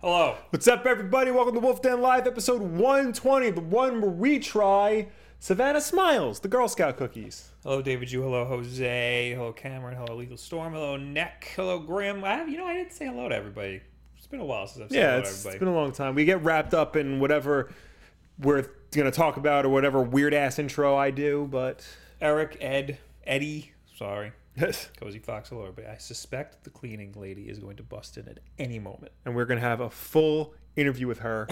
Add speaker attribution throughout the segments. Speaker 1: What's up, everybody? Welcome to Wolf Den Live, episode 120, the one where we try Savannah Smiles, the Girl Scout cookies.
Speaker 2: Hello, David. You. Hello, Jose. Hello, Cameron. Hello, Legal Storm. Hello, Neck. Hello, Graham. I have, you know, I didn't say hello to everybody. It's been a while since I've said
Speaker 1: Yeah,
Speaker 2: hello
Speaker 1: it's,
Speaker 2: to
Speaker 1: it's
Speaker 2: everybody.
Speaker 1: been a long time. We get wrapped up in whatever we're going to talk about or whatever weird ass intro I do, but
Speaker 2: Eric, Ed, Eddie. Sorry,
Speaker 1: and
Speaker 2: Cozy Fox. Hello, everybody. I suspect the cleaning lady is going to bust in at any moment.
Speaker 1: we're going to have a full interview with her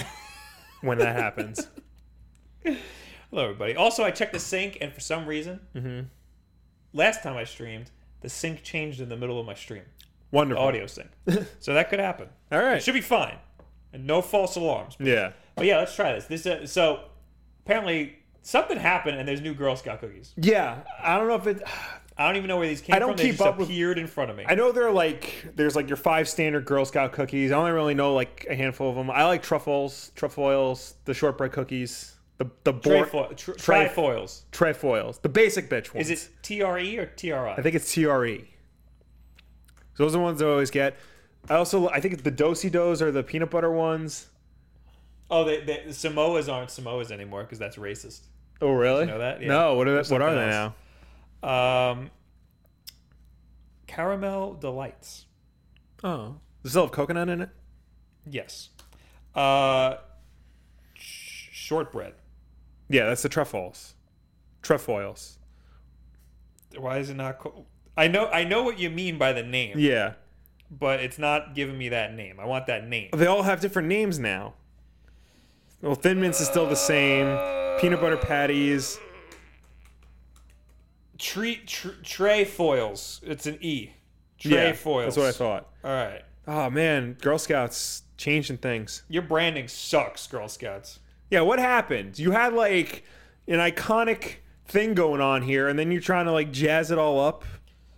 Speaker 1: when that happens.
Speaker 2: Hello, everybody. Also, I checked the sink, and for some reason,
Speaker 1: Mm-hmm.
Speaker 2: last time I streamed, the sink changed in the middle of my stream. The
Speaker 1: Wonderful.
Speaker 2: audio sync. so that could happen.
Speaker 1: All
Speaker 2: It
Speaker 1: right.
Speaker 2: should be fine, and no false alarms.
Speaker 1: Yeah.
Speaker 2: But yeah, let's try this. This uh, so apparently something happened, and there's new Girl Scout cookies.
Speaker 1: Yeah. I don't know if it.
Speaker 2: I don't even know where these came
Speaker 1: I don't
Speaker 2: from. they
Speaker 1: keep
Speaker 2: just
Speaker 1: up with-
Speaker 2: appeared in front of me.
Speaker 1: I know there are like there's like your five standard Girl Scout cookies. I only really know like a handful of them. I like truffles, trefoils, the shortbread cookies, the the bor-
Speaker 2: Trifoil, tr-
Speaker 1: Tri-
Speaker 2: trifoils.
Speaker 1: trefoils, the basic bitch ones.
Speaker 2: Is it T R E or T R
Speaker 1: I
Speaker 2: I?
Speaker 1: think it's TRE. So those are the ones I always get. I also I think the dosi dos are the peanut butter ones.
Speaker 2: Oh, they, they, Samoas aren't Samoas anymore because that's racist.
Speaker 1: Oh really?
Speaker 2: know that? Yeah.
Speaker 1: No. What are they, what are they
Speaker 2: something
Speaker 1: now?
Speaker 2: Um, caramel delights.
Speaker 1: Oh, does it still have coconut in it?
Speaker 2: Yes. Uh, sh- shortbread.
Speaker 1: Yeah, that's the trefoils. Trefoils.
Speaker 2: Why is it not? Co- I know. I know what you mean by the name,
Speaker 1: Yeah,
Speaker 2: but it's not giving me that name. I want that name.
Speaker 1: they all have different names now. Well, Thin Mints is still the same. Peanut butter patties.
Speaker 2: Tree tr- tray foils. It's an E. Tray
Speaker 1: Yeah,
Speaker 2: foils.
Speaker 1: That's what I thought.
Speaker 2: All right,
Speaker 1: Oh man, Girl Scouts changing things.
Speaker 2: your branding sucks, Girl Scouts.
Speaker 1: Yeah, what happened? You had like an iconic thing going on here, and then you're trying to like jazz it all up.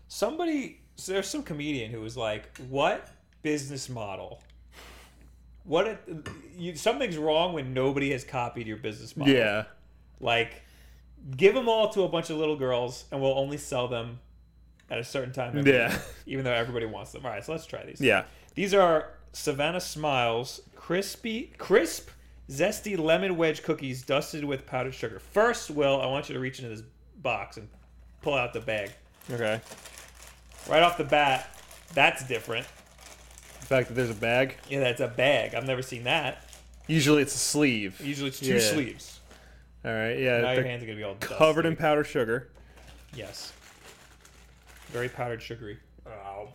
Speaker 2: Somebody, so there's some comedian who was like, "What business model? What? A, you, something's wrong when nobody has copied your business model. like give them all to a bunch of little girls, and we'll only sell them at a certain time. every
Speaker 1: yeah,
Speaker 2: year, even though everybody wants them. All right, so let's try these.
Speaker 1: yeah.
Speaker 2: These are Savannah Smiles crispy, crisp, zesty lemon wedge cookies dusted with powdered sugar. First, Will, I want you to reach into this box and pull out the bag.
Speaker 1: Okay.
Speaker 2: Right off the bat, that's different.
Speaker 1: The fact that there's a bag.
Speaker 2: Yeah, that's a bag. I've never seen that.
Speaker 1: Usually it's a sleeve.
Speaker 2: Usually it's two
Speaker 1: Yeah.
Speaker 2: sleeves.
Speaker 1: All right. Yeah.
Speaker 2: Now
Speaker 1: they're
Speaker 2: your hands are gonna be all
Speaker 1: covered
Speaker 2: dusty.
Speaker 1: in powdered sugar.
Speaker 2: Yes. Very powdered sugary. Ow.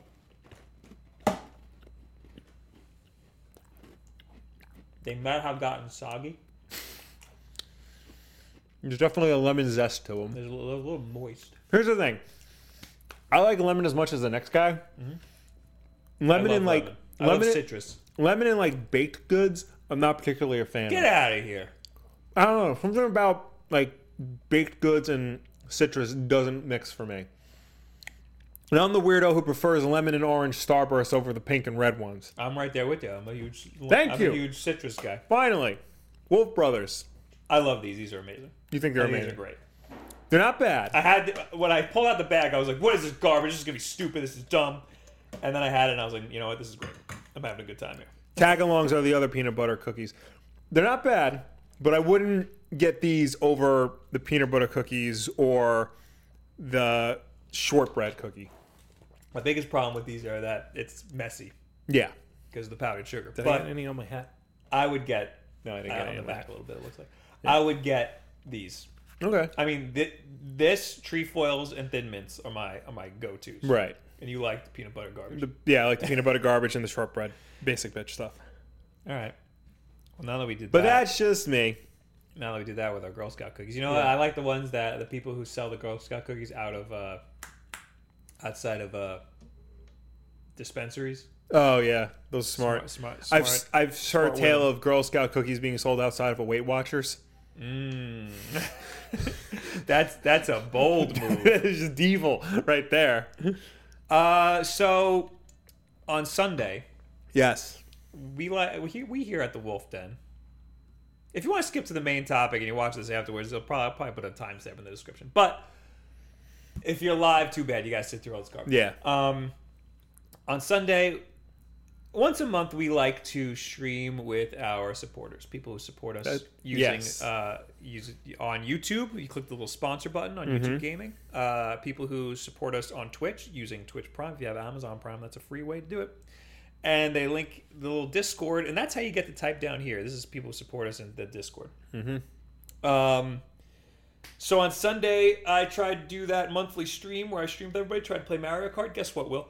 Speaker 2: They might have gotten soggy.
Speaker 1: There's definitely a lemon zest to them.
Speaker 2: There's a little, a little moist.
Speaker 1: Here's the thing. I like lemon as much as the next guy.
Speaker 2: I
Speaker 1: Lemon
Speaker 2: love
Speaker 1: and like
Speaker 2: lemon. Mm-hmm. I love
Speaker 1: lemon, and-
Speaker 2: citrus.
Speaker 1: lemon and like baked goods. I'm not particularly a fan.
Speaker 2: Get
Speaker 1: of.
Speaker 2: out of here.
Speaker 1: I don't know something about like baked goods and citrus doesn't mix for me. And I'm the weirdo who prefers lemon and orange Starburst over the pink and red ones.
Speaker 2: I'm right there with you. I'm a huge.
Speaker 1: Thank
Speaker 2: I'm
Speaker 1: you.
Speaker 2: A huge citrus guy.
Speaker 1: Finally, Wolf Brothers.
Speaker 2: I love these. These are amazing.
Speaker 1: You think they're
Speaker 2: These
Speaker 1: amazing?
Speaker 2: are great.
Speaker 1: They're not bad.
Speaker 2: I had when I pulled out the bag, I was like, "What is this garbage? This is gonna be stupid. This is dumb." And then I had it, and I was like, "You know what? This is great. I'm having a good time here."
Speaker 1: Tagalongs are the other peanut butter cookies. They're not bad, but I wouldn't get these over the peanut butter cookies or the shortbread cookie.
Speaker 2: My biggest problem with these are that it's messy
Speaker 1: Yeah.
Speaker 2: because of the powdered sugar.
Speaker 1: Did I
Speaker 2: but
Speaker 1: get any on my hat?
Speaker 2: I would get
Speaker 1: No, I didn't
Speaker 2: out
Speaker 1: get
Speaker 2: on
Speaker 1: any
Speaker 2: the
Speaker 1: on my hat.
Speaker 2: back a little bit. It looks like I would get these.
Speaker 1: Okay.
Speaker 2: I mean, th- this trefoils and thin mints are my are my go tos.
Speaker 1: Right.
Speaker 2: And you like the peanut butter garbage.
Speaker 1: The, yeah, I like the peanut butter garbage and the shortbread. Basic bitch stuff.
Speaker 2: All right. Well, now that we did
Speaker 1: But
Speaker 2: that,
Speaker 1: that's just me.
Speaker 2: now that we did that with our Girl Scout cookies, you know, what? I like the ones that the people who sell the Girl Scout cookies out of uh, outside of uh, dispensaries.
Speaker 1: Oh, yeah. Those are smart.
Speaker 2: Smart, smart.
Speaker 1: I've, I've heard a tale of Girl Scout cookies being sold outside of a Weight Watchers.
Speaker 2: Mm. that's that's a bold move.
Speaker 1: it's just evil right there.
Speaker 2: Uh, so on Sunday,
Speaker 1: Yes.
Speaker 2: we like we here, we here at the Wolf Den. If you want to skip to the main topic and you watch this afterwards, they'll probably, I'll probably put a timestamp in the description. But if you're live, too bad. You guys sit through all this garbage.
Speaker 1: Yeah.
Speaker 2: Um, on Um, Sunday, once a month we like to stream with our supporters, people who support us
Speaker 1: Uh,
Speaker 2: using
Speaker 1: yes.
Speaker 2: uh, use on YouTube. You click the little sponsor button on YouTube Gaming. Uh, people who support us on Twitch using Twitch Prime. If you have Amazon Prime, that's a free way to do it. And they link the little Discord, and that's how you get the type down here. This is people who support us in the Discord. Mm-hmm. Um, so on Sunday, I tried to do that monthly stream where I streamed with everybody, tried to play Mario Kart. Guess what, Will?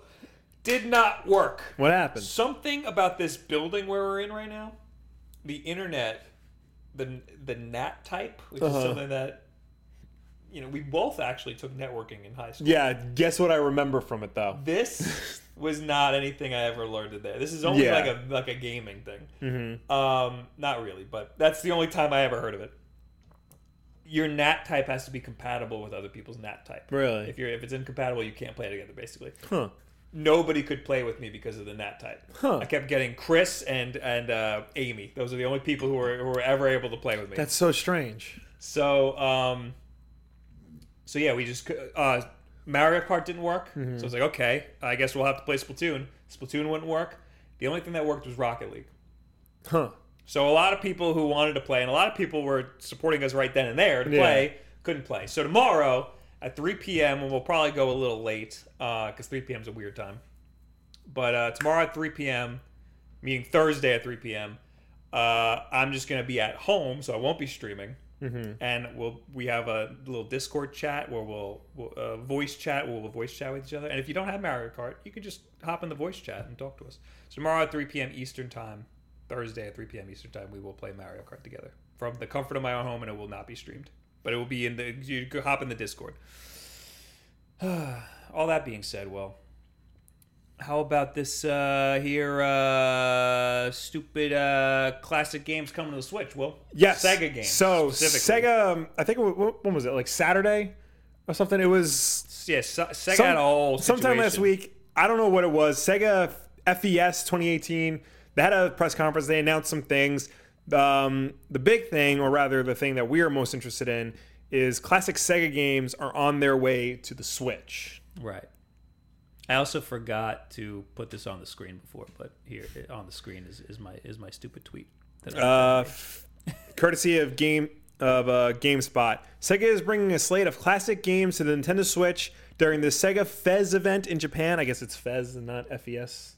Speaker 2: Did not work.
Speaker 1: What happened?
Speaker 2: Something about this building where we're in right now, the internet, the the NAT type, which
Speaker 1: Uh-huh.
Speaker 2: is something that you know we both actually took networking in high school.
Speaker 1: Yeah, guess what I remember from it though.
Speaker 2: This was not anything I ever learned in there. This is only
Speaker 1: Yeah. Mm-hmm.
Speaker 2: like a like a gaming thing. Um, not really, but that's the only time I ever heard of it. Your NAT type has to be compatible with other people's NAT type.
Speaker 1: Really?
Speaker 2: If you're if it's incompatible, you can't play together. Basically,
Speaker 1: Huh.
Speaker 2: nobody could play with me because of the nat type.
Speaker 1: Huh.
Speaker 2: I kept getting Chris and and uh, Amy. Those are the only people who were who were ever able to play with me.
Speaker 1: That's so strange.
Speaker 2: so um, so yeah, we just cou- uh, Mario Kart didn't work.
Speaker 1: Mm-hmm.
Speaker 2: So I was like, okay, I guess we'll have to play Splatoon. Splatoon wouldn't work. The only thing that worked was Rocket League.
Speaker 1: Huh.
Speaker 2: So a lot of people who wanted to play, and a lot of people were supporting us right then and there to
Speaker 1: Yeah.
Speaker 2: play, couldn't play. So tomorrow at 3 p.m., and we'll probably go a little late uh, because 3 p.m. is a weird time. But uh, tomorrow at 3 p.m., meaning Thursday at 3 p.m., uh, I'm just going to be at home, so I won't be streaming.
Speaker 1: Mm.
Speaker 2: And we'll we have a little Discord chat where we'll, we'll uh, voice chat. Where we'll voice chat with each other. And if you don't have Mario Kart, you can just hop in the voice chat and talk to us. So tomorrow at 3 p.m. Eastern time, Thursday at 3 p.m. Eastern time, we will play Mario Kart together from the comfort of my own home, and it will not be streamed, but it will be in the you could hop in the Discord. All that being said, well, how about this uh, here uh, stupid uh, classic games coming to the Switch? Well,
Speaker 1: Yes.
Speaker 2: Sega games.
Speaker 1: So
Speaker 2: specifically.
Speaker 1: Sega. Um, I think it wa- when was it? Like Saturday or something. It was
Speaker 2: Yeah, Se- Sega
Speaker 1: Some-
Speaker 2: had a whole
Speaker 1: Sometime last
Speaker 2: situation.
Speaker 1: week, I don't know what it was. Sega E FES 2018. They had a press conference. They announced some things. Um, the big thing, or rather, the thing that we are most interested in, is classic Sega games are on their way to the Switch.
Speaker 2: Right. I also forgot to put this on the screen before, but here it- on the screen is, is my is my stupid tweet. that I-
Speaker 1: Uh, f- courtesy of game of uh, GameSpot, Sega is bringing a slate of classic games to the Nintendo Switch during the Sega Fez event in Japan. I guess it's Fez and not E FES.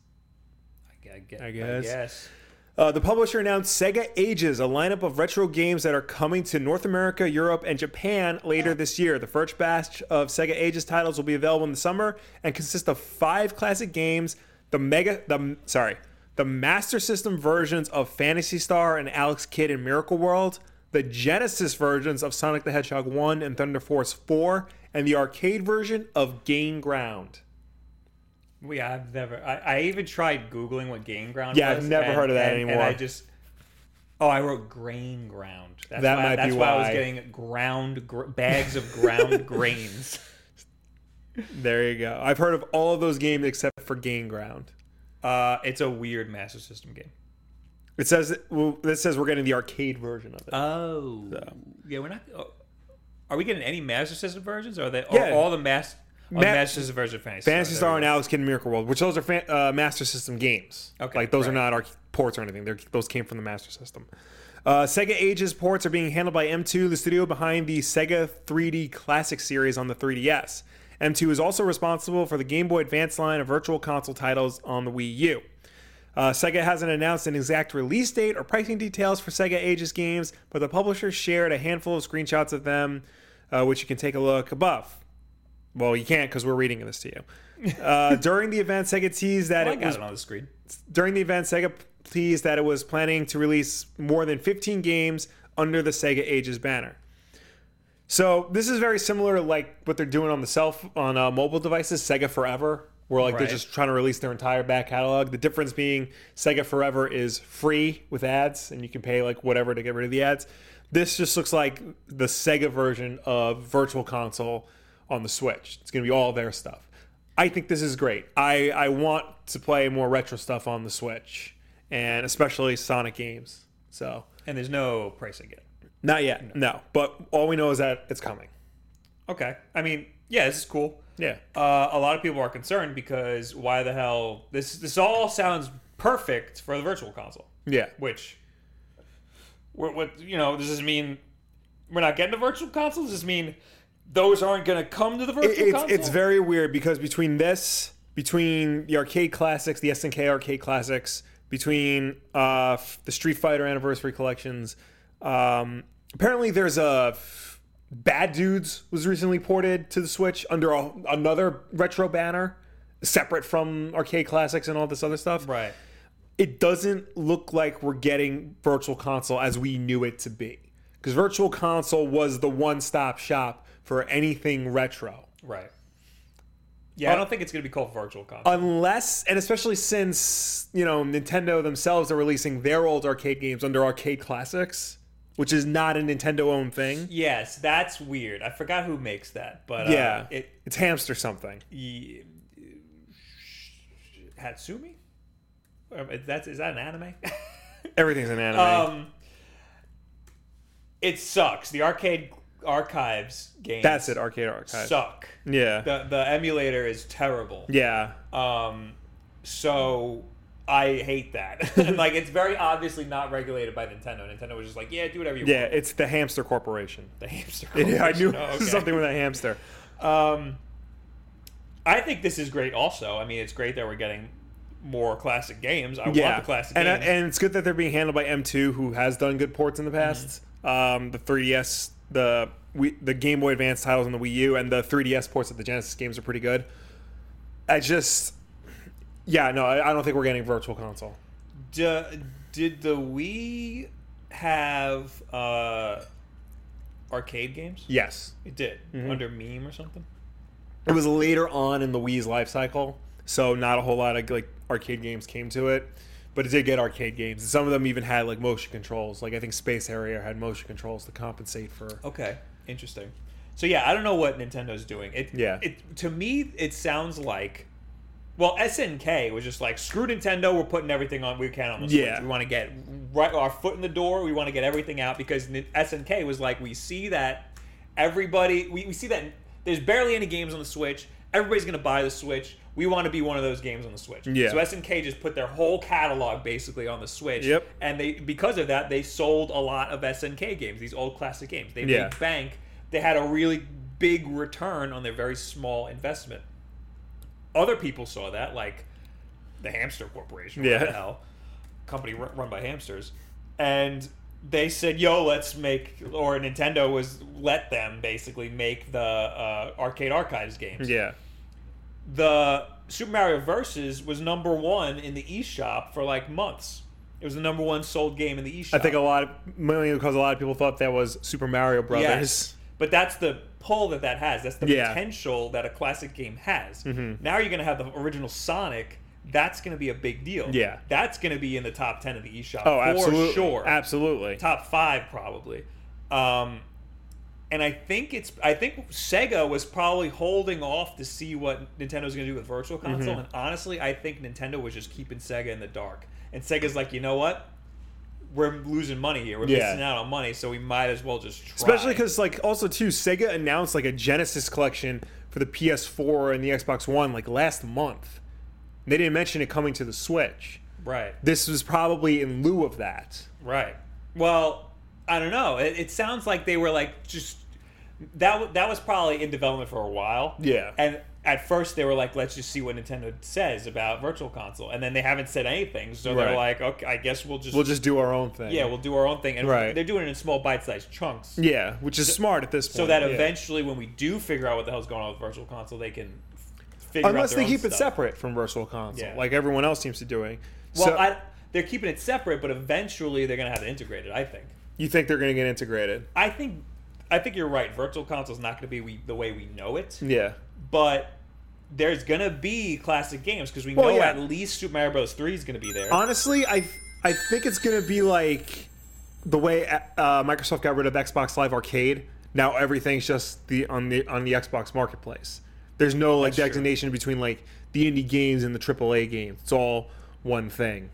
Speaker 2: I, guess.
Speaker 1: I
Speaker 2: I
Speaker 1: guess.
Speaker 2: guess.
Speaker 1: Uh, the publisher announced Sega Ages, a lineup of retro games that are coming to North America, Europe, and Japan later this year. The first batch of Sega Ages titles will be available in the summer and consist of five classic games, the Mega, the sorry, the Master System versions of Fantasy Star and Alex Kidd in Miracle World, the Genesis versions of Sonic the Hedgehog 1 and Thunder Force 4, and the arcade version of Gain Ground.
Speaker 2: We I've never. I, I even tried googling what Game Ground.
Speaker 1: Yeah, I've
Speaker 2: was,
Speaker 1: never
Speaker 2: and-
Speaker 1: heard of that
Speaker 2: and- and
Speaker 1: anymore.
Speaker 2: I just. Oh, I wrote grain ground. That's
Speaker 1: That
Speaker 2: why,
Speaker 1: might be
Speaker 2: that's why I was
Speaker 1: why.
Speaker 2: getting ground gr- bags of ground grains.
Speaker 1: There you go. I've heard of all of those games except for Gain Ground.
Speaker 2: Uh, it's a weird Master System game.
Speaker 1: It says well, this says we're getting the arcade version of it.
Speaker 2: Oh,
Speaker 1: Um,
Speaker 2: yeah. We're not. Oh, are we getting any Master System versions? Or are they?
Speaker 1: Yeah.
Speaker 2: Are all the mas- oh,
Speaker 1: Ma-
Speaker 2: Master System versions of Fantasy.
Speaker 1: Fantasy Star and Alex Kidd in Miracle World, which those are fan, uh, Master System games.
Speaker 2: Okay,
Speaker 1: like those are
Speaker 2: right.
Speaker 1: not our ports or anything. They're, those came from the Master System. Uh, Sega Ages ports are being handled by M2, the studio behind the Sega 3D Classic series on the 3DS. M2 is also responsible for the Game Boy Advance line of virtual console titles on the Wii U. Uh, Sega hasn't announced an exact release date or pricing details for Sega Ages games, but the publisher shared a handful of screenshots of them, uh, which you can take a look above. Well, you can't because we're reading this to you. Uh, during the event, Sega teased that
Speaker 2: I
Speaker 1: it
Speaker 2: got
Speaker 1: was
Speaker 2: it on the screen.
Speaker 1: during the event Sega teased that it was planning to release more than 15 games under the Sega Ages banner. So this is very similar, like what they're doing on the cell on uh, mobile devices, Sega Forever, where like
Speaker 2: Right.
Speaker 1: they're just trying to release their entire back catalog. The difference being Sega Forever is free with ads, and you can pay like whatever to get rid of the ads. This just looks like the Sega version of Virtual Console on the Switch. It's gonna be all their stuff. I think this is great. I I want to play more retro stuff on the Switch, and especially Sonic games. So
Speaker 2: And there's no pricing yet.
Speaker 1: not yet, no. But all we know is that it's coming.
Speaker 2: Okay. I mean, yeah, this is cool.
Speaker 1: Yeah.
Speaker 2: Uh, a lot of people are concerned because why the hell this this all sounds
Speaker 3: perfect for the virtual console.
Speaker 1: Yeah.
Speaker 3: Which, what, what you know, does this mean we're not getting a virtual console? Does this mean those aren't going to come to the virtual
Speaker 1: It- it's,
Speaker 3: console?
Speaker 1: it's very weird because between this, between the arcade classics, the SNK arcade classics, between uh, f- the Street Fighter anniversary collections, um, apparently there's a f- Bad Dudes was recently ported to the Switch under a, another retro banner, separate from arcade classics and all this other stuff.
Speaker 3: right.
Speaker 1: It doesn't look like we're getting Virtual Console as we knew it to be, because Virtual Console was the one-stop shop for anything retro.
Speaker 3: Right. Yeah, I don't think it's going to be called virtual
Speaker 1: Uh,
Speaker 3: console.
Speaker 1: unless and especially since you know Nintendo themselves are releasing their old arcade games under Arcade Classics, which is not a Nintendo owned thing.
Speaker 3: yes, that's weird. I forgot who makes that, but
Speaker 1: Yeah,
Speaker 3: uh, it
Speaker 1: it's hamster something.
Speaker 3: y- Hatsumi. Um, That's is that an anime?
Speaker 1: Everything's an anime.
Speaker 3: um, it sucks. The arcade archives games.
Speaker 1: That's it, Arcade Archive.
Speaker 3: Suck.
Speaker 1: yeah,
Speaker 3: The the emulator is terrible.
Speaker 1: yeah,
Speaker 3: Um, so I hate that. like it's very obviously not regulated by Nintendo. Nintendo was just like, yeah, do whatever you
Speaker 1: yeah.
Speaker 3: want.
Speaker 1: It's the Hamster Corporation.
Speaker 3: The hamster.
Speaker 1: Yeah, I knew
Speaker 3: Oh, okay.
Speaker 1: something with a hamster.
Speaker 3: Um, I think this is great. Also, I mean, it's great that we're getting more classic games. I
Speaker 1: Yeah,
Speaker 3: want the classic
Speaker 1: and, uh,
Speaker 3: games. Mm-hmm.
Speaker 1: and it's good that they're being handled by M2, who has done good ports in the past. Um, the 3DS, the we, the Game Boy Advance titles on the Wii U, and the 3DS ports of the Genesis games are pretty good. I just, yeah, no, I, I don't think we're getting Virtual Console.
Speaker 3: D- did the Wii have uh, arcade games?
Speaker 1: Yes,
Speaker 3: It did under meme or something.
Speaker 1: it was later on in the Wii's life cycle, so not a whole lot of like arcade games came to it. But it did get arcade games, and some of them even had like motion controls. Like I think Space Area had motion controls to compensate for.
Speaker 3: Okay, interesting. So yeah, I don't know what Nintendo's doing. It
Speaker 1: Yeah.
Speaker 3: It to me it sounds like, well, SNK was just like screw Nintendo. We're putting everything on. We can on the Switch.
Speaker 1: Yeah.
Speaker 3: We want to get right our foot in the door. We want to get everything out because Nin- SNK was like we see that everybody we, we see that there's barely any games on the Switch. Everybody's gonna buy the Switch. We want to be one of those games on the Switch.
Speaker 1: Yeah.
Speaker 3: So SNK just put their whole catalog basically on the Switch.
Speaker 1: Yep.
Speaker 3: And they because of that they sold a lot of SNK games, these old classic games. They big
Speaker 1: Yeah.
Speaker 3: bank, they had a really big return on their very small investment. Other people saw that, like the Hamster Corporation, yeah,
Speaker 1: Yeah.
Speaker 3: the hell, company ru- run by hamsters, and they said, "Yo, let's make." Or Nintendo was let them basically make the uh, arcade archives games.
Speaker 1: Yeah,
Speaker 3: The Super Mario Versus was number one in the eShop for like months. It was the number one sold game in the eShop.
Speaker 1: I think a lot of mainly because a lot of people thought that was Super Mario Brothers.
Speaker 3: Yes. But that's the pull that that has. That's the
Speaker 1: Yeah. Mm-hmm.
Speaker 3: potential that a classic game has. Now you're going to have the original Sonic. That's going to be a big deal.
Speaker 1: Yeah.
Speaker 3: That's going to be in the top 10 of the eShop
Speaker 1: Oh,
Speaker 3: for
Speaker 1: absolutely.
Speaker 3: sure.
Speaker 1: Absolutely.
Speaker 3: Top 5 probably. Um and I think it's I think Sega was probably holding off to see what Nintendo's going to do with Virtual
Speaker 1: Mm-hmm.
Speaker 3: Console and honestly, I think Nintendo was just keeping Sega in the dark. And Sega's like, "You know what? We're losing money here. We're
Speaker 1: Yeah.
Speaker 3: missing out on money, so we might as well just try."
Speaker 1: Especially because, like, also too, Sega announced like a Genesis collection for the PS4 and the Xbox One like last month. They didn't mention it coming to the Switch.
Speaker 3: right.
Speaker 1: This was probably in lieu of that.
Speaker 3: Right. Well, I don't know. It, it sounds like they were like just that. w- That was probably in development for a while.
Speaker 1: Yeah.
Speaker 3: And at first they were like, let's just see what Nintendo says about Virtual Console, and then they haven't said anything. So
Speaker 1: Right.
Speaker 3: they're like, okay, I guess we'll just
Speaker 1: We'll just do our own thing.
Speaker 3: yeah, we'll do our own thing, and
Speaker 1: Right.
Speaker 3: they're doing it in small bite-sized chunks.
Speaker 1: yeah, which is smart at this point.
Speaker 3: So that
Speaker 1: yeah.
Speaker 3: eventually, when we do figure out what the hell's going on with Virtual Console, they can f- figure out
Speaker 1: unless
Speaker 3: their
Speaker 1: they
Speaker 3: own
Speaker 1: keep it
Speaker 3: stuff.
Speaker 1: separate from Virtual Console,
Speaker 3: Yeah.
Speaker 1: like everyone else seems to doing.
Speaker 3: Well,
Speaker 1: so
Speaker 3: I, they're keeping it separate, but eventually they're going to have it integrated. I think.
Speaker 1: you think they're going to get integrated?
Speaker 3: I think I think you're right. Virtual console is not going to be we, the way we know it,
Speaker 1: Yeah.
Speaker 3: but there's going to be classic games because we
Speaker 1: Well,
Speaker 3: know
Speaker 1: yeah. Uh,
Speaker 3: at least Super Mario Bros. Three is going to be there.
Speaker 1: honestly, I I think it's gonna be like the way uh, Microsoft got rid of Xbox Live Arcade. Now everything's just the on the on the Xbox Marketplace. There's no like
Speaker 3: That's true.
Speaker 1: designation between like the indie games and the AAA games. It's all one thing.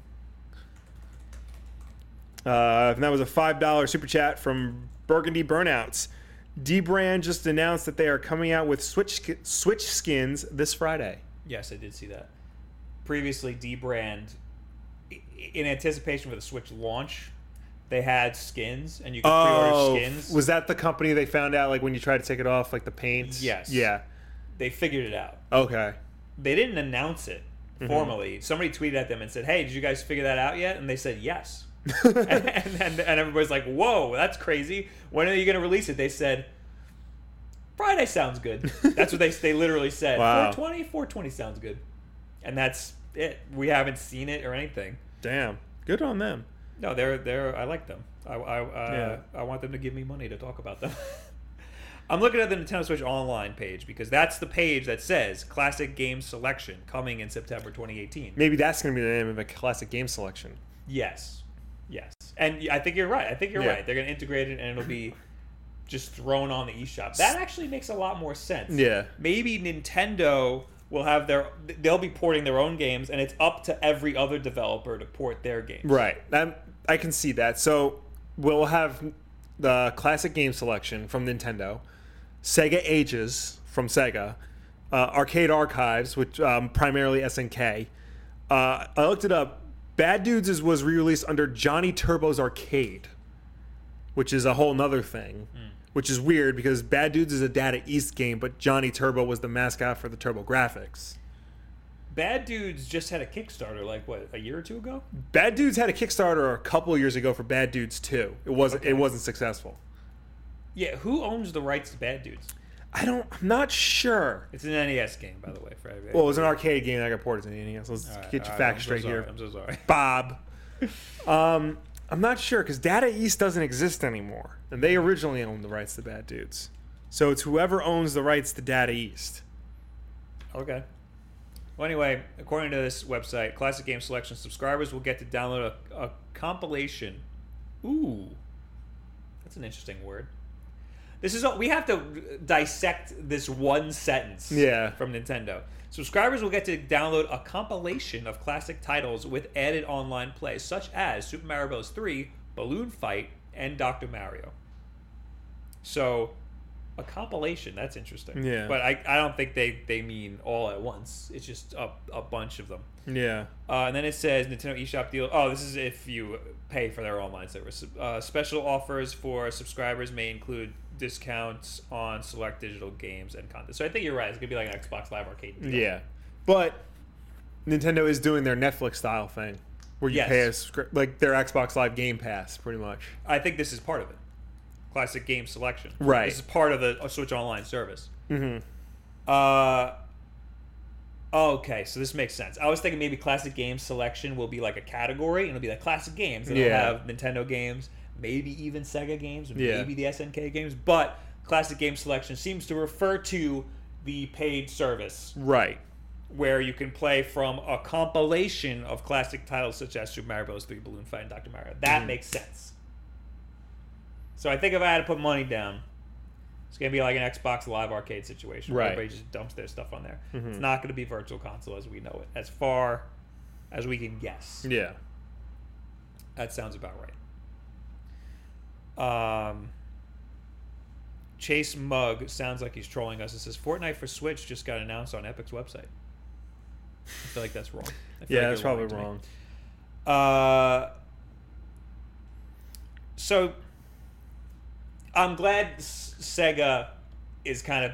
Speaker 1: Uh, and that was a five dollar super chat from Burgundy Burnouts. D Brand just announced that they are coming out with Switch sk- Switch skins this Friday.
Speaker 3: yes, I did see that. Previously, D Brand in anticipation for the Switch launch, they had skins, and you could
Speaker 1: Oh,
Speaker 3: pre-order skins.
Speaker 1: was that the company they found out like when you tried to take it off, like the paint?
Speaker 3: Yes.
Speaker 1: Yeah.
Speaker 3: they figured it out.
Speaker 1: Okay.
Speaker 3: They didn't announce it
Speaker 1: Mm-hmm.
Speaker 3: formally. Somebody tweeted at them and said, "Hey, did you guys figure that out yet?" And they said, "Yes." and, and, and everybody's like, "Whoa, that's crazy! When are you going to release it?" They said, "Friday sounds good." That's what they they literally said.
Speaker 1: Wow.
Speaker 3: 420, 420 sounds good, and that's it. We haven't seen it or anything.
Speaker 1: Damn. Good on them.
Speaker 3: No, they're they're. I like them. I I uh,
Speaker 1: Yeah.
Speaker 3: I want them to give me money to talk about them. I'm looking at the Nintendo Switch Online page because that's the page that says classic game selection coming in September 2018.
Speaker 1: Maybe that's gonna be the name of a classic game selection.
Speaker 3: Yes, yes, and I think you're right. I think you're
Speaker 1: Yeah.
Speaker 3: right. They're going to integrate it, and it'll be just thrown on the eShop. That actually makes a lot more sense.
Speaker 1: Yeah.
Speaker 3: Maybe Nintendo will have their. They'll be porting their own games, and it's up to every other developer to port their games.
Speaker 1: Right. i I can see that. So we'll have the classic game selection from Nintendo, Sega Ages from Sega, uh, Arcade Archives, which um, primarily SNK. Uh, I looked it up. Bad Dudes is, was re released under Johnny Turbo's Arcade, which is a whole nother thing. Which is weird because Bad Dudes is a Data East game, but Johnny Turbo was the mascot for the Turbo Graphics.
Speaker 3: Bad Dudes just had a Kickstarter like what a year or two ago.
Speaker 1: Bad Dudes had a Kickstarter a couple years ago for Bad Dudes 2. It wasn't it wasn't successful.
Speaker 3: Yeah, who owns the rights to Bad Dudes?
Speaker 1: I don't. I'm not sure.
Speaker 3: It's an NES game, by the way. For everybody.
Speaker 1: Well, it was an arcade game that got ported to the NES. Let's
Speaker 3: All right,
Speaker 1: get
Speaker 3: all
Speaker 1: your
Speaker 3: right,
Speaker 1: facts
Speaker 3: I'm so
Speaker 1: straight
Speaker 3: sorry,
Speaker 1: here,
Speaker 3: I'm so sorry.
Speaker 1: Bob. um, I'm not sure because Data East doesn't exist anymore, and they originally owned the rights to Bad Dudes. So it's whoever owns the rights to Data East.
Speaker 3: Okay. Well, anyway, according to this website, Classic Game Selection subscribers will get to download a, a compilation. Ooh, that's an interesting word. This is all, we have to uh, dissect this one sentence.
Speaker 1: Yeah.
Speaker 3: From Nintendo, subscribers will get to download a compilation of classic titles with added online play, such as Super Mario Bros. 3, Balloon Fight, and Dr. Mario. So, a compilation. That's interesting.
Speaker 1: Yeah.
Speaker 3: But I, I don't think they, they mean all at once. It's just a, a bunch of them.
Speaker 1: Yeah.
Speaker 3: Uh, and then it says Nintendo eShop deal. Oh, this is if you pay for their online service. Uh, special offers for subscribers may include discounts on select digital games and content. So I think you're right. It's gonna be like an Xbox Live Arcade. deal.
Speaker 1: Yeah. But Nintendo is doing their Netflix style thing, where you
Speaker 3: Yes.
Speaker 1: pay a script like their Xbox Live Game Pass, pretty much.
Speaker 3: I think this is part of it. Classic game selection.
Speaker 1: Right.
Speaker 3: This is part of the uh, Switch Online service. Mm-hmm. Uh. oh, Okay, so this makes sense. I was thinking maybe classic game selection will be like a category, and it'll be like classic games. And
Speaker 1: Yeah.
Speaker 3: it'll have Nintendo games, maybe even Sega games, and
Speaker 1: Yeah.
Speaker 3: maybe the SNK games. But classic game selection seems to refer to the paid service
Speaker 1: Right.
Speaker 3: where you can play from a compilation of classic titles such as Super Mario Bros. 3, Balloon Fight, and Dr. Mario. That makes sense. So I think if I had to put money down, it's going to be like an Xbox Live Arcade situation. where
Speaker 1: Right.
Speaker 3: Everybody just dumps their stuff on there. It's not going to be Virtual Console as we know it, as far as we can guess.
Speaker 1: Yeah.
Speaker 3: That sounds about right. Um, Chase Mug sounds like he's trolling us. It says Fortnite for Switch just got announced on Epic's website. I feel like that's wrong. I feel
Speaker 1: Yeah,
Speaker 3: like
Speaker 1: that's
Speaker 3: you're
Speaker 1: probably
Speaker 3: lying to me.
Speaker 1: wrong.
Speaker 3: Uh, so I'm glad S- Sega is kind of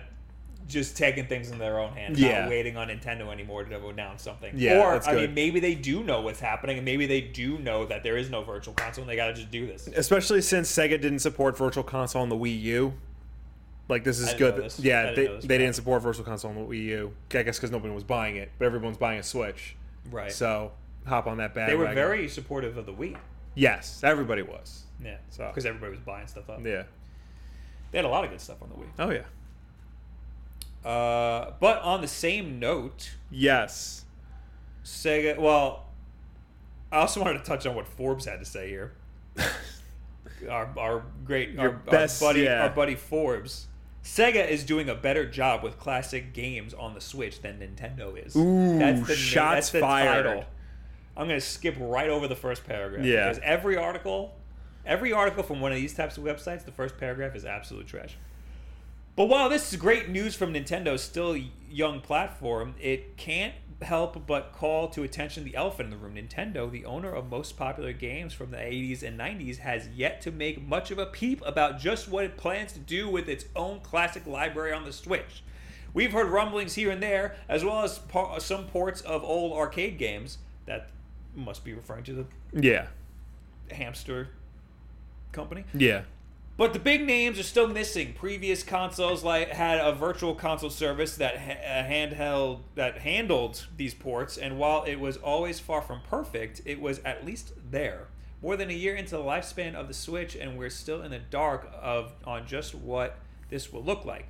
Speaker 3: just taking things in their own hands,
Speaker 1: Yeah.
Speaker 3: not waiting on Nintendo anymore to announce something.
Speaker 1: Yeah,
Speaker 3: or
Speaker 1: that's
Speaker 3: I
Speaker 1: good.
Speaker 3: mean, maybe they do know what's happening, and maybe they do know that there is no virtual console, and they got to just do this.
Speaker 1: especially since Sega didn't support Virtual Console on the Wii U. Like this is
Speaker 3: didn't
Speaker 1: good.
Speaker 3: know this. I
Speaker 1: Yeah,
Speaker 3: didn't
Speaker 1: they,
Speaker 3: know
Speaker 1: they
Speaker 3: this about
Speaker 1: didn't
Speaker 3: it.
Speaker 1: support Virtual Console on the Wii U. I guess because nobody was buying it, but everyone's buying a Switch.
Speaker 3: Right.
Speaker 1: So hop on that bag.
Speaker 3: they were very supportive of the Wii.
Speaker 1: yes. Everybody was.
Speaker 3: Yeah,
Speaker 1: So-
Speaker 3: because everybody was buying stuff up.
Speaker 1: Yeah.
Speaker 3: They had a lot of good stuff on the Wii.
Speaker 1: Oh yeah.
Speaker 3: Uh, but on the same note,
Speaker 1: Yes.
Speaker 3: Sega. Well, I also wanted to touch on what Forbes had to say here. our, our great our,
Speaker 1: Your best-
Speaker 3: our buddy
Speaker 1: yeah.
Speaker 3: our buddy Forbes. Sega is doing a better job with classic games on the Switch than Nintendo is.
Speaker 1: Ooh,
Speaker 3: na-
Speaker 1: shots fired.
Speaker 3: I'm going to skip right over the first paragraph
Speaker 1: Yeah.
Speaker 3: because every article, every article from one of these types of websites, the first paragraph is absolute trash. But while this is great news from Nintendo's still young platform, it can't help but call to attention the elephant in the room. Nintendo, the owner of most popular games from the 80s and 90s, has yet to make much of a peep about just what it plans to do with its own classic library on the Switch. We've heard rumblings here and there, as well as par- some ports of old arcade games that must be referring to
Speaker 1: Yeah.
Speaker 3: the hamster company.
Speaker 1: Yeah.
Speaker 3: But the big names are still missing. Previous consoles like had a virtual console service that ha- uh, handheld that handled these ports, and while it was always far from perfect, it was at least there. More than a year into the lifespan of the Switch, and we're still in the dark of on just what this will look like.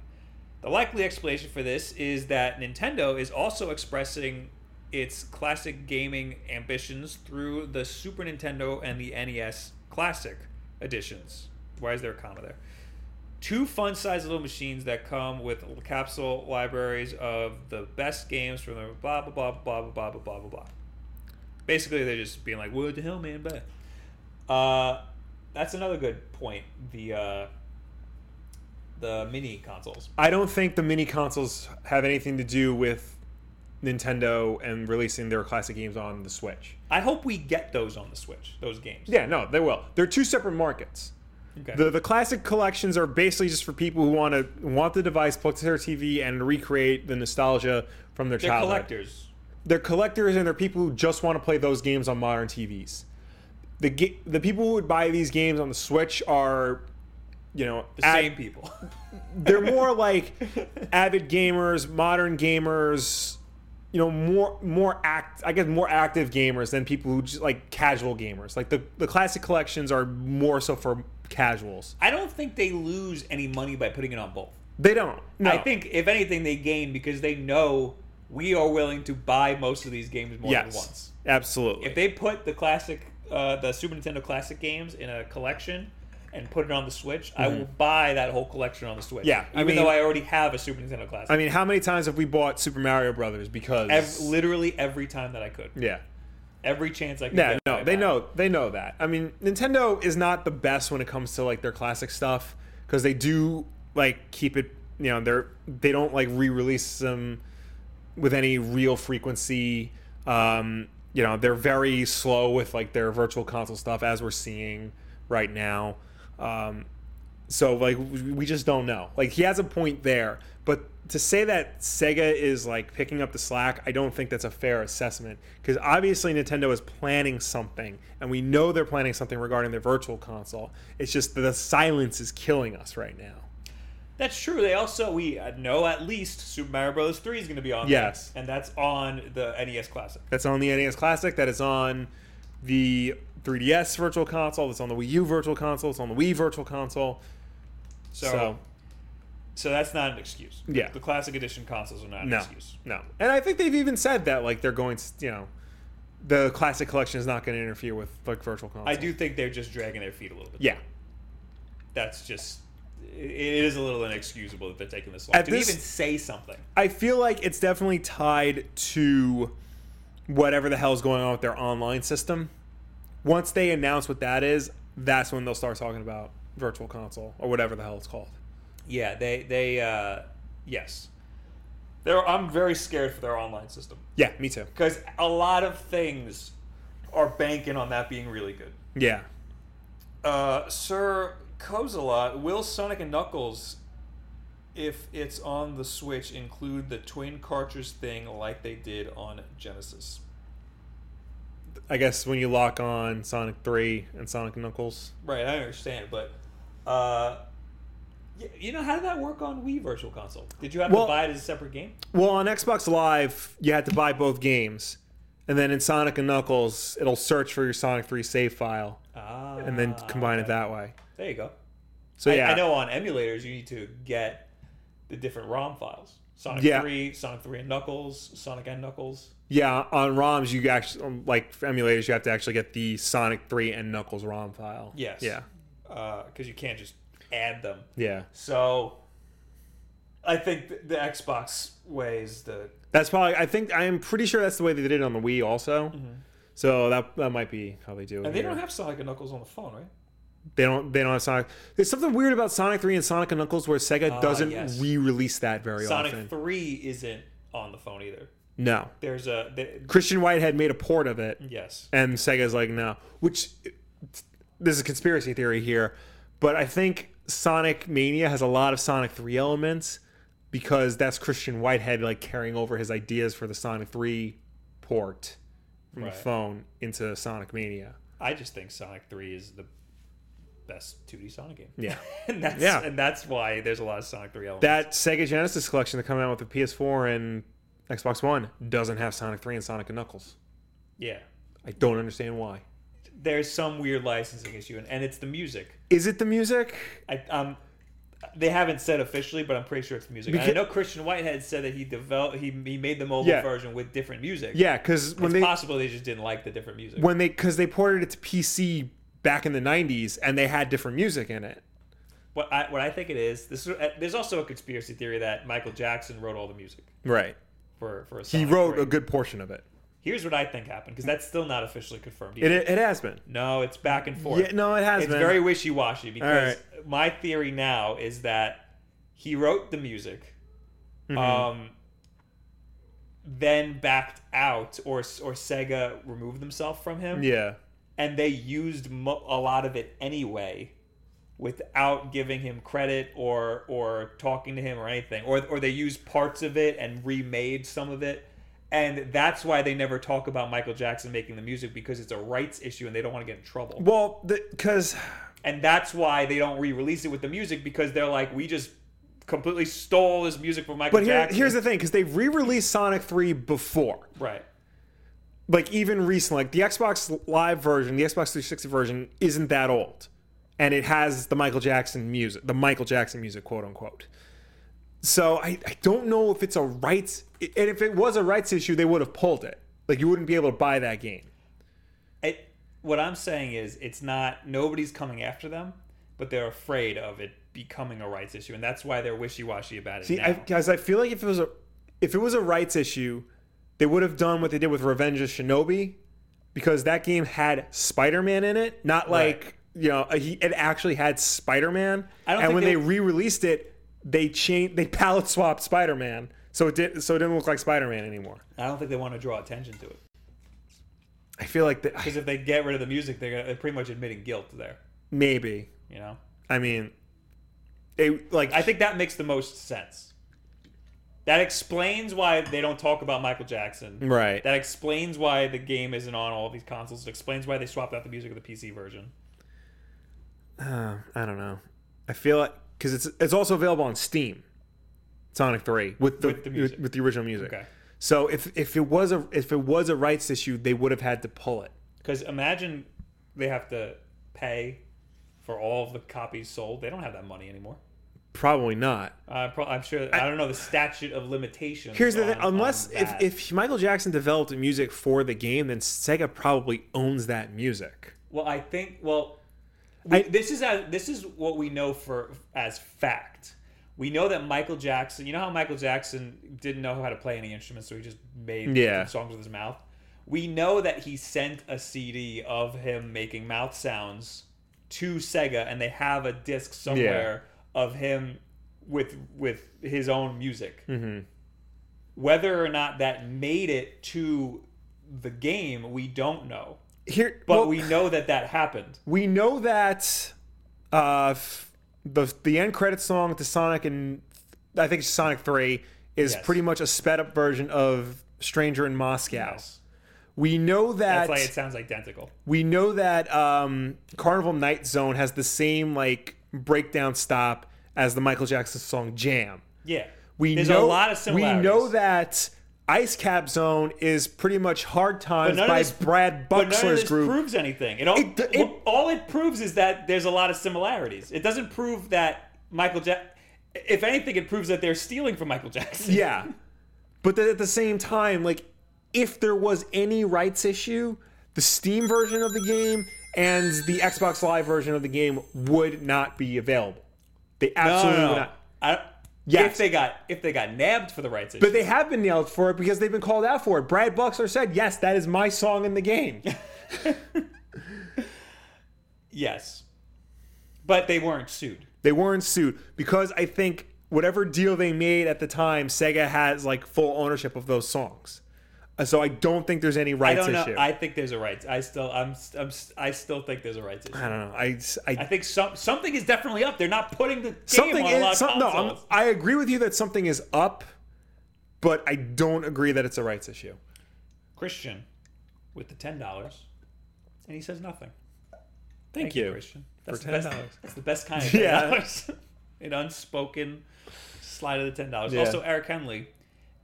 Speaker 3: The likely explanation for this is that Nintendo is also expressing its classic gaming ambitions through the Super Nintendo and the NES Classic editions. Why is there a comma there? Two fun sized little machines that come with capsule libraries of the best games from the blah blah blah blah blah blah blah blah blah. blah. Basically, they're just being like, "What the hell, man?" But uh, that's another good point. The uh, the mini consoles.
Speaker 1: I don't think the mini consoles have anything to do with Nintendo and releasing their classic games on the Switch.
Speaker 3: I hope we get those on the Switch, those games.
Speaker 1: Yeah, no, they will. They're two separate markets.
Speaker 3: Okay.
Speaker 1: The the classic collections are basically just for people who want to want the device plugged to their TV and recreate the nostalgia from their
Speaker 3: They're
Speaker 1: childhood.
Speaker 3: collectors.
Speaker 1: They're collectors and they're people who just want to play those games on modern TVs. The ga- the people who would buy these games on the Switch are you know,
Speaker 3: The
Speaker 1: ad-
Speaker 3: same people.
Speaker 1: they're more like avid gamers, modern gamers, you know, more more act I guess more active gamers than people who just like casual gamers. Like the the classic collections are more so for casuals.
Speaker 3: I don't think they lose any money by putting it on both.
Speaker 1: They don't. No.
Speaker 3: I think if anything they gain because they know we are willing to buy most of these games more
Speaker 1: yes,
Speaker 3: than once.
Speaker 1: absolutely.
Speaker 3: If they put the classic uh, the Super Nintendo classic games in a collection and put it on the Switch, I will buy that whole collection on the Switch.
Speaker 1: Mm-hmm. Yeah, I
Speaker 3: Even
Speaker 1: mean-
Speaker 3: though I already have a Super Nintendo classic.
Speaker 1: I mean, how many times have we bought Super Mario Brothers because
Speaker 3: Ev- literally every time that I could.
Speaker 1: yeah.
Speaker 3: Every chance I could.
Speaker 1: Yeah,
Speaker 3: get, I
Speaker 1: no, they
Speaker 3: bought.
Speaker 1: know they know that. I mean, Nintendo is not the best when it comes to like their classic stuff because they do like keep it. You know, they're they don't like re-release them with any real frequency. Um, you know, they're very slow with like their virtual console stuff as we're seeing right now. Um, so like we we just don't know. Like he has a point there, but to say that Sega is like picking up the slack, I don't think that's a fair assessment because obviously Nintendo is planning something, and we know they're planning something regarding their virtual console. It's just that the silence is killing us right now.
Speaker 3: That's true. They also we uh, know at least Super Mario Bros. Three is going to be on.
Speaker 1: Yes.
Speaker 3: there, and that's on the NES Classic.
Speaker 1: That's on the NES Classic. That is on the 3DS Virtual Console. That's on the Wii U Virtual Console. It's on the Wii Virtual Console.
Speaker 3: So,
Speaker 1: So,
Speaker 3: so, that's not an excuse.
Speaker 1: Yeah.
Speaker 3: the Classic Edition consoles are not an
Speaker 1: no,
Speaker 3: excuse.
Speaker 1: no. And I think they've even said that like they're going, s- you know, the Classic Collection is not going to interfere with like Virtual Console.
Speaker 3: I do think they're just dragging their feet a little bit.
Speaker 1: Yeah.
Speaker 3: that's just it it is a little inexcusable that they're taking this long
Speaker 1: At
Speaker 3: to
Speaker 1: this-
Speaker 3: even say something.
Speaker 1: I feel like it's definitely tied to whatever the hell's going on with their online system. Once they announce what that is, that's when they'll start talking about Virtual Console or whatever the hell it's called.
Speaker 3: Yeah, they they uh, yes, they're, I'm very scared for their online system
Speaker 1: Yeah, me too.
Speaker 3: because a lot of things are banking on that being really good.
Speaker 1: Yeah.
Speaker 3: Uh, Sir Kozalot, will Sonic and Knuckles, if it's on the Switch, include the twin cartridge thing like they did on Genesis?
Speaker 1: I guess when you lock on Sonic 3 and Sonic Knuckles.
Speaker 3: Right, I understand, but uh, y- you know, how did that work on Wii Virtual Console? Did you have
Speaker 1: Well-
Speaker 3: to buy it as a separate game?
Speaker 1: Well, on Xbox Live, you had to buy both games. And then in Sonic and Knuckles, it'll search for your Sonic 3 save file
Speaker 3: Ah,
Speaker 1: and then combine it that way.
Speaker 3: There you go.
Speaker 1: So
Speaker 3: I-
Speaker 1: yeah.
Speaker 3: I, know on emulators you need to get the different ROM files. Sonic
Speaker 1: Yeah.
Speaker 3: Three, Sonic Three and Knuckles, Sonic and Knuckles.
Speaker 1: Yeah, on ROMs you actually um, like for emulators you have to actually get the Sonic 3 and Knuckles ROM file.
Speaker 3: Yes.
Speaker 1: Yeah.
Speaker 3: because uh, you can't just add them.
Speaker 1: Yeah.
Speaker 3: So I think th- the Xbox way is the
Speaker 1: That's probably I think I am pretty sure that's the way they did it on the Wii also. So that that might be how they do it.
Speaker 3: Mm-hmm. and they
Speaker 1: here.
Speaker 3: don't have Sonic and Knuckles on the phone, right?
Speaker 1: They don't. They don't have Sonic. There's something weird about Sonic Three and Sonic and Knuckles where Sega
Speaker 3: Ah,
Speaker 1: doesn't
Speaker 3: yes.
Speaker 1: re-release that very
Speaker 3: Sonic
Speaker 1: often.
Speaker 3: Three isn't on the phone either.
Speaker 1: no,
Speaker 3: There's a there,
Speaker 1: Christian Whitehead made a port of it,
Speaker 3: yes,
Speaker 1: and Sega's like, no. Which this is a conspiracy theory here, but I think Sonic Mania has a lot of Sonic Three elements because that's Christian Whitehead like carrying over his ideas for the Sonic Three port from
Speaker 3: Right.
Speaker 1: the phone into Sonic Mania.
Speaker 3: I just think Sonic Three is the best 2D Sonic game.
Speaker 1: Yeah.
Speaker 3: and that's
Speaker 1: Yeah.
Speaker 3: and that's why there's a lot of Sonic Three elements.
Speaker 1: that Sega Genesis collection that come out with the PS4 and Xbox One doesn't have Sonic 3 and Sonic and Knuckles.
Speaker 3: yeah,
Speaker 1: I don't understand why.
Speaker 3: there's some weird licensing issue, and, and it's the music.
Speaker 1: Is it the music?
Speaker 3: I um, they haven't said officially, but I'm pretty sure it's the music. And I
Speaker 1: Because-
Speaker 3: know Christian Whitehead said that he developed he, he made the mobile
Speaker 1: Yeah.
Speaker 3: version with different music.
Speaker 1: Yeah, because when
Speaker 3: it's
Speaker 1: they
Speaker 3: possible they just didn't like the different music.
Speaker 1: when they because they ported it to PC back in the 90s and they had different music in it.
Speaker 3: What I what I think it is this is, uh, there's also a conspiracy theory that Michael Jackson wrote all the music
Speaker 1: Right.
Speaker 3: for for a
Speaker 1: He
Speaker 3: Sonic
Speaker 1: wrote
Speaker 3: three.
Speaker 1: a good portion of it.
Speaker 3: Here's what I think happened because that's still not officially confirmed.
Speaker 1: It
Speaker 3: Either.
Speaker 1: it has been.
Speaker 3: no, it's back and forth.
Speaker 1: Yeah, no, it has
Speaker 3: it's
Speaker 1: been.
Speaker 3: very wishy washy because my theory now is that he wrote the music,
Speaker 1: Mm-hmm.
Speaker 3: um, then backed out, or or Sega removed themselves from him,
Speaker 1: yeah.
Speaker 3: and they used mo- a lot of it anyway, without giving him credit or or talking to him or anything, or or they used parts of it and remade some of it. And that's why they never talk about Michael Jackson making the music because it's a rights issue and they don't want to get in trouble
Speaker 1: Well, because
Speaker 3: and that's why they don't re-release it with the music because they're like, we just completely stole this music from Michael
Speaker 1: but here,
Speaker 3: Jackson.
Speaker 1: here's the thing because they've re-released Sonic 3 before.
Speaker 3: right,
Speaker 1: like even recently, like the Xbox Live version, the Xbox 360 version isn't that old, and it has the Michael Jackson music, the Michael Jackson music, quote unquote. So I, I don't know if it's a rights, and if it was a rights issue, they would have pulled it. Like you wouldn't be able to buy that game.
Speaker 3: it, what I'm saying is, it's not nobody's coming after them, but they're afraid of it becoming a rights issue, and that's why they're wishy-washy about it.
Speaker 1: See,
Speaker 3: now.
Speaker 1: because I, feel like if it was a if it was a rights issue, they would have done what they did with Revenge of Shinobi, because that game had Spider Man in it, not like you know a, he, it actually had Spider Man.
Speaker 3: I don't
Speaker 1: And
Speaker 3: think
Speaker 1: when
Speaker 3: they-
Speaker 1: they, re-released it, they changed they palette swapped Spider Man, so it did so it didn't look like Spider Man anymore.
Speaker 3: I don't think they want to draw attention to it
Speaker 1: I feel like that
Speaker 3: because if they get rid of the music, they're, gonna, they're pretty much admitting guilt there.
Speaker 1: maybe
Speaker 3: You know,
Speaker 1: I mean, it like
Speaker 3: I think that makes the most sense. That explains why they don't talk about Michael Jackson.
Speaker 1: right.
Speaker 3: That explains why the game isn't on all these consoles. It explains why they swapped out the music of the PC version.
Speaker 1: Uh, I don't know. I feel like because it's it's also available on Steam, Sonic Three with the
Speaker 3: With
Speaker 1: with
Speaker 3: the
Speaker 1: the,
Speaker 3: music.
Speaker 1: with, the original music.
Speaker 3: Okay.
Speaker 1: So if if it was a if it was a rights issue, they would have had to pull it.
Speaker 3: Because imagine they have to pay for all of the copies sold. They don't have that money anymore.
Speaker 1: Probably not.
Speaker 3: Uh, pro- I'm sure. I, don't know the statute of limitations.
Speaker 1: Here's the thing:
Speaker 3: on-
Speaker 1: unless
Speaker 3: on
Speaker 1: if
Speaker 3: that.
Speaker 1: if Michael Jackson developed music for the game, then Sega probably owns that music.
Speaker 3: well, I think well, we,
Speaker 1: I-
Speaker 3: this is as, this is what we know for as fact. We know that Michael Jackson. You know how Michael Jackson didn't know how to play any instruments, so he just made
Speaker 1: Yeah.
Speaker 3: songs with his mouth. We know that he sent a CD of him making mouth sounds to Sega, and they have a disc somewhere of him with with his own music.
Speaker 1: Mm-hmm.
Speaker 3: Whether or not that made it to the game, we don't know,
Speaker 1: Here,
Speaker 3: but
Speaker 1: well,
Speaker 3: we know that that happened.
Speaker 1: we know that uh, f- the the end credit song to Sonic and I think it's Sonic Three is
Speaker 3: Yes.
Speaker 1: pretty much a sped up version of Stranger in Moscow.
Speaker 3: Yes.
Speaker 1: We know
Speaker 3: That's
Speaker 1: that
Speaker 3: why it sounds identical.
Speaker 1: we know that um, Carnival Night Zone has the same like breakdown stop as the Michael Jackson song Jam.
Speaker 3: Yeah,
Speaker 1: We
Speaker 3: there's
Speaker 1: know
Speaker 3: a lot of similarities.
Speaker 1: We know that Ice Cab Zone is pretty much Hard Times
Speaker 3: none of
Speaker 1: by
Speaker 3: this-
Speaker 1: Brad
Speaker 3: But none of
Speaker 1: Buxler's
Speaker 3: this
Speaker 1: group.
Speaker 3: proves anything. It all,
Speaker 1: It- it-
Speaker 3: well, all it proves is that there's a lot of similarities. It doesn't prove that Michael Jackson. If anything, it proves that they're stealing from Michael Jackson.
Speaker 1: Yeah. But then at the same time, like, if there was any rights issue, the Steam version of the game and the Xbox Live version of the game would not be available. They
Speaker 3: No,
Speaker 1: absolutely
Speaker 3: no,
Speaker 1: would
Speaker 3: no.
Speaker 1: not.
Speaker 3: I,
Speaker 1: Yes.
Speaker 3: If they got if they got nabbed for the rights issue,
Speaker 1: But they have been nailed for it because they've been called out for it. Brad Buxler said, yes, that is my song in the game.
Speaker 3: yes, But they weren't sued.
Speaker 1: They weren't sued because I think whatever deal they made at the time, Sega has like full ownership of those songs. Uh, So I don't think there's any
Speaker 3: I
Speaker 1: rights
Speaker 3: don't know.
Speaker 1: issue.
Speaker 3: I think there's a rights. I still, I'm, I'm, I still think there's a rights issue.
Speaker 1: I don't know. I, I,
Speaker 3: I think some something is definitely up. They're not putting the game
Speaker 1: something
Speaker 3: on a lot
Speaker 1: is
Speaker 3: of
Speaker 1: some, no.
Speaker 3: consoles.
Speaker 1: I'm, I agree with you that something is up, but I don't agree that it's a rights issue.
Speaker 3: Christian with the ten dollars, and he says nothing.
Speaker 1: Thank,
Speaker 3: Thank you, Christian. That's
Speaker 1: For
Speaker 3: the best.
Speaker 1: $10.
Speaker 3: That's the best kind of ten
Speaker 1: Yeah.
Speaker 3: dollars. An unspoken slide of the ten dollars.
Speaker 1: Yeah.
Speaker 3: Also, Eric Henley,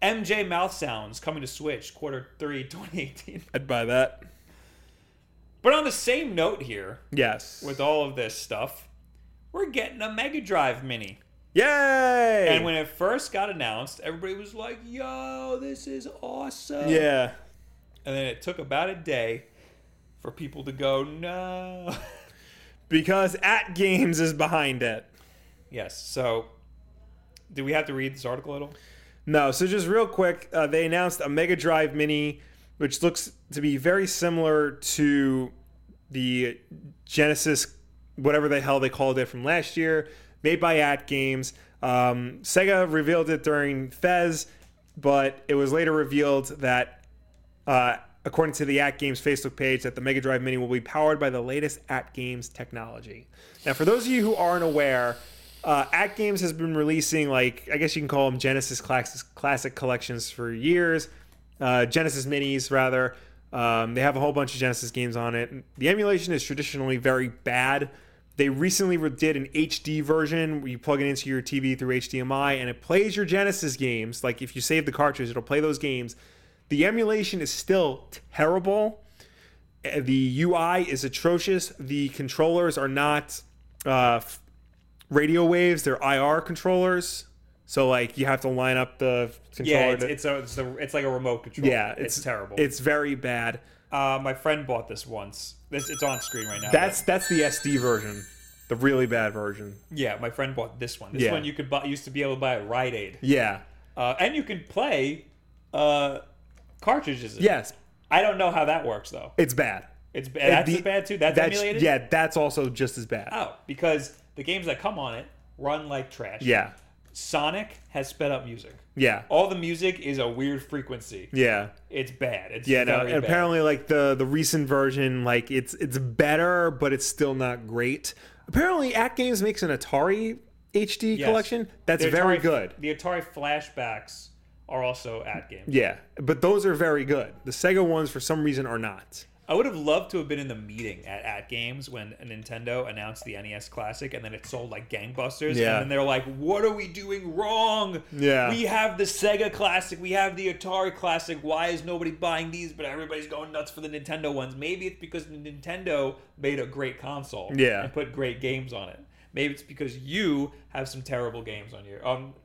Speaker 3: MJ mouth sounds coming to Switch quarter three 2018.
Speaker 1: I'd buy that.
Speaker 3: But on the same note here,
Speaker 1: Yes.
Speaker 3: with all of this stuff, we're getting a Mega Drive Mini.
Speaker 1: Yay!
Speaker 3: And when it first got announced, everybody was like, "Yo, this is awesome!"
Speaker 1: yeah.
Speaker 3: And then it took about a day for people to go, "No."
Speaker 1: Because at games is behind it.
Speaker 3: Yes. So, do we have to read this article at all?
Speaker 1: No, so just real quick, uh, they announced a Mega Drive Mini, which looks to be very similar to the Genesis, whatever the hell they called it from last year, made by At Games. Um, Sega revealed it during Fez, but it was later revealed that, uh, according to the At Games Facebook page, that the Mega Drive Mini will be powered by the latest At Games technology. Now, for those of you who aren't aware, uh, At Games has been releasing like I guess you can call them Genesis classic classic collections for years, uh, Genesis minis rather. Um, they have a whole bunch of Genesis games on it. The emulation is traditionally very bad. They recently re- did an HD version where you plug it into your TV through HDMI and it plays your Genesis games. Like if you save the cartridge, it'll play those games. The emulation is still terrible Uh, the UI is atrocious. The controllers are not uh, f- radio waves; they're IR controllers. So like you have to line up the controller.
Speaker 3: Yeah, it's
Speaker 1: to-
Speaker 3: it's, a, it's, a, it's like a remote control.
Speaker 1: yeah,
Speaker 3: it's, terrible.
Speaker 1: It's very bad.
Speaker 3: uh, my friend bought this once. This it's on screen right now.
Speaker 1: That's that's the SD version, the really bad version.
Speaker 3: but- yeah. My friend bought this one. This
Speaker 1: Yeah.
Speaker 3: one you could buy, used to be able to buy at Rite Aid,
Speaker 1: Yeah.
Speaker 3: uh, and you can play uh, cartridges. in it.
Speaker 1: Yes,
Speaker 3: I don't know how that works though.
Speaker 1: it's bad.
Speaker 3: It's ba- that's
Speaker 1: the-
Speaker 3: the, bad too. That's,
Speaker 1: That's
Speaker 3: emulated.
Speaker 1: yeah. That's also just as bad.
Speaker 3: Oh, because the games that come on it run like trash.
Speaker 1: Yeah.
Speaker 3: Sonic has sped up music.
Speaker 1: Yeah.
Speaker 3: All the music is a weird frequency.
Speaker 1: Yeah.
Speaker 3: It's bad. It's
Speaker 1: Yeah,
Speaker 3: very
Speaker 1: no, and
Speaker 3: bad.
Speaker 1: apparently like the the recent version, like it's it's better, but it's still not great. Apparently, At Games makes an Atari HD
Speaker 3: Yes.
Speaker 1: collection that's
Speaker 3: The
Speaker 1: very
Speaker 3: Atari-
Speaker 1: good.
Speaker 3: The Atari flashbacks are also at games.
Speaker 1: Yeah, but those are very good. The Sega ones, for some reason, are not.
Speaker 3: I would have loved to have been in the meeting at at games when Nintendo announced the NES Classic, and then it sold like gangbusters.
Speaker 1: Yeah.
Speaker 3: And then they're like, "What are we doing wrong?
Speaker 1: Yeah.
Speaker 3: we have the Sega Classic, we have the Atari Classic. Why is nobody buying these? But everybody's going nuts for the Nintendo ones. Maybe it's because Nintendo made a great console,
Speaker 1: Yeah.
Speaker 3: and put great games on it. Maybe it's because you have some terrible games on your um."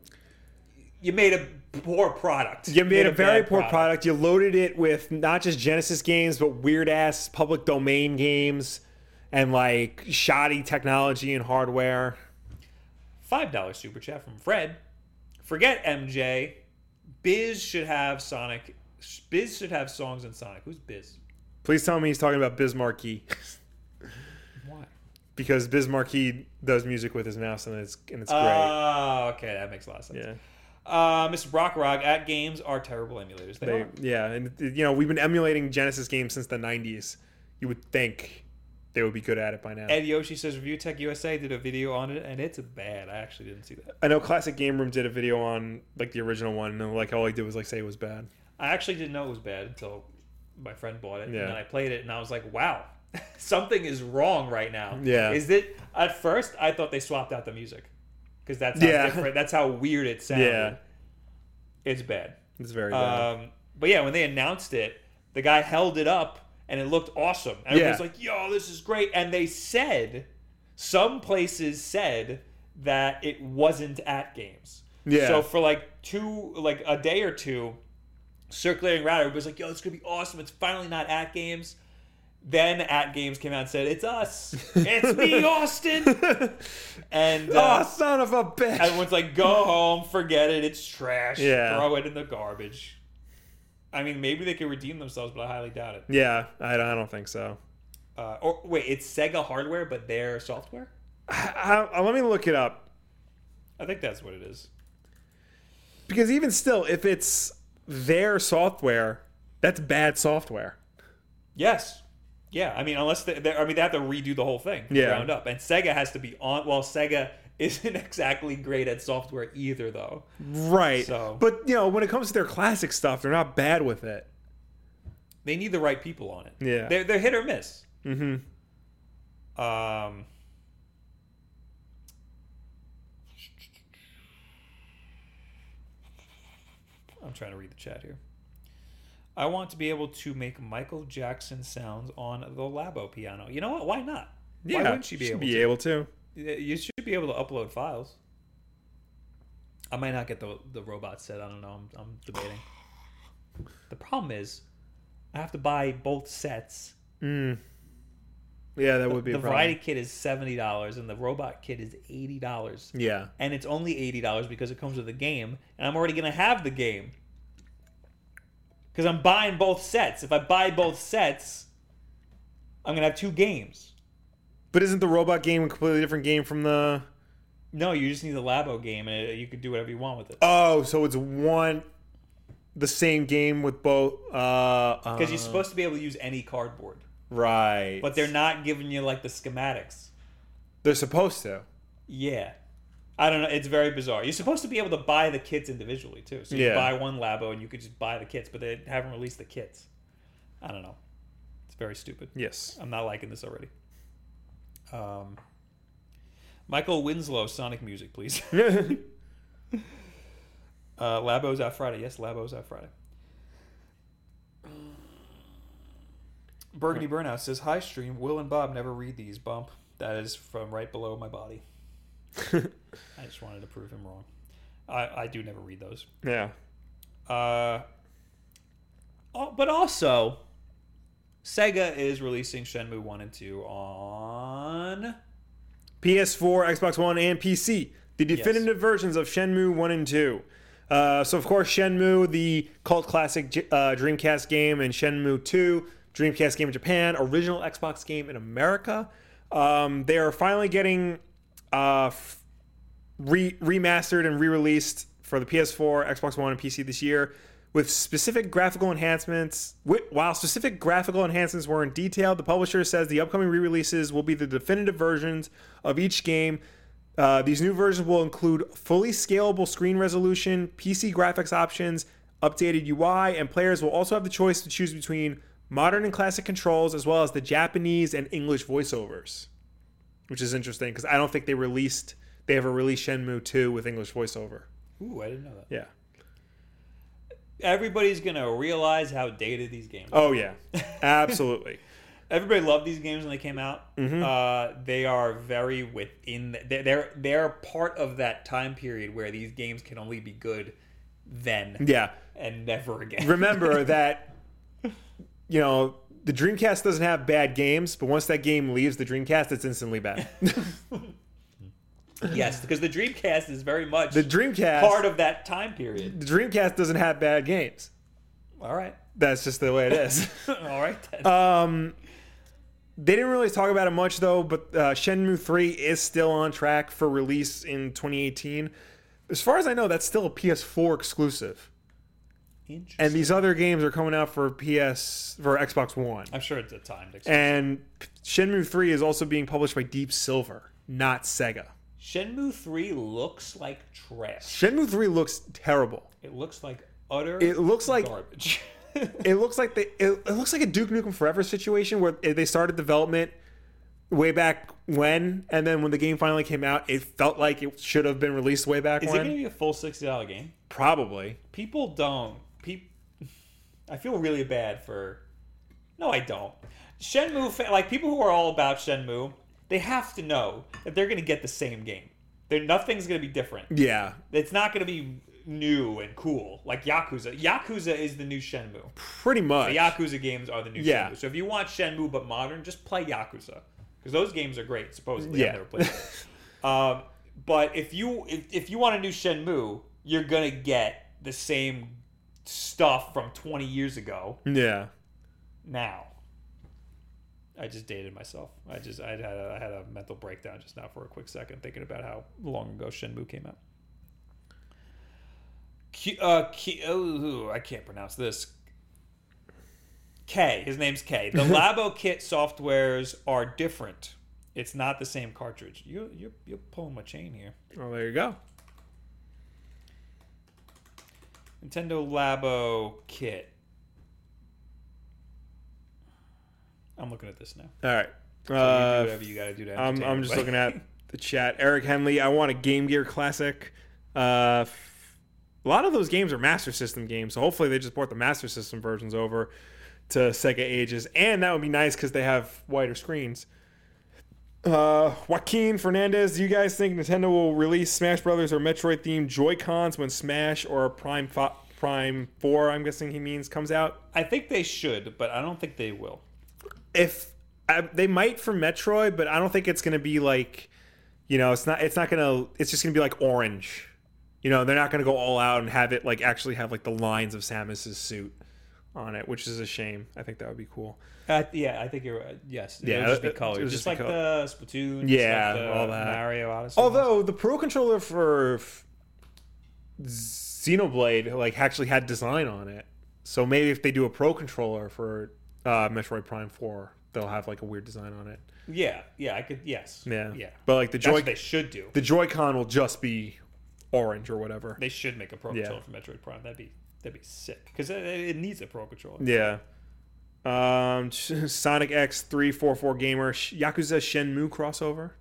Speaker 3: You made a poor product.
Speaker 1: You made, a very
Speaker 3: bad
Speaker 1: poor product. You loaded it with not just Genesis games, but weird ass public domain games and like shoddy technology and hardware.
Speaker 3: $5 super chat from Fred. Forget MJ. Biz should have Sonic. Biz should have songs in Sonic. Who's Biz?
Speaker 1: Please tell me he's talking about Bismarcky
Speaker 3: Why?
Speaker 1: because Bismarcky does music with his mouse and it's and it's great.
Speaker 3: Oh, okay. That makes a lot of sense.
Speaker 1: yeah.
Speaker 3: Uh, Mr. Brockrog, at games are terrible emulators. They,
Speaker 1: They-
Speaker 3: are.
Speaker 1: yeah, and you know we've been emulating Genesis games since the '90s. You would think they would be good at it by now.
Speaker 3: Ed Yoshi says Review Tech USA did a video on it, and it's bad. I actually didn't see that.
Speaker 1: I know Classic Game Room did a video on like the original one, and like all I did was like say it was bad.
Speaker 3: I actually didn't know it was bad until my friend bought it,
Speaker 1: Yeah.
Speaker 3: and then I played it, and I was like, wow. Something is wrong right now.
Speaker 1: Yeah.
Speaker 3: Is it at first I thought they swapped out the music because that's how
Speaker 1: Yeah.
Speaker 3: different. That's how weird it sounded.
Speaker 1: Yeah,
Speaker 3: It's bad.
Speaker 1: it's very bad.
Speaker 3: Um, but yeah, when they announced it, the guy held it up and it looked awesome. And everybody's
Speaker 1: Yeah.
Speaker 3: like, yo, this is great. And they said, some places said that it wasn't at games.
Speaker 1: Yeah.
Speaker 3: So for like two, like a day or two, circulating around, everybody's like, yo, it's going to be awesome. It's finally not at games. Then at games came out and said, it's us. It's me, Austin. And uh,
Speaker 1: oh, Uh, son of a bitch!
Speaker 3: Everyone's like, go home, forget it, it's trash.
Speaker 1: Yeah.
Speaker 3: Throw it in the garbage. I mean, maybe they could redeem themselves, but I highly doubt it.
Speaker 1: yeah, I, I don't think so.
Speaker 3: Uh, or wait, it's Sega hardware, but their software?
Speaker 1: I, I, let me look it up
Speaker 3: I think that's what it is.
Speaker 1: because even still, if it's their software, that's bad software.
Speaker 3: Yes. Yeah, I mean, unless they, they, I mean, they have to redo the whole thing, from
Speaker 1: Yeah.
Speaker 3: ground up, and Sega has to be on. Well, Sega isn't exactly great at software either, though.
Speaker 1: Right.
Speaker 3: So-
Speaker 1: But you know, when it comes to their classic stuff, they're not bad with it.
Speaker 3: They need the right people on it.
Speaker 1: Yeah.
Speaker 3: they're they're hit or miss.
Speaker 1: Mm-hmm.
Speaker 3: Um, I'm trying to read the chat here. I want to be able to make Michael Jackson sounds on the Labo piano. You know what? Why not? Why wouldn't she be able
Speaker 1: to?
Speaker 3: to? Yeah, You should be able to upload files. I might not get the the robot set. I don't know. I'm, I'm debating. The problem is, I have to buy both sets.
Speaker 1: Mm. Yeah, that would be
Speaker 3: the
Speaker 1: a problem.
Speaker 3: variety kit is seventy dollars, and the robot kit is eighty dollars.
Speaker 1: Yeah.
Speaker 3: And it's only eighty dollars because it comes with a game, and I'm already gonna have the game. Because I'm buying both sets. If I buy both sets, I'm gonna have two games.
Speaker 1: But isn't the robot game a completely different game from the?
Speaker 3: No, you just need the Labo game, and it, you can do whatever you want with it.
Speaker 1: Oh, so it's one, the same game with both. Uh,
Speaker 3: Because you're supposed to be able to use any cardboard,
Speaker 1: right,
Speaker 3: but they're not giving you like the schematics.
Speaker 1: they're supposed to.
Speaker 3: Yeah. I don't know. It's very bizarre. You're supposed to be able to buy the kits individually too. So you
Speaker 1: Yeah.
Speaker 3: buy one Labo and you could just buy the kits, but they haven't released the kits. I don't know. It's very stupid.
Speaker 1: Yes.
Speaker 3: I'm not liking this already. Um, Michael Winslow, Sonic music, please.
Speaker 1: yeah.
Speaker 3: Uh, Labo's out Friday. Yes, Labo's out Friday. Burgundy Burnout says, "Hi stream. Will and Bob never read these. Bump. That is from right below my body. I just wanted to prove him wrong. I, I do never read those. Uh, oh, but also, Sega is releasing Shenmue One and Two on
Speaker 1: PS4, Xbox One, and PC. The definitive versions of Shenmue 1 and 2. Uh, so, of course, Shenmue, the cult classic J- uh, Dreamcast game, and Shenmue 2, Dreamcast game in Japan, original Xbox game in America. Um, they are finally getting uh, f- re- remastered and re released for the PS4, Xbox One, and PC this year. With specific graphical enhancements, wi- while specific graphical enhancements were in detail, the publisher says the upcoming re releases will be the definitive versions of each game. Uh, these new versions will include fully scalable screen resolution, PC graphics options, updated UI, and players will also have the choice to choose between modern and classic controls as well as the Japanese and English voiceovers which is interesting because I don't think they released they ever released Shenmue 2 with English voiceover.
Speaker 3: Ooh, I didn't know that.
Speaker 1: Yeah.
Speaker 3: Everybody's gonna realize how dated these games. are.
Speaker 1: Oh yeah. Absolutely.
Speaker 3: Everybody loved these games when they came out.
Speaker 1: Mm-hmm.
Speaker 3: Uh, they are very within. The, they're- they're they're part of that time period where these games can only be good then
Speaker 1: yeah.
Speaker 3: and never again.
Speaker 1: Remember that you know, the Dreamcast doesn't have bad games, but once that game leaves the Dreamcast, it's instantly bad.
Speaker 3: yes, because the Dreamcast is very much
Speaker 1: The Dreamcast
Speaker 3: part of that time period.
Speaker 1: the Dreamcast doesn't have bad games.
Speaker 3: All right,
Speaker 1: That's just the way it is.
Speaker 3: all right. Then.
Speaker 1: Um, they didn't really talk about it much though, but uh, Shenmue 3 is still on track for release in 2018. As far as I know, that's still a PS4 exclusive,
Speaker 3: Interesting.
Speaker 1: and these other games are coming out for PS for Xbox One.
Speaker 3: I'm sure it's a timed. Ex-
Speaker 1: And Shenmue 3 is also being published by Deep Silver, not Sega.
Speaker 3: Shenmue Three looks like trash.
Speaker 1: Shenmue 3 looks terrible.
Speaker 3: It looks like utter.
Speaker 1: It looks like
Speaker 3: garbage.
Speaker 1: it looks like they it, it looks like a Duke Nukem Forever situation where they started development way back when, and then when the game finally came out, it felt like it should have been released way back
Speaker 3: is it
Speaker 1: when.
Speaker 3: going to be a full sixty dollar game?
Speaker 1: Probably.
Speaker 3: people don't peop i feel really bad for no i don't shenmue fa- like people who are all about shenmue they have to know that they're going to get the same game they nothing's going to be different
Speaker 1: Yeah,
Speaker 3: it's not going to be new and cool like yakuza yakuza is the new shenmue
Speaker 1: pretty much.
Speaker 3: the yakuza games are the new
Speaker 1: Yeah.
Speaker 3: shenmue so if you want shenmue but modern just play yakuza because those games are great supposedly
Speaker 1: Yeah.
Speaker 3: i've never played them. Um, but if you if, if you want a new Shenmue, you're gonna get the same stuff from 20 years ago
Speaker 1: yeah.
Speaker 3: now. I just dated myself. I just I had a, I had a mental breakdown just now for a quick second thinking about how long ago Shenmue came out. Q, uh, Q, oh, I can't pronounce this. K. His name's K. The Labo Kit softwares are different. It's not the same cartridge. You you're, you're pulling my chain here.
Speaker 1: Oh, there you go.
Speaker 3: Nintendo Labo Kit. I'm looking at this now.
Speaker 1: All right.
Speaker 3: So you do
Speaker 1: Uh,
Speaker 3: whatever you got to do to.
Speaker 1: I'm,
Speaker 3: entertain
Speaker 1: I'm just
Speaker 3: everybody.
Speaker 1: looking at the chat. Eric Henley, I want a Game Gear Classic. Uh, f- a lot of those games are Master System games, so hopefully they just port the Master System versions over to Sega Ages, and that would be nice because they have wider screens. Uh, Joaquin Fernandez, do you guys think Nintendo will release Smash Brothers or Metroid themed Joy Cons when Smash or Prime Fo- Prime Four, I'm guessing he means, comes out?
Speaker 3: I think they should, but I don't think they will.
Speaker 1: if I, they might for Metroid, but I don't think it's going to be like, you know, it's not it's not going to it's just going to be like orange. You know, they're not going to go all out and have it like actually have like the lines of Samus's suit on it, which is a shame. I think that would be cool.
Speaker 3: Uh, yeah, I think you're right. Yes,
Speaker 1: Yeah,
Speaker 3: yeah, it'll just be
Speaker 1: it-
Speaker 3: colors,
Speaker 1: it'll just
Speaker 3: just,
Speaker 1: be
Speaker 3: like
Speaker 1: color.
Speaker 3: the Splatoon, just
Speaker 1: Yeah,
Speaker 3: like the
Speaker 1: all that.
Speaker 3: Mario Odyssey.
Speaker 1: Although the Pro Controller for f- Xenoblade like actually had design on it, so maybe if they do a Pro Controller for uh, Metroid Prime Four, they'll have like a weird design on it.
Speaker 3: yeah, yeah, I could, yes,
Speaker 1: Yeah,
Speaker 3: yeah.
Speaker 1: But like the
Speaker 3: That's
Speaker 1: Joy
Speaker 3: what they should do.
Speaker 1: the Joy-Con will just be orange or whatever.
Speaker 3: They should make a pro
Speaker 1: Yeah.
Speaker 3: controller for Metroid Prime. That'd be that'd be sick because it, it needs a pro controller.
Speaker 1: Yeah. Um, Sonic X three four four gamer Sh- Yakuza Shenmue crossover.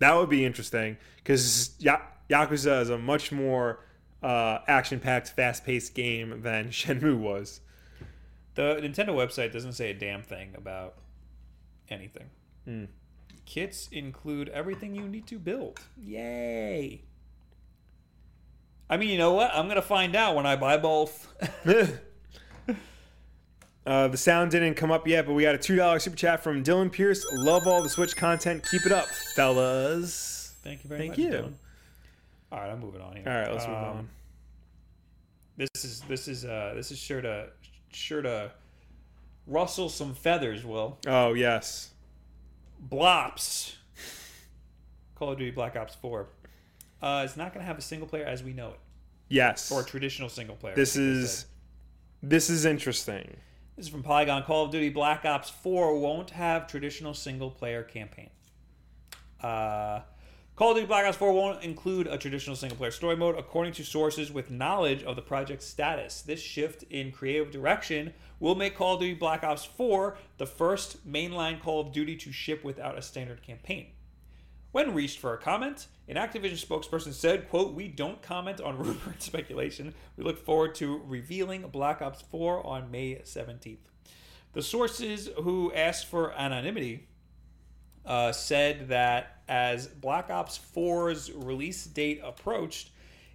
Speaker 1: That would be interesting because ya- Yakuza is a much more uh, action-packed, fast-paced game than Shenmue was.
Speaker 3: The Nintendo website doesn't say a damn thing about anything.
Speaker 1: Hmm.
Speaker 3: Kits include everything you need to build. Yay! I mean, you know what? I'm gonna find out when I buy both.
Speaker 1: Uh, the sound didn't come up yet, but we got a two dollar super chat from Dylan Pierce. Love all the Switch content. Keep it up, fellas.
Speaker 3: Thank you very
Speaker 1: Thank
Speaker 3: much.
Speaker 1: you.
Speaker 3: Dylan. All right, I'm moving on here.
Speaker 1: All right, let's move
Speaker 3: Um,
Speaker 1: on.
Speaker 3: This is this is uh this is sure to sure to rustle some feathers. Will
Speaker 1: Oh yes,
Speaker 3: Blops, Call of Duty Black Ops Four. Uh, it's not going to have a single player as we know it,
Speaker 1: yes.
Speaker 3: or a traditional single player.
Speaker 1: This
Speaker 3: I think they
Speaker 1: is
Speaker 3: said.
Speaker 1: this is interesting.
Speaker 3: this is from Polygon. Call of Duty Black Ops Four won't have traditional single player campaign. Uh, Call of Duty Black Ops 4 won't include a traditional single player story mode, according to sources with knowledge of the project's status. This shift in creative direction will make Call of Duty Black Ops 4 the first mainline Call of Duty to ship without a standard campaign. When reached for a comment, an Activision spokesperson said, quote, We don't comment on rumor and speculation. We look forward to revealing Black Ops 4 on May 17th. The sources who asked for anonymity uh, said that as Black Ops 4's release date approached,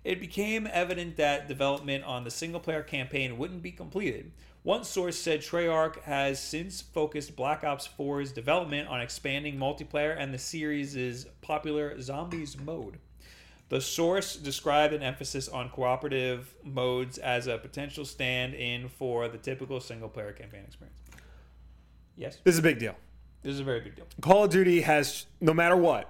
Speaker 3: it became evident that development on the single player campaign wouldn't be completed. One source said Treyarch has since focused Black Ops 4's development on expanding multiplayer and the series' popular Zombies mode. The source described an emphasis on cooperative modes as a potential stand in for the typical single player campaign experience. Yes,
Speaker 1: This is a big deal.
Speaker 3: this is a very big deal.
Speaker 1: Call of Duty has, no matter what,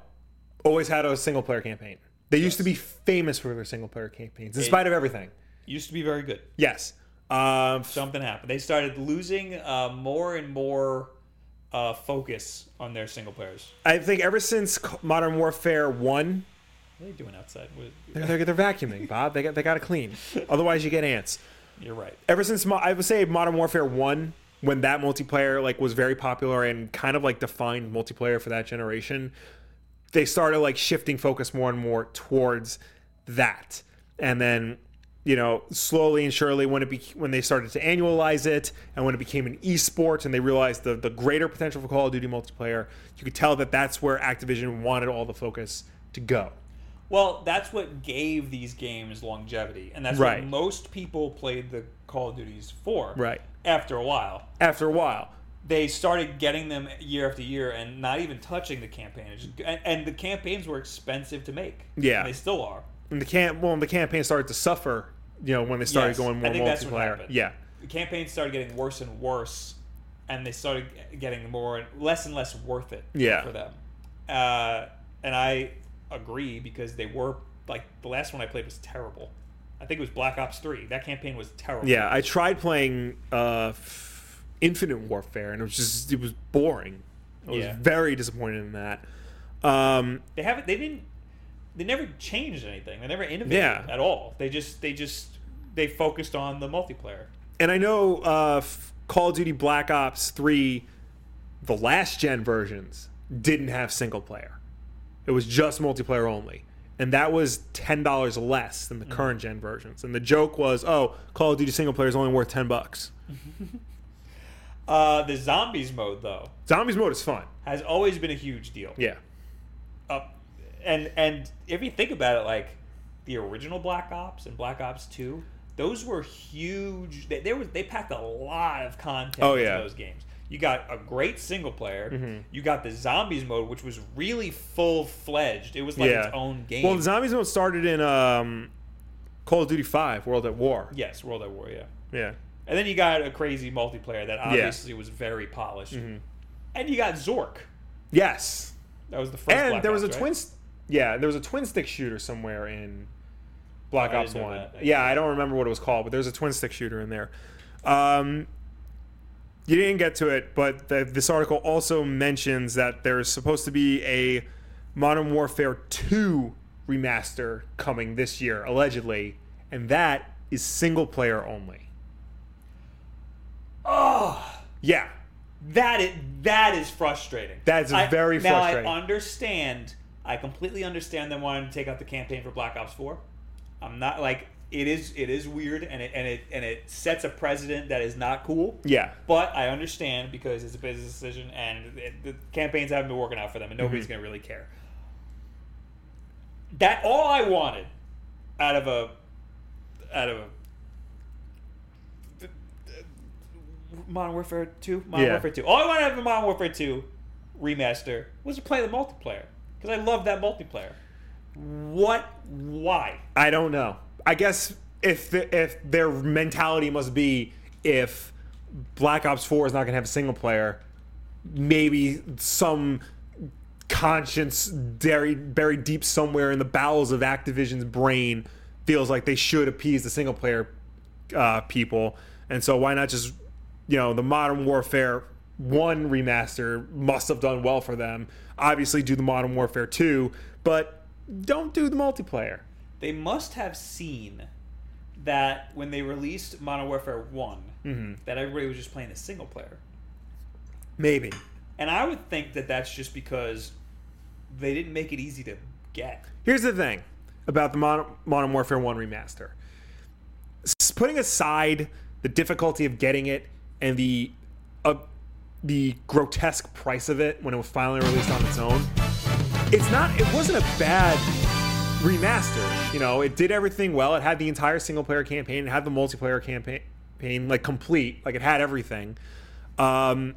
Speaker 1: always had a single player campaign. They used to be famous for their single player campaigns, in spite of everything.
Speaker 3: Used to be very good.
Speaker 1: Yes. Um,
Speaker 3: something happened. They started losing uh, more and more uh, focus on their single players.
Speaker 1: I think ever since C- Modern Warfare 1,
Speaker 3: What are you doing outside? What-
Speaker 1: they're, they're, they're vacuuming, Bob. They got, they got to clean. Otherwise, you get ants.
Speaker 3: You're right.
Speaker 1: ever since Mo- I would say Modern Warfare One, when that multiplayer like was very popular and kind of like defined multiplayer for that generation, they started like shifting focus more and more towards that, and then you know slowly and surely when it be- when they started to annualize it and when it became an esport and they realized the the greater potential for Call of Duty multiplayer, you could tell that that's where Activision wanted all the focus to go.
Speaker 3: Well, that's what gave these games longevity, and that's
Speaker 1: Right.
Speaker 3: what most people played the Call of Duties for.
Speaker 1: Right.
Speaker 3: After a while,
Speaker 1: After a while,
Speaker 3: they started getting them year after year, and not even touching the campaign. It's just- and, and the campaigns were expensive to make.
Speaker 1: Yeah.
Speaker 3: And they still are.
Speaker 1: and the camp well, and the campaign started to suffer. You know when they started
Speaker 3: Yes,
Speaker 1: going more
Speaker 3: I think
Speaker 1: multiplayer.
Speaker 3: that's what happened.
Speaker 1: yeah.
Speaker 3: The campaigns started getting worse and worse and they started getting more and less and less worth it
Speaker 1: Yeah.
Speaker 3: for them. Uh, and I agree because they were like the last one I played was terrible. I think it was Black Ops Three. That campaign was terrible.
Speaker 1: Yeah, I tried playing uh, f- Infinite Warfare, and it was just it was boring. I was
Speaker 3: Yeah.
Speaker 1: very disappointed in that. Um,
Speaker 3: they haven't. They didn't. They never changed anything. They never innovated
Speaker 1: Yeah.
Speaker 3: at all. They just. They just. They focused on the multiplayer.
Speaker 1: and I know uh, f- Call of Duty Black Ops Three, the last gen versions didn't have single player; it was just multiplayer only, and that was ten dollars less
Speaker 3: Mm.
Speaker 1: than the current gen versions. And the joke was, "Oh, Call of Duty single player is only worth ten bucks."
Speaker 3: Uh, the zombies mode though
Speaker 1: Zombies mode is fun.
Speaker 3: has always been a huge deal.
Speaker 1: Yeah,
Speaker 3: up and and if you think about it like the original black ops and black ops 2 those were huge they, they were they packed a lot of content
Speaker 1: Oh,
Speaker 3: into
Speaker 1: yeah. Mm-hmm.
Speaker 3: those games you got a great single player you got the zombies mode which was really full-fledged it was like
Speaker 1: yeah.
Speaker 3: its own game
Speaker 1: Well, the zombies mode started in um, Call of Duty Five: World at War.
Speaker 3: yes world at war yeah
Speaker 1: Yeah.
Speaker 3: and then you got a crazy multiplayer that obviously was very polished
Speaker 1: Mm-hmm.
Speaker 3: and you got zork
Speaker 1: Yes.
Speaker 3: that was the first
Speaker 1: and
Speaker 3: Black
Speaker 1: there was a
Speaker 3: Ops, right?
Speaker 1: twin. St- yeah, there was a twin stick shooter somewhere in Black
Speaker 3: Oh, I
Speaker 1: Ops
Speaker 3: didn't know
Speaker 1: One.
Speaker 3: that.
Speaker 1: Yeah, I don't remember what it was called, but there's a twin stick shooter in there. Um, you didn't get to it, but the, this article also mentions that there's supposed to be a Modern Warfare Two remaster coming this year, allegedly, and that is single player only.
Speaker 3: oh
Speaker 1: Yeah,
Speaker 3: That is that is frustrating.
Speaker 1: That is
Speaker 3: I-
Speaker 1: very
Speaker 3: now
Speaker 1: frustrating.
Speaker 3: I understand. I completely understand them wanting to take out the campaign for Black Ops Four. I'm not like it is. It is weird, and it and it and it sets a precedent that is not cool.
Speaker 1: yeah,
Speaker 3: But I understand because it's a business decision, and it, the campaigns haven't been working out for them, and nobody's going to really care. That all I wanted out of a out of a Modern Warfare Two, Modern
Speaker 1: Yeah.
Speaker 3: Warfare Two. All I wanted out of a Modern Warfare Two remaster was to play the multiplayer because I love that multiplayer. What? Why?
Speaker 1: I don't know. I guess if the, if their mentality must be if Black Ops Four is not going to have a single player, maybe some conscience buried buried deep somewhere in the bowels of Activision's brain feels like they should appease the single player uh, people, and so why not just you know the Modern Warfare One remaster must have done well for them. Obviously, do the Modern Warfare Two, but don't do the multiplayer.
Speaker 3: they must have seen that when they released Modern Warfare one
Speaker 1: Mm-hmm.
Speaker 3: that everybody was just playing the single player.
Speaker 1: Maybe.
Speaker 3: And I would think that that's just because they didn't make it easy to get.
Speaker 1: Here's the thing about the Modern, Modern Warfare 1 remaster. S- putting aside the difficulty of getting it and the uh, the grotesque price of it when it was finally released on its own, it's not it wasn't a bad remaster. You know, it did everything well. It had the entire single player campaign, it had the multiplayer campaign like complete, like it had everything. Um,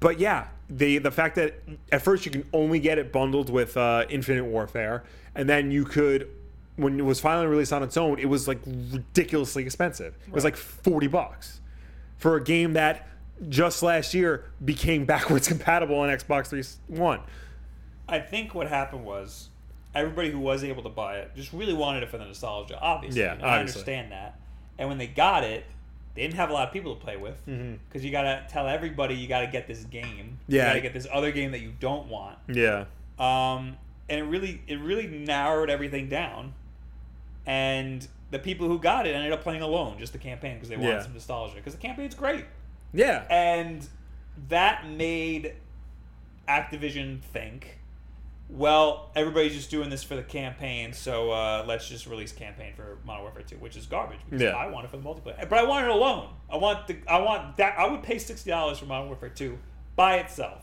Speaker 1: but yeah, the the fact that at first you can only get it bundled with uh, Infinite Warfare, and then you could, when it was finally released on its own, it was like ridiculously expensive. It was like forty bucks for a game that just last year became backwards compatible on Xbox Three One.
Speaker 3: I think what happened was everybody who was able to buy it just really wanted it for the nostalgia, obviously.
Speaker 1: Yeah,
Speaker 3: and I
Speaker 1: obviously.
Speaker 3: understand that. And when they got it, they didn't have a lot of people to play with because you got to tell everybody you got to get this game.
Speaker 1: Mm-hmm. Yeah.
Speaker 3: You got to get this other game that you don't want.
Speaker 1: Yeah,
Speaker 3: um, and it really it really narrowed everything down. And the people who got it ended up playing alone, just the campaign, because they wanted
Speaker 1: Yeah.
Speaker 3: some nostalgia. Because the campaign's great,
Speaker 1: yeah,
Speaker 3: and that made Activision think, well, everybody's just doing this for the campaign, so uh, let's just release campaign for Modern Warfare Two, which is garbage. Because
Speaker 1: Yeah.
Speaker 3: I want it for the multiplayer, but I want it alone. I want the I want that. I would pay sixty dollars for Modern Warfare Two by itself.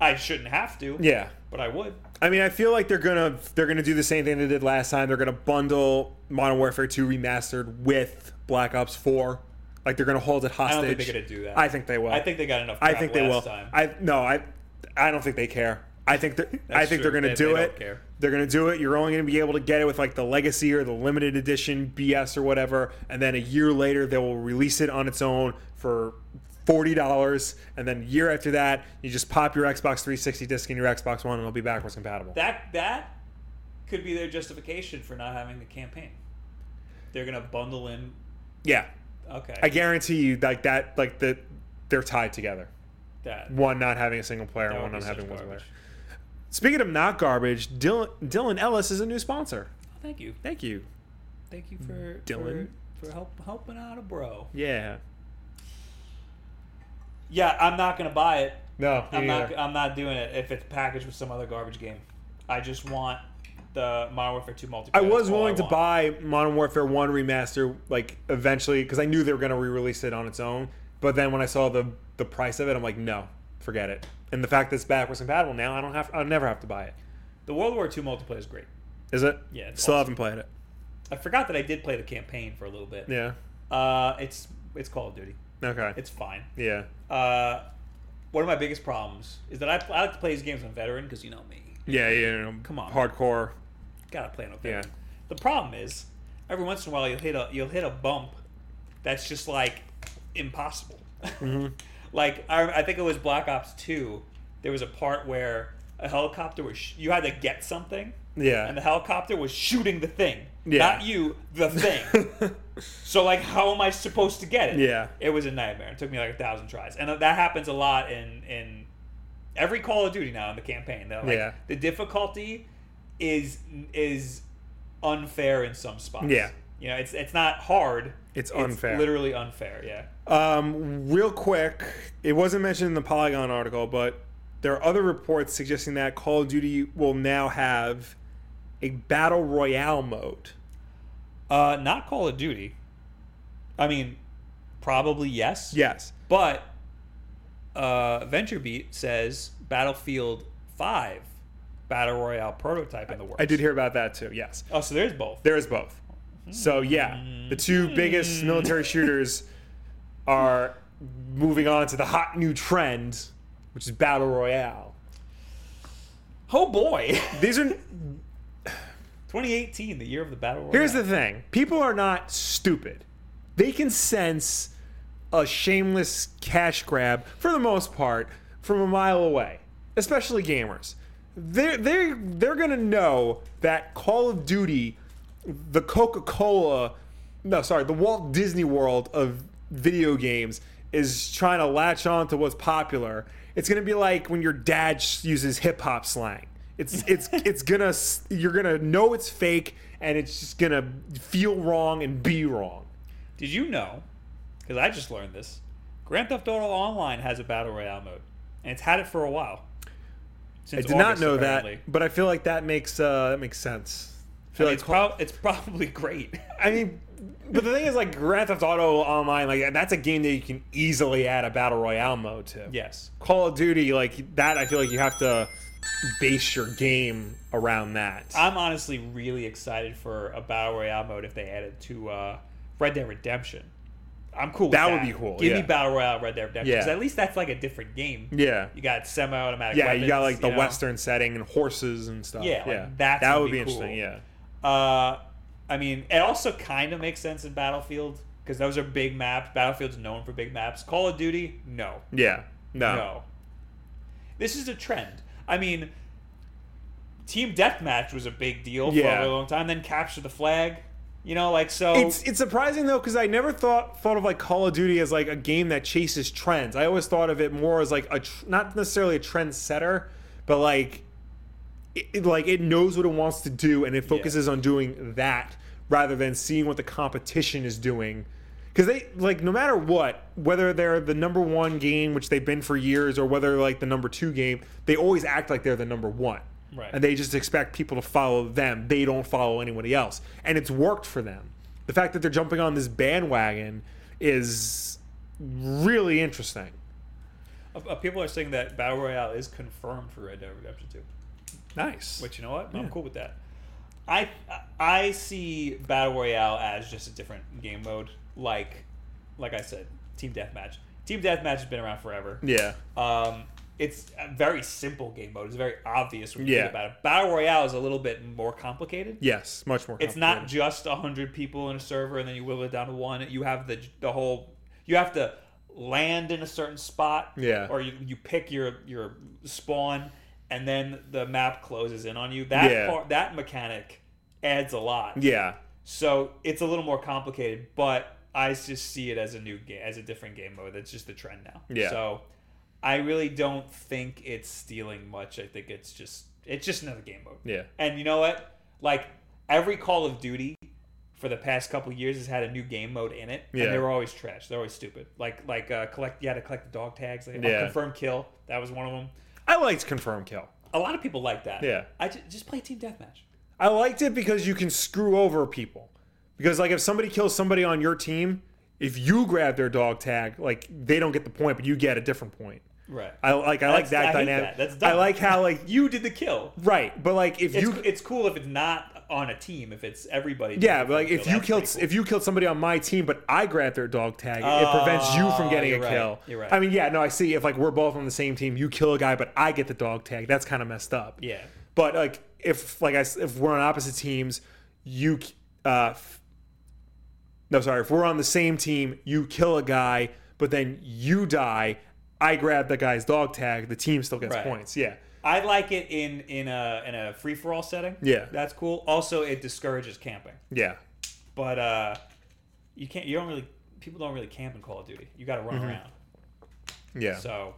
Speaker 3: I shouldn't have to,
Speaker 1: yeah.
Speaker 3: but I would.
Speaker 1: I mean, I feel like they're gonna they're gonna do the same thing they did last time. They're gonna bundle Modern Warfare 2 remastered with Black Ops 4. Like they're gonna hold it
Speaker 3: I
Speaker 1: hostage.
Speaker 3: don't think they're gonna do that.
Speaker 1: I think they will.
Speaker 3: I think they got enough.
Speaker 1: I
Speaker 3: crap
Speaker 1: think they
Speaker 3: last
Speaker 1: will.
Speaker 3: Time.
Speaker 1: I no, I I don't think they care. I think they're, I think they're
Speaker 3: true.
Speaker 1: going to
Speaker 3: They-
Speaker 1: do
Speaker 3: they
Speaker 1: it.
Speaker 3: don't care.
Speaker 1: They're going to do it. You're only going to be able to get it with like the legacy or the limited edition BS or whatever, and then a year later they will release it on its own for forty dollars, and then year after that you just pop your Xbox 360 disc in your Xbox One and it'll be backwards compatible.
Speaker 3: That that could be their justification for not having the campaign. They're gonna bundle in.
Speaker 1: yeah,
Speaker 3: Okay,
Speaker 1: I guarantee you like that like that they're tied together.
Speaker 3: that
Speaker 1: One not having a single player,
Speaker 3: that
Speaker 1: one
Speaker 3: would be
Speaker 1: not
Speaker 3: such
Speaker 1: having one
Speaker 3: garbage.
Speaker 1: player. Speaking of not garbage, Dylan Dylan Ellis is a new sponsor.
Speaker 3: Thank you,
Speaker 1: Thank you.
Speaker 3: thank you
Speaker 1: Mm.
Speaker 3: for
Speaker 1: Dylan.
Speaker 3: for, for help helping out a bro.
Speaker 1: Yeah.
Speaker 3: Yeah, I'm not gonna buy it.
Speaker 1: No, me
Speaker 3: I'm
Speaker 1: neither.
Speaker 3: not. I'm not doing it if it's packaged with some other garbage game. I just want the Modern Warfare 2 multiplayer.
Speaker 1: I
Speaker 3: That's
Speaker 1: was
Speaker 3: all
Speaker 1: willing to
Speaker 3: want.
Speaker 1: buy Modern Warfare 1 remaster like eventually because I knew they were going to re-release it on its own. But then when I saw the the price of it, I'm like, no, forget it. And the fact that it's backwards compatible now, I don't have, I'll never have to buy it.
Speaker 3: the World War 2 multiplayer. Is great.
Speaker 1: Is it?
Speaker 3: Yeah, it's
Speaker 1: Still
Speaker 3: awesome.
Speaker 1: haven't played it.
Speaker 3: I forgot that I did play the campaign for a little bit.
Speaker 1: Yeah.
Speaker 3: Uh, it's it's Call of Duty.
Speaker 1: Okay.
Speaker 3: It's fine.
Speaker 1: yeah.
Speaker 3: Uh, one of my biggest problems is that I, I like to play these games on veteran because you know me,
Speaker 1: Yeah. Yeah. no,
Speaker 3: Come on.
Speaker 1: Hardcore.
Speaker 3: gotta play on a
Speaker 1: Yeah.
Speaker 3: veteran. The problem is, every once in a while you'll hit a you'll hit a bump that's just like impossible.
Speaker 1: Mm-hmm.
Speaker 3: like I, I think it was Black Ops Two. There was a part where a helicopter was sh- you had to get something,
Speaker 1: Yeah.
Speaker 3: and the helicopter was shooting the thing,
Speaker 1: Yeah.
Speaker 3: not you, the thing. So like, how am I supposed to get it?
Speaker 1: Yeah.
Speaker 3: it was a nightmare. It took me like a thousand tries, and uh, that happens a lot in in every Call of Duty now in the campaign. Though, like,
Speaker 1: Yeah.
Speaker 3: the difficulty is is unfair in some spots.
Speaker 1: Yeah.
Speaker 3: you know, it's it's not hard.
Speaker 1: It's unfair.
Speaker 3: Literally unfair. Yeah,
Speaker 1: Um, real quick, it wasn't mentioned in the Polygon article, but there are other reports suggesting that Call of Duty will now have a battle royale mode.
Speaker 3: uh, not Call of Duty. I mean, probably yes.
Speaker 1: Yes.
Speaker 3: But uh, VentureBeat says Battlefield Five battle royale prototype in the works.
Speaker 1: I did hear about that too. Yes.
Speaker 3: Oh, so there's both.
Speaker 1: There is both. So yeah, the two biggest military shooters are moving on to the hot new trend, which is battle royale.
Speaker 3: Oh boy.
Speaker 1: These are
Speaker 3: 2018, the year of the battle royale.
Speaker 1: Here's the thing people are not stupid. They can sense a shameless cash grab, for the most part, from a mile away, especially gamers. They're, they're, they're going to know that Call of Duty, the Coca Cola, no, sorry, the Walt Disney World of video games is trying to latch on to what's popular. It's going to be like when your dad sh- uses hip hop slang. It's it's it's gonna s- you're gonna know it's fake and it's just gonna feel wrong and be wrong.
Speaker 3: Did you know? Because I just learned this. Grand Theft Auto Online has a battle royale mode, and it's had it for a while.
Speaker 1: I
Speaker 3: Since
Speaker 1: did not
Speaker 3: August,
Speaker 1: know
Speaker 3: apparently.
Speaker 1: that, but I feel like that makes uh, that makes sense. I
Speaker 3: I
Speaker 1: feel
Speaker 3: mean,
Speaker 1: like
Speaker 3: it's, prob- it's probably great.
Speaker 1: I mean, but the thing is like Grand Theft Auto Online, like that's a game that you can easily add a battle royale mode to.
Speaker 3: yes.
Speaker 1: Call of Duty, like that, I feel like you have to base your game around that.
Speaker 3: I'm honestly really excited for a battle royale mode if they added to uh, Red Dead Redemption. I'm cool. with
Speaker 1: That
Speaker 3: That,
Speaker 1: would be cool,
Speaker 3: Give
Speaker 1: yeah.
Speaker 3: me battle royale Red Dead Redemption.
Speaker 1: Yeah.
Speaker 3: Because at least that's like a different game.
Speaker 1: yeah,
Speaker 3: You got semi-automatic.
Speaker 1: yeah,
Speaker 3: weapons,
Speaker 1: you got like the
Speaker 3: know?
Speaker 1: Western setting and horses and stuff.
Speaker 3: Yeah, like,
Speaker 1: that
Speaker 3: that's gonna
Speaker 1: would be,
Speaker 3: be cool.
Speaker 1: interesting. Yeah,
Speaker 3: Uh, I mean, it also kind of makes sense in Battlefield because those are big maps. Battlefield's known for big maps. Call of Duty, no,
Speaker 1: yeah, no,
Speaker 3: no. This is a trend. I mean, team deathmatch was a big deal for
Speaker 1: Yeah.
Speaker 3: a really long time. Then capture the flag, you know, like so.
Speaker 1: It's it's surprising though because I never thought thought of like Call of Duty as like a game that chases trends. I always thought of it more as like a tr- not necessarily a trend setter, but like it, it- like it knows what it wants to do and it focuses on doing that rather than seeing what the competition is doing. Because they like no matter what, whether they're the number one game, which they've been for years, or whether they're, like the number two game, they always act like they're the number one.
Speaker 3: Right.
Speaker 1: And they just expect people to follow them. They don't follow anybody else. And it's worked for them. The fact that they're jumping on this bandwagon is really interesting.
Speaker 3: Uh, uh, people are saying that battle royale is confirmed for Red Dead Redemption Two.
Speaker 1: Nice.
Speaker 3: But you know what? I'm cool with that. I I see battle royale as just a different game mode. Like like I said, team deathmatch. Team deathmatch has been around forever.
Speaker 1: yeah.
Speaker 3: Um, it's a very simple game mode. It's very obvious when you
Speaker 1: Yeah.
Speaker 3: think about it. Battle Royale is a little bit more complicated.
Speaker 1: Yes, much more.
Speaker 3: It's not
Speaker 1: complicated.
Speaker 3: just hundred people in a server and then you whittle it down to one. You have the the whole. You have to land in a certain spot.
Speaker 1: Yeah.
Speaker 3: Or you, you pick your your spawn and then the map closes in on you. That
Speaker 1: Yeah.
Speaker 3: part that mechanic adds a lot.
Speaker 1: Yeah,
Speaker 3: So it's a little more complicated, but I just see it as a new game, as a different game mode. That's just the trend now.
Speaker 1: Yeah.
Speaker 3: So I really don't think it's stealing much. I think it's just it's just another game mode.
Speaker 1: yeah,
Speaker 3: And you know what? Like every Call of Duty for the past couple years has had a new game mode in it,
Speaker 1: Yeah.
Speaker 3: and they were always trash. They're always stupid. Like like uh, collect you had to collect the dog tags. Like,
Speaker 1: Yeah.
Speaker 3: Confirm kill. That was one of them.
Speaker 1: I liked confirm kill.
Speaker 3: A lot of people like that.
Speaker 1: Yeah.
Speaker 3: I ju- just play team deathmatch.
Speaker 1: I liked it because you can screw over people. Because like if somebody kills somebody on your team, if you grab their dog tag, like they don't get the point, but you get a different point.
Speaker 3: Right.
Speaker 1: I like I like
Speaker 3: That's-
Speaker 1: that
Speaker 3: I hate
Speaker 1: dynamic.
Speaker 3: that. That's dumb.
Speaker 1: I like how like
Speaker 3: you did the kill.
Speaker 1: right, but like if
Speaker 3: It's,
Speaker 1: you
Speaker 3: it's cool if it's not on a team. If it's everybody. doing
Speaker 1: yeah,
Speaker 3: the
Speaker 1: but like
Speaker 3: kill,
Speaker 1: if you
Speaker 3: that's
Speaker 1: killed
Speaker 3: pretty cool.
Speaker 1: if you killed somebody on my team, but I grabbed their dog tag, it
Speaker 3: Oh,
Speaker 1: prevents you from getting a
Speaker 3: you're right.
Speaker 1: kill.
Speaker 3: You're right.
Speaker 1: I mean, yeah, no, I see. If like we're both on the same team, you kill a guy, but I get the dog tag. That's kind of messed up.
Speaker 3: yeah.
Speaker 1: But like if like I s- if we're on opposite teams, you uh f- no sorry if we're on the same team, you kill a guy, but then you die. I grab the guy's dog tag. The team still gets
Speaker 3: Right.
Speaker 1: points. Yeah,
Speaker 3: I like it in in a in a free for all setting.
Speaker 1: Yeah.
Speaker 3: that's cool. Also, it discourages camping,
Speaker 1: yeah,
Speaker 3: but uh, you can't. You don't really. People don't really camp in Call of Duty. You got to run
Speaker 1: Mm-hmm.
Speaker 3: around.
Speaker 1: yeah,
Speaker 3: So,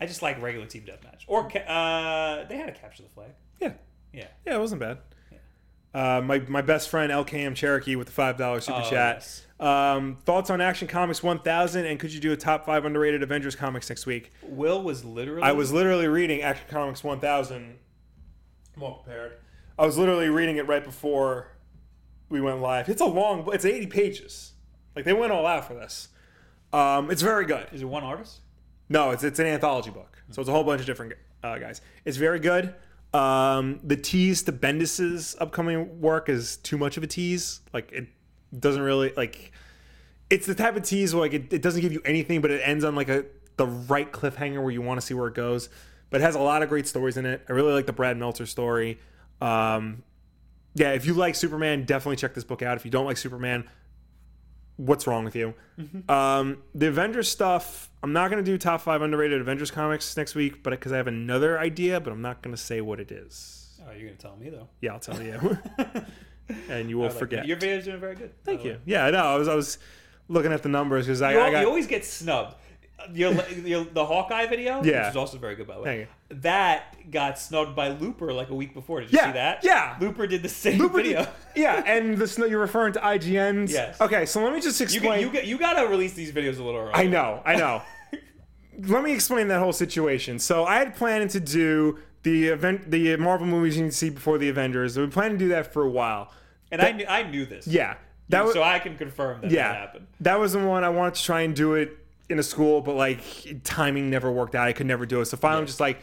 Speaker 3: I just like regular team deathmatch. Or ca- uh, they had a capture the flag.
Speaker 1: yeah,
Speaker 3: Yeah.
Speaker 1: yeah. It wasn't bad. Uh, my, my best friend LKM Cherokee with the five dollar super
Speaker 3: Oh,
Speaker 1: chat.
Speaker 3: yes.
Speaker 1: Um, thoughts on Action Comics one thousand and could you do a top five underrated Avengers comics next week?
Speaker 3: Will was literally.
Speaker 1: I was literally reading Action Comics 1000. I'm all prepared. I was literally reading it right before we went live. It's a long, it's 80 pages. Like they went all out for this. Um, it's very good.
Speaker 3: Is it one artist?
Speaker 1: No, it's it's an anthology book, so it's a whole bunch of different uh, guys. It's very good. Um, the tease to Bendis's upcoming work is too much of a tease. Like it doesn't really like. It's the type of tease where like it, it doesn't give you anything, but it ends on like a the right cliffhanger where you want to see where it goes. But it has a lot of great stories in it. I really like the Brad Meltzer story. Um, yeah, if you like Superman, definitely check this book out. If you don't like Superman, what's wrong with you?
Speaker 3: Mm-hmm.
Speaker 1: Um, the Avengers stuff, I'm not going to do top five underrated Avengers comics next week, but because I have another idea, but I'm not going to say what it is.
Speaker 3: Oh, you're gonna tell me though.
Speaker 1: Yeah, I'll tell you, and you will
Speaker 3: Like,
Speaker 1: forget.
Speaker 3: Your video's doing very good. by
Speaker 1: Thank
Speaker 3: the way.
Speaker 1: you. Yeah, I know. I was I was looking at the numbers because I,
Speaker 3: You,
Speaker 1: I
Speaker 3: al-
Speaker 1: got
Speaker 3: you always get snubbed. Your, your, the Hawkeye video,
Speaker 1: Yeah.
Speaker 3: which is also very good by the way,
Speaker 1: Thank
Speaker 3: that got snubbed by Looper like a week before. Did you
Speaker 1: Yeah,
Speaker 3: see that?
Speaker 1: yeah.
Speaker 3: Looper did the same
Speaker 1: Looper
Speaker 3: video.
Speaker 1: did- yeah, and this you're referring to IGN's.
Speaker 3: Yes.
Speaker 1: Okay, so let me just
Speaker 3: You,
Speaker 1: explain.
Speaker 3: get, you, get, you gotta release these videos a little early.
Speaker 1: I know, I know. Let me explain that whole situation. So I had planned to do the event, the Marvel movies you need to see before the Avengers. We planned to do that for a while.
Speaker 3: and I knew I knew this.
Speaker 1: Yeah, that was
Speaker 3: so I can confirm that
Speaker 1: yeah.
Speaker 3: that happened.
Speaker 1: That was the one I wanted to try and do it in a school, but like timing never worked out. I could never do it. So finally, I'm just like,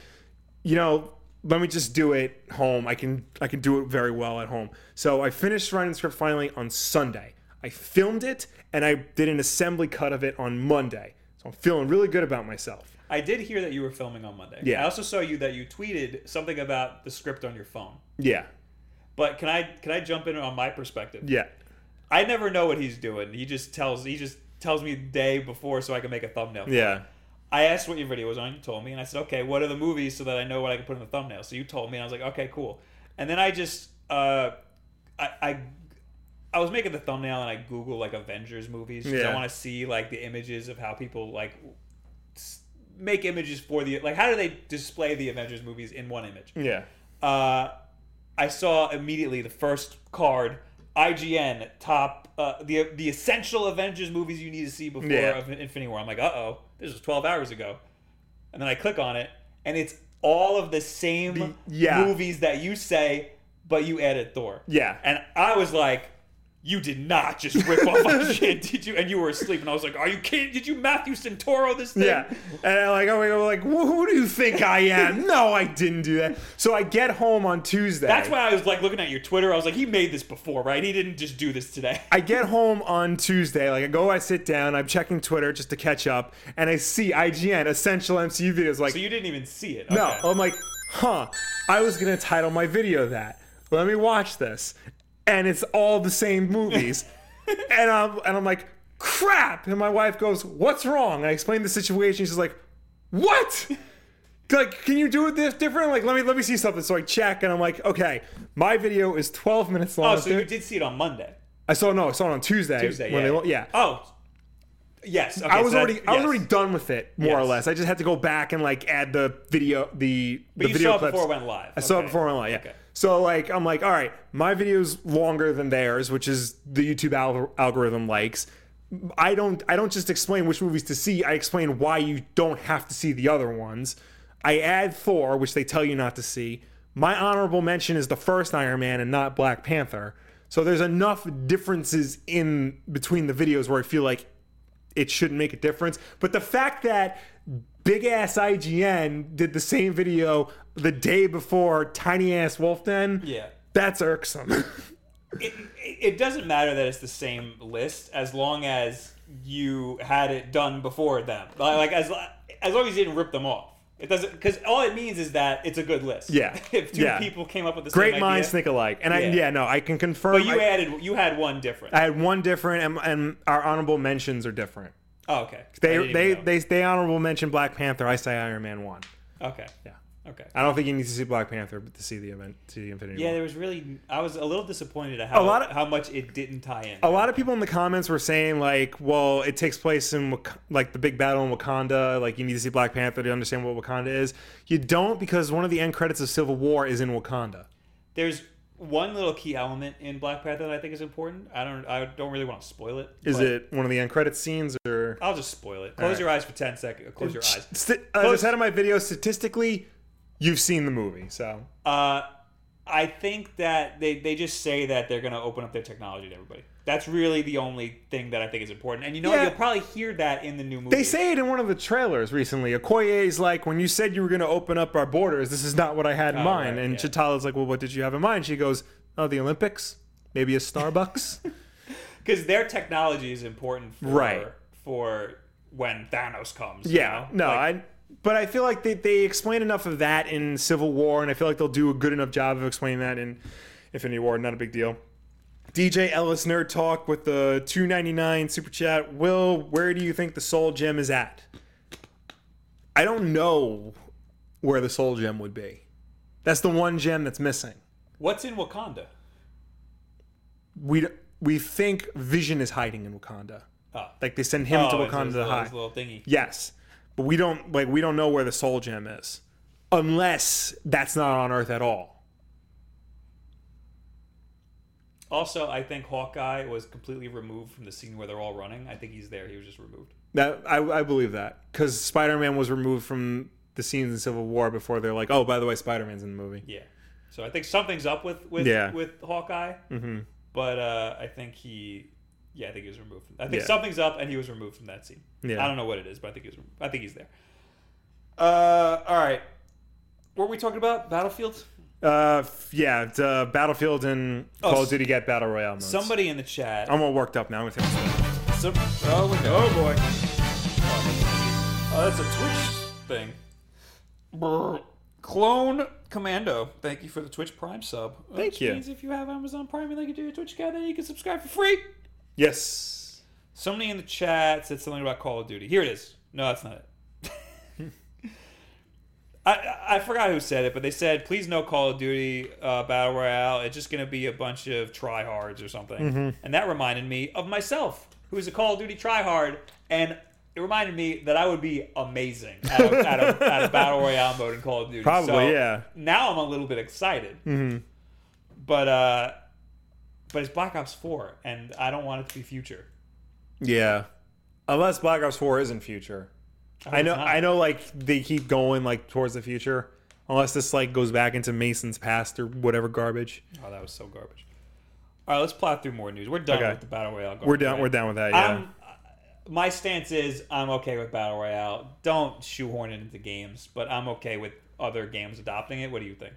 Speaker 1: you know, let me just do it home. I can I can do it very well at home. So I finished writing the script finally on Sunday. I filmed it and I did an assembly cut of it on Monday. So I'm feeling really good about myself.
Speaker 3: I did hear that you were filming on Monday.
Speaker 1: Yeah.
Speaker 3: I also saw you that you tweeted something about the script on your phone.
Speaker 1: Yeah,
Speaker 3: But can I can I jump in on my perspective?
Speaker 1: yeah,
Speaker 3: I never know what he's doing. He just tells he just tells me the day before so I can make a thumbnail.
Speaker 1: yeah,
Speaker 3: I asked what your video was on. You told me, and I said, "Okay, what are the movies so that I know what I can put in the thumbnail?" So you told me, and I was like, "Okay, cool." And then I just, uh, I, I, I was making the thumbnail, and I Google like Avengers movies because
Speaker 1: Yeah.
Speaker 3: I want to see like the images of how people like s- make images for the like how do they display the Avengers movies in one image?
Speaker 1: yeah.
Speaker 3: Uh, I saw immediately the first card. IGN top uh, the the essential Avengers movies you need to see before
Speaker 1: Yeah.
Speaker 3: of Infinity War. I'm like, uh oh, this was 12 hours ago, and then I click on it, and it's all of the same
Speaker 1: The- yeah.
Speaker 3: movies that you say, but you added Thor.
Speaker 1: Yeah.
Speaker 3: and I was like, you did not just rip off my shit, did you? And you were asleep, and I was like, "Are you kidding? Did you Matthew Santoro this thing?"
Speaker 1: Yeah. And I'm like, I'm like, who who do you think I am? no, I didn't do that. So I get home on Tuesday.
Speaker 3: That's why I was like looking at your Twitter. I was like, "He made this before, right? He didn't just do this today."
Speaker 1: I get home on Tuesday. Like I go, I sit down, I'm checking Twitter just to catch up, and I see IGN Essential MCU videos. Like,
Speaker 3: So you didn't even see it.
Speaker 1: no, Oh,
Speaker 3: Okay.
Speaker 1: I'm like, huh? I was gonna title my video that. Let me watch this, and it's all the same movies, and I'm and I'm like, crap. And my wife goes, "What's wrong?" And I explain the situation. She's like, "What?" like can you do it this different like let me let me see something so i check and i'm like okay my video is 12 minutes long
Speaker 3: Oh, so you did see it on Monday.
Speaker 1: i saw no i saw it on tuesday,
Speaker 3: Tuesday,
Speaker 1: when
Speaker 3: yeah.
Speaker 1: They, yeah
Speaker 3: Oh, yes. Okay,
Speaker 1: I was
Speaker 3: so that-
Speaker 1: already I was
Speaker 3: yes.
Speaker 1: already done with it more or
Speaker 3: Yes.
Speaker 1: less. I just had to go back and like add the video the the
Speaker 3: you
Speaker 1: video
Speaker 3: saw it
Speaker 1: clips.
Speaker 3: before it went live.
Speaker 1: I saw it
Speaker 3: Okay.
Speaker 1: before it went live. Yeah.
Speaker 3: Okay.
Speaker 1: So like I'm like all right, my video's longer than theirs, which is the YouTube al- algorithm likes. I don't I don't just explain which movies to see. I explain why you don't have to see the other ones. I add Thor, which they tell you not to see. My honorable mention is the first Iron Man and not Black Panther. So there's enough differences in between the videos where I feel like it shouldn't make a difference. But the fact that big ass IGN did the same video the day before tiny ass Wolf Den,
Speaker 3: Yeah.
Speaker 1: that's irksome.
Speaker 3: it, it doesn't matter that it's the same list as long as you had it done before them. Like like, as as long as you didn't rip them off. It doesn't because all it means is that it's a good list.
Speaker 1: Yeah.
Speaker 3: if two
Speaker 1: Yeah.
Speaker 3: people came up with the
Speaker 1: Great
Speaker 3: same
Speaker 1: minds
Speaker 3: idea,
Speaker 1: think alike, and I
Speaker 3: Yeah.
Speaker 1: yeah no, I can confirm.
Speaker 3: but you
Speaker 1: I,
Speaker 3: added you had one different.
Speaker 1: I had one different, and, and our honorable mentions are different.
Speaker 3: oh, okay. I
Speaker 1: They
Speaker 3: didn't
Speaker 1: they,
Speaker 3: even know.
Speaker 1: they they honorable mention Black Panther. I say Iron Man one.
Speaker 3: okay.
Speaker 1: Yeah.
Speaker 3: Okay.
Speaker 1: I don't think you need to see Black Panther to see the event to the Infinity.
Speaker 3: Yeah,
Speaker 1: War.
Speaker 3: there was really I was a little disappointed at how
Speaker 1: lot of-
Speaker 3: how much it didn't tie in.
Speaker 1: a lot of people in the comments were saying like, well, it takes place in Wak- like the big battle in Wakanda. Like you need to see Black Panther to understand what Wakanda is. You don't because one of the end credits of Civil War is in Wakanda.
Speaker 3: There's one little key element in Black Panther that I think is important. I don't I don't really want to spoil it.
Speaker 1: Is
Speaker 3: but
Speaker 1: it one of the end credit scenes or?
Speaker 3: I'll just spoil it. Close
Speaker 1: right.
Speaker 3: your eyes for ten seconds. Close your eyes.
Speaker 1: Sti- As I said in my video, statistically, you've seen the movie, so
Speaker 3: Uh, I think that they, they just say that they're going to open up their technology to everybody. That's really the only thing that I think is important. And you know, what?
Speaker 1: Yeah.
Speaker 3: you'll probably hear that in the new movie.
Speaker 1: they say it in one of the trailers recently. Okoye's like, when you said you were going to open up our borders, this is not what I had in mind.
Speaker 3: Oh, right,
Speaker 1: and
Speaker 3: yeah.
Speaker 1: Chitala's like, well, what did you have in mind? She goes, oh, the Olympics, maybe a Starbucks.
Speaker 3: because their technology is important for
Speaker 1: Right.
Speaker 3: for when Thanos comes. you
Speaker 1: Yeah,
Speaker 3: know?
Speaker 1: no,
Speaker 3: Like,
Speaker 1: I. But I feel like they, they explain enough of that in Civil War, and I feel like they'll do a good enough job of explaining that in Infinity War. Not a big deal. DJ Ellis Nerd Talk with the 299 super chat. Will, where do you think the Soul Gem is at? I don't know where the Soul Gem would be. That's the one gem that's missing.
Speaker 3: what's in Wakanda?
Speaker 1: We d- we think Vision is hiding in Wakanda.
Speaker 3: Oh,
Speaker 1: Like they send him to
Speaker 3: Oh, it's
Speaker 1: Wakanda
Speaker 3: this
Speaker 1: to
Speaker 3: little-
Speaker 1: hide.
Speaker 3: this little thingy.
Speaker 1: Yes, but we don't like we don't know where the soul gem is, unless that's not on Earth at all.
Speaker 3: Also, I think Hawkeye was completely removed from the scene where they're all running. I think he's there. He was just removed.
Speaker 1: That I, I believe that because Spider Man was removed from the scenes in Civil War before they're like, oh, by the way, Spider Man's in the movie.
Speaker 3: Yeah. So I think something's up with with
Speaker 1: Yeah.
Speaker 3: with Hawkeye. Mm-hmm. But uh, I think he, yeah, I think he was removed. From, I think
Speaker 1: Yeah.
Speaker 3: something's up, and he was removed from that scene.
Speaker 1: Yeah.
Speaker 3: I don't know what it is, but I think he's. I think he's there. Uh, all right. What were we talking about? Battlefield.
Speaker 1: Uh, f- yeah, it's, uh, Battlefield and
Speaker 3: Oh,
Speaker 1: Call of
Speaker 3: s-
Speaker 1: Duty get battle royale modes.
Speaker 3: Somebody in the chat.
Speaker 1: I'm all worked up now. I'm gonna take a sip.
Speaker 3: some- oh, look at- oh boy. Oh, that's a Twitch thing. Brr. Clone Commando. Thank you for the Twitch Prime sub. Which
Speaker 1: you.
Speaker 3: Means if you have Amazon Prime and they can do your Twitch account, then you can subscribe for free.
Speaker 1: Yes.
Speaker 3: Somebody in the chat said something about Call of Duty. Here it is. No, that's not it. I, I forgot who said it, but they said, please no Call of Duty uh, Battle Royale. It's just going to be a bunch of tryhards or something.
Speaker 1: Mm-hmm.
Speaker 3: And that reminded me of myself, who is a Call of Duty tryhard. And it reminded me that I would be amazing at a, at a, at a Battle Royale mode in Call of Duty.
Speaker 1: Probably,
Speaker 3: So
Speaker 1: yeah. Mm-hmm.
Speaker 3: Now I'm a little bit excited. But, uh, but it's Black Ops 4, and I don't want it to be future.
Speaker 1: Yeah. Unless Black Ops 4 is in future. I
Speaker 3: it's
Speaker 1: know
Speaker 3: not.
Speaker 1: I know like they keep going like towards the future. Unless this like goes back into Mason's past or whatever garbage.
Speaker 3: Oh, that was so garbage. All right, let's plow through more news. We're done
Speaker 1: Okay.
Speaker 3: with the battle royale.
Speaker 1: We're down. We're down with that. Yeah.
Speaker 3: I'm, uh, my stance is I'm okay with battle royale. Don't shoehorn it into games, but I'm okay with other games adopting it. What do you think?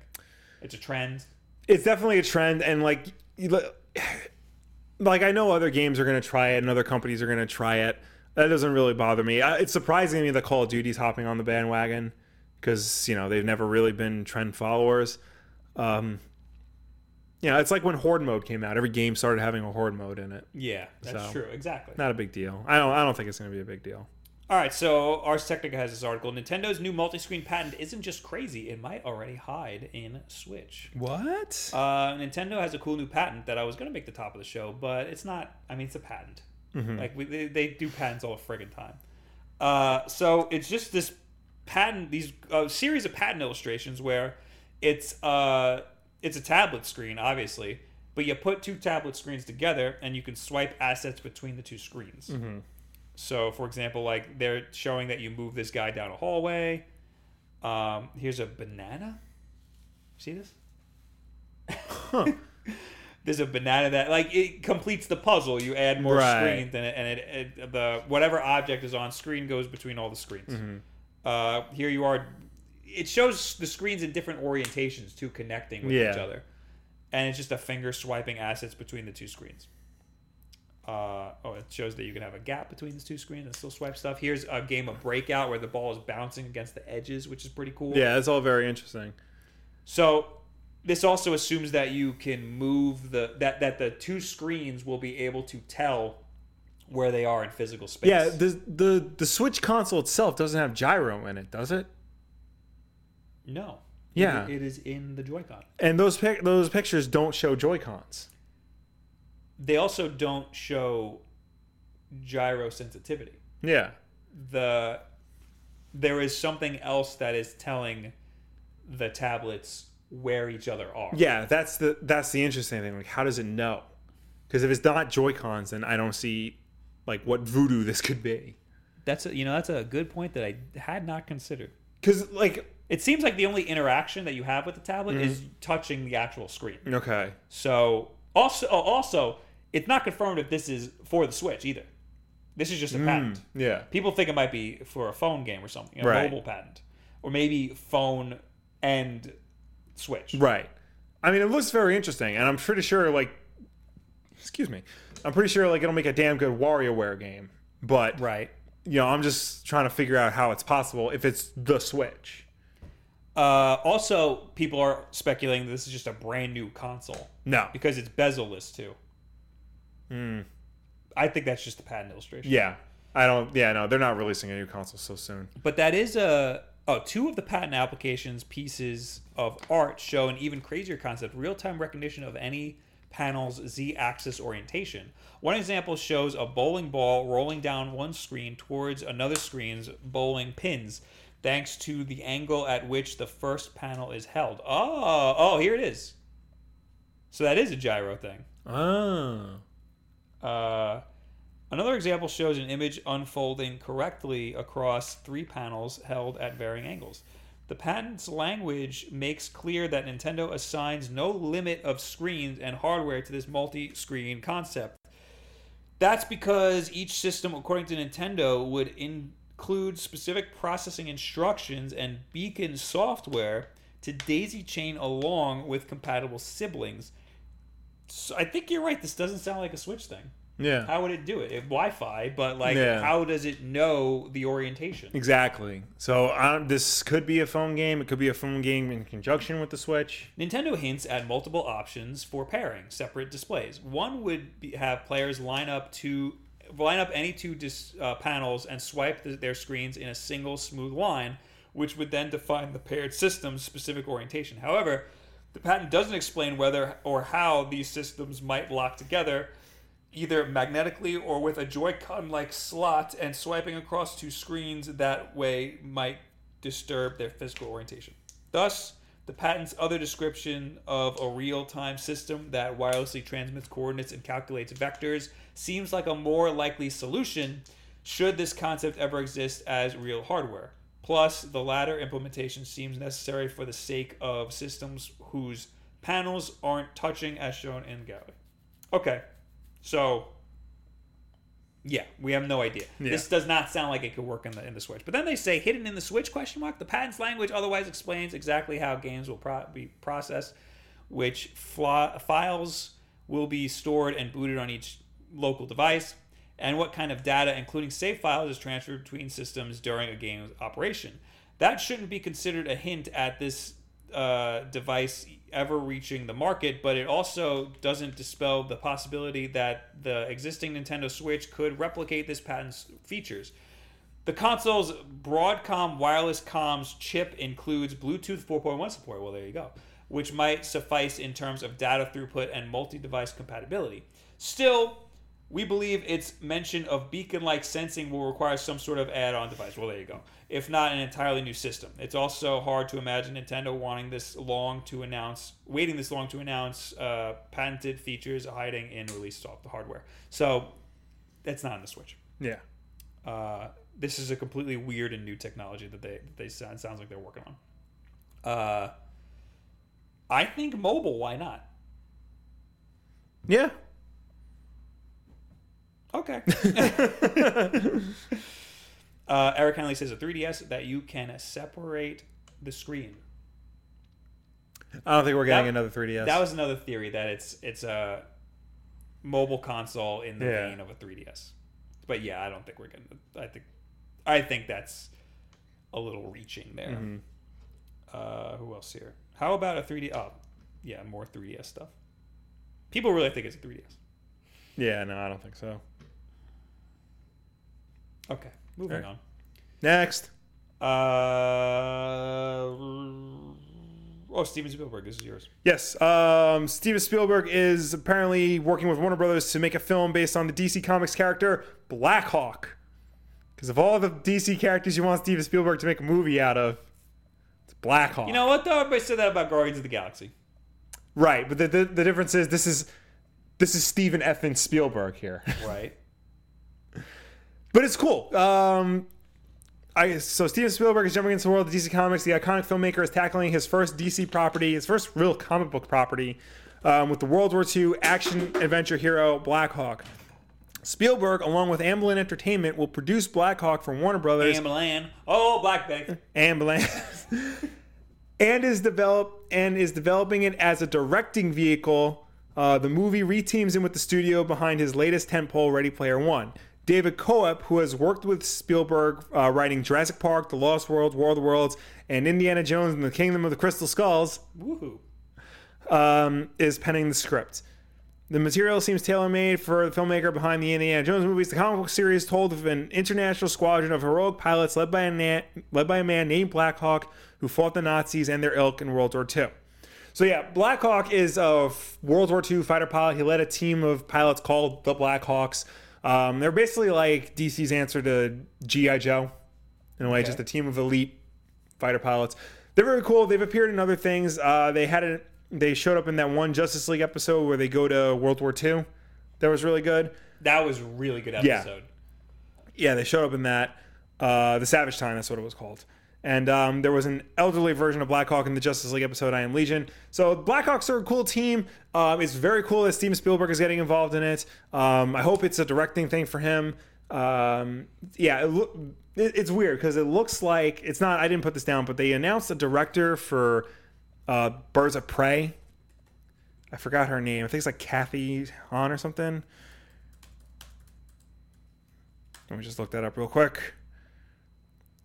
Speaker 3: It's a trend.
Speaker 1: it's definitely a trend and like you li- like i know other games are going to try it and other companies are going to try it that doesn't really bother me I, it's surprising to me that call of duty's hopping on the bandwagon because you know they've never really been trend followers um you know it's like when horde mode came out every game started having a horde mode in it
Speaker 3: Yeah, that's
Speaker 1: So-
Speaker 3: true. Exactly.
Speaker 1: not a big deal i don't i don't think it's going to be a big deal
Speaker 3: All right, so Ars Technica has this article. Nintendo's new multi-screen patent isn't just crazy; it might already hide in Switch.
Speaker 1: what
Speaker 3: Uh, Nintendo has a cool new patent that I was going to make the top of the show, but it's not. I mean, it's a patent. Like we, they, they do patents all the friggin' time. Uh, so it's just this patent, these uh, series of patent illustrations where it's uh, it's a tablet screen, obviously, but you put two tablet screens together and you can swipe assets between the two screens. So, for example, like they're showing that you move this guy down a hallway. Um, here's a banana. See this? There's a banana that like it completes the puzzle. You add more
Speaker 1: Right.
Speaker 3: screens, and it, and it, it- the whatever object is on screen goes between all the screens.
Speaker 1: Mm-hmm.
Speaker 3: Uh, here you are. It shows the screens in different orientations too, connecting with each
Speaker 1: Yeah.
Speaker 3: other, and it's just a finger swiping assets between the two screens. Uh, oh, it shows that you can have a gap between these two screens and still swipe stuff. Here's a game of breakout where the ball is bouncing against the edges, which is pretty cool.
Speaker 1: yeah it's all very interesting
Speaker 3: So this also assumes that you can move the that that the two screens will be able to tell where they are in physical space.
Speaker 1: yeah the the the switch console itself doesn't have gyro in it does it
Speaker 3: no.
Speaker 1: Yeah.
Speaker 3: It- it is in the Joy-Con.
Speaker 1: And those pic- those pictures don't show Joy Cons.
Speaker 3: They also don't show gyro sensitivity.
Speaker 1: Yeah,
Speaker 3: the there is something else that is telling the tablets where each other are.
Speaker 1: yeah. That's the that's the interesting thing. Like, how does it know? Because if it's not Joy Cons, then I don't see like what voodoo this could be.
Speaker 3: That's a, you know that's a good point that I had not considered.
Speaker 1: Because like
Speaker 3: It seems like the only interaction that you have with the tablet is touching the actual screen.
Speaker 1: okay,
Speaker 3: So also oh, also it's not confirmed if this is for the Switch either. This is just a patent.
Speaker 1: Hmm, yeah,
Speaker 3: People think it might be for a phone game or something, a
Speaker 1: Right.
Speaker 3: mobile patent, or maybe phone and Switch.
Speaker 1: right. I mean, it looks very interesting, and I'm pretty sure like, excuse me, I'm pretty sure like it'll make a damn good WarioWare game. But
Speaker 3: Right.
Speaker 1: you know, I'm just trying to figure out how it's possible if it's the Switch.
Speaker 3: Uh, also, people are speculating that this is just a brand new console
Speaker 1: No.
Speaker 3: because it's bezel-less too. I think that's just a patent illustration.
Speaker 1: Yeah, I don't. Yeah, no, they're not releasing a new console so soon.
Speaker 3: But that is a oh, two of the patent applications pieces of art show an even crazier concept: real-time recognition of any panel's z-axis orientation. One example shows a bowling ball rolling down one screen towards another screen's bowling pins, thanks to the angle at which the first panel is held. Oh, oh, here it is. So that is a gyro thing.
Speaker 1: Oh.
Speaker 3: Uh, another example shows an image unfolding correctly across three panels held at varying angles. The patent's language makes clear that Nintendo assigns no limit of screens and hardware to this multi screen concept. That's because each system, according to Nintendo, would include specific processing instructions and beacon software to daisy chain along with compatible siblings. So I think you're right. This doesn't sound like a Switch thing
Speaker 1: Yeah.
Speaker 3: how would it do it? It Wi-Fi, but like,
Speaker 1: Yeah.
Speaker 3: how does it know the orientation?
Speaker 1: Exactly. So um, this could be a phone game. It could be a phone game in conjunction with the Switch.
Speaker 3: Nintendo hints at multiple options for pairing separate displays. One would be, have players line up two, line up any two dis, uh, panels and swipe the, their screens in a single smooth line, which would then define the paired system's specific orientation. However, the patent doesn't explain whether or how these systems might lock together. Either magnetically or with a Joy-Con like slot, and swiping across two screens that way might disturb their physical orientation. Thus, the patent's other description of a real time system that wirelessly transmits coordinates and calculates vectors seems like a more likely solution should this concept ever exist as real hardware. Plus, the latter implementation seems necessary for the sake of systems whose panels aren't touching as shown in Galley. Okay. So yeah, we have no idea.
Speaker 1: Yeah.
Speaker 3: This does not sound like it could work in the in the Switch. But then they say hidden in the Switch question mark. The patent's language otherwise explains exactly how games will pro- be processed, which fla- files will be stored and booted on each local device, and what kind of data, including save files, is transferred between systems during a game's operation. That shouldn't be considered a hint at this uh, device ever reaching the market, but it also doesn't dispel the possibility that the existing Nintendo Switch could replicate this patent's features. The console's Broadcom wireless comms chip includes Bluetooth 4.1 support. Well, there you go, which might suffice in terms of data throughput and multi device compatibility. Still, we believe its mention of beacon like sensing will require some sort of add on device. Well, there you go. If not, an entirely new system. It's also hard to imagine Nintendo wanting this long to announce, waiting this long to announce uh, patented features hiding in release soft hardware. So, that's not on the Switch
Speaker 1: Yeah.
Speaker 3: uh, this is a completely weird and new technology that they they sound sounds like they're working on. Uh, I think mobile. Why not?
Speaker 1: Yeah.
Speaker 3: Okay. uh, Eric Henley says a 3DS that you can separate the screen.
Speaker 1: I don't think we're getting
Speaker 3: That-
Speaker 1: another 3DS.
Speaker 3: That was another theory that it's it's a mobile console in the
Speaker 1: Yeah.
Speaker 3: vein of a 3DS. But yeah, I don't think we're gonna. I think I think that's a little reaching there.
Speaker 1: Mhm.
Speaker 3: Uh, who else here? How about a 3D? Oh, yeah, more 3DS stuff. People really think it's a 3DS.
Speaker 1: Yeah, no, I don't think so.
Speaker 3: Okay, moving
Speaker 1: Alright. Next.
Speaker 3: on. Uh, oh, Steven Spielberg, this is yours.
Speaker 1: Yes, um, Steven Spielberg is apparently working with Warner Brothers to make a film based on the DC Comics character Blackhawk. Because of all the DC characters you want Steven Spielberg to make a movie out of, it's Blackhawk.
Speaker 3: You know what? Though everybody said that about Guardians of the Galaxy.
Speaker 1: right? But the, the the difference is this is this is Steven effing Spielberg here.
Speaker 3: Right.
Speaker 1: But it's cool. Um, I so Steven Spielberg is jumping into the world of DC Comics. The iconic filmmaker is tackling his first DC property, his first real comic book property, um, with the World War II action adventure hero Blackhawk. Spielberg, along with Amblin Entertainment, will produce Blackhawk for Warner Brothers.
Speaker 3: Amblan. Oh, Black Bank.
Speaker 1: Ambulance. and is develop and is developing it as a directing vehicle. Uh, the movie reteams him with the studio behind his latest tentpole, Ready Player One. David Coep, who has worked with Spielberg uh, writing Jurassic Park, The Lost World, War of the Worlds, and Indiana Jones and the Kingdom of the Crystal Skulls,
Speaker 3: Woohoo.
Speaker 1: um, is penning the script. The material seems tailor made for the filmmaker behind the Indiana Jones movies. The comic book series told of an international squadron of heroic pilots led by a, na- led by a man named Black Hawk who fought the Nazis and their ilk in World War II. So, yeah, Black Hawk is a f- World War II fighter pilot. He led a team of pilots called the Black Hawks. Um, they're basically like DC's answer to G.I. Joe in a way, just a team of elite fighter pilots. They're very cool. They've appeared in other things. Uh, they had a, they showed up in that one Justice League episode where they go to World War II. That was really good.
Speaker 3: That was a really good episode.
Speaker 1: Yeah, they showed up in that. Uh, the Savage Time, that's what it was called. And um, there was an elderly version of Blackhawk in the Justice League episode I Am Legion. So Blackhawks are a cool team. Um, it's very cool that Steven Spielberg is getting involved in it. Um, I hope it's a directing thing for him. Um, yeah, it loo- it, it's weird because it looks like it's not. I didn't put this down, but they announced a director for uh, Birds of Prey. I forgot her name. I think it's like Kathy Hahn or something. Let me just look that up real quick.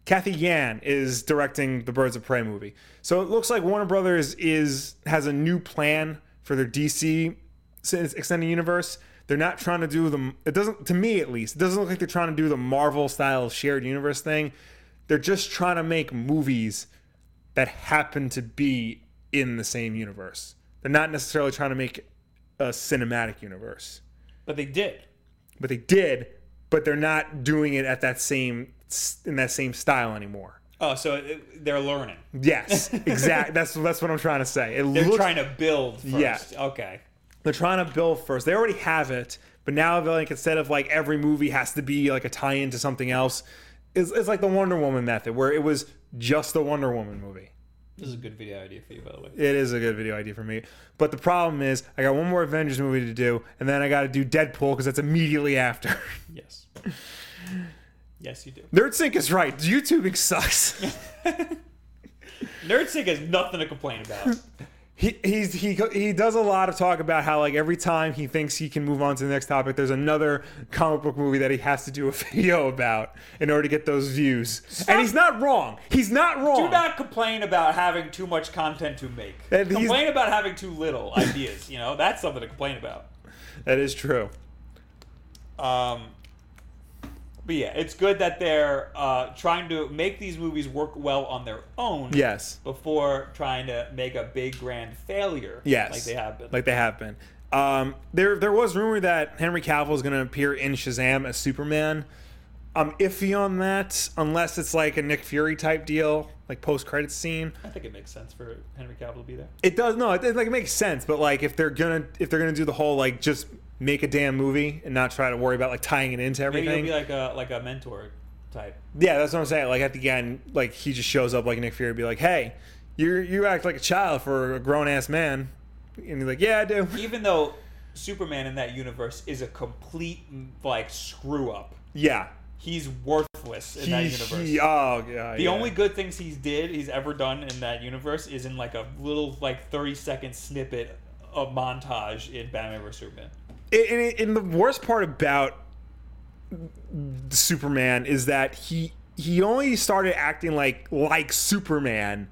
Speaker 1: Kathy Yan is directing the Birds of Prey movie. So it looks like Warner Brothers is has a new plan for their DC s- extended universe. They're not trying to do the it doesn't to me at least. It doesn't look like they're trying to do the Marvel style shared universe thing. They're just trying to make movies that happen to be in the same universe. They're not necessarily trying to make a cinematic universe
Speaker 3: But they did.
Speaker 1: but they did but they're not doing it at that same in that same style anymore
Speaker 3: Oh, so it, they're learning.
Speaker 1: yes exactly that's that's what i'm trying to say it
Speaker 3: They're
Speaker 1: looks,
Speaker 3: trying to build first.
Speaker 1: Yeah.
Speaker 3: Okay.
Speaker 1: they're trying to build first they already have it but now they're like instead of like every movie has to be like a tie-in to something else it's, it's like the wonder woman method where it was just the wonder woman movie
Speaker 3: This is a good video idea for you, by the way.
Speaker 1: It is a good video idea for me. But the problem is, I got one more Avengers movie to do, and then I got to do Deadpool because that's immediately after.
Speaker 3: Yes. Yes, you do.
Speaker 1: NerdSync is right. YouTubing sucks.
Speaker 3: NerdSync has nothing to complain about.
Speaker 1: he he's, he co- he does a lot of talk about how like every time he thinks he can move on to the next topic, there's another comic book movie that he has to do a video about in order to get those views. And he's not wrong. He's not wrong.
Speaker 3: Do not complain about having too much content to make.
Speaker 1: And he's-
Speaker 3: complain about having too little ideas. You know, that's something to complain about.
Speaker 1: That is true.
Speaker 3: Um, but yeah, it's good that they're uh, trying to make these movies work well on their own.
Speaker 1: Yes.
Speaker 3: Before trying to make a big grand failure.
Speaker 1: Yes.
Speaker 3: Like they have been.
Speaker 1: Like they have been. Um, there there was rumor that Henry Cavill is going to appear in Shazam as Superman. I'm iffy on that unless it's like a Nick Fury type deal, like post credits scene.
Speaker 3: I think it makes sense for Henry Cavill to be there.
Speaker 1: It does no, it, it, like it makes sense, but like if they're gonna if they're gonna do the whole like just make a damn movie and not try to worry about like tying it into
Speaker 3: Maybe
Speaker 1: everything.
Speaker 3: he'll be like a like a mentor type.
Speaker 1: yeah, that's what I'm saying. Like at the end, like he just shows up like Nick Fury, and be like, hey, you you act like a child for a grown ass man, and he's like, yeah, I do.
Speaker 3: Even though Superman in that universe is a complete like screw up.
Speaker 1: Yeah,
Speaker 3: He's worthless in that
Speaker 1: He-
Speaker 3: universe.
Speaker 1: he- oh, yeah,
Speaker 3: The only good things he's did he's ever done in that universe is in like a little like thirty second snippet of montage in Batman vs Superman.
Speaker 1: and, and- and the worst part about Superman is that he he only started acting like like Superman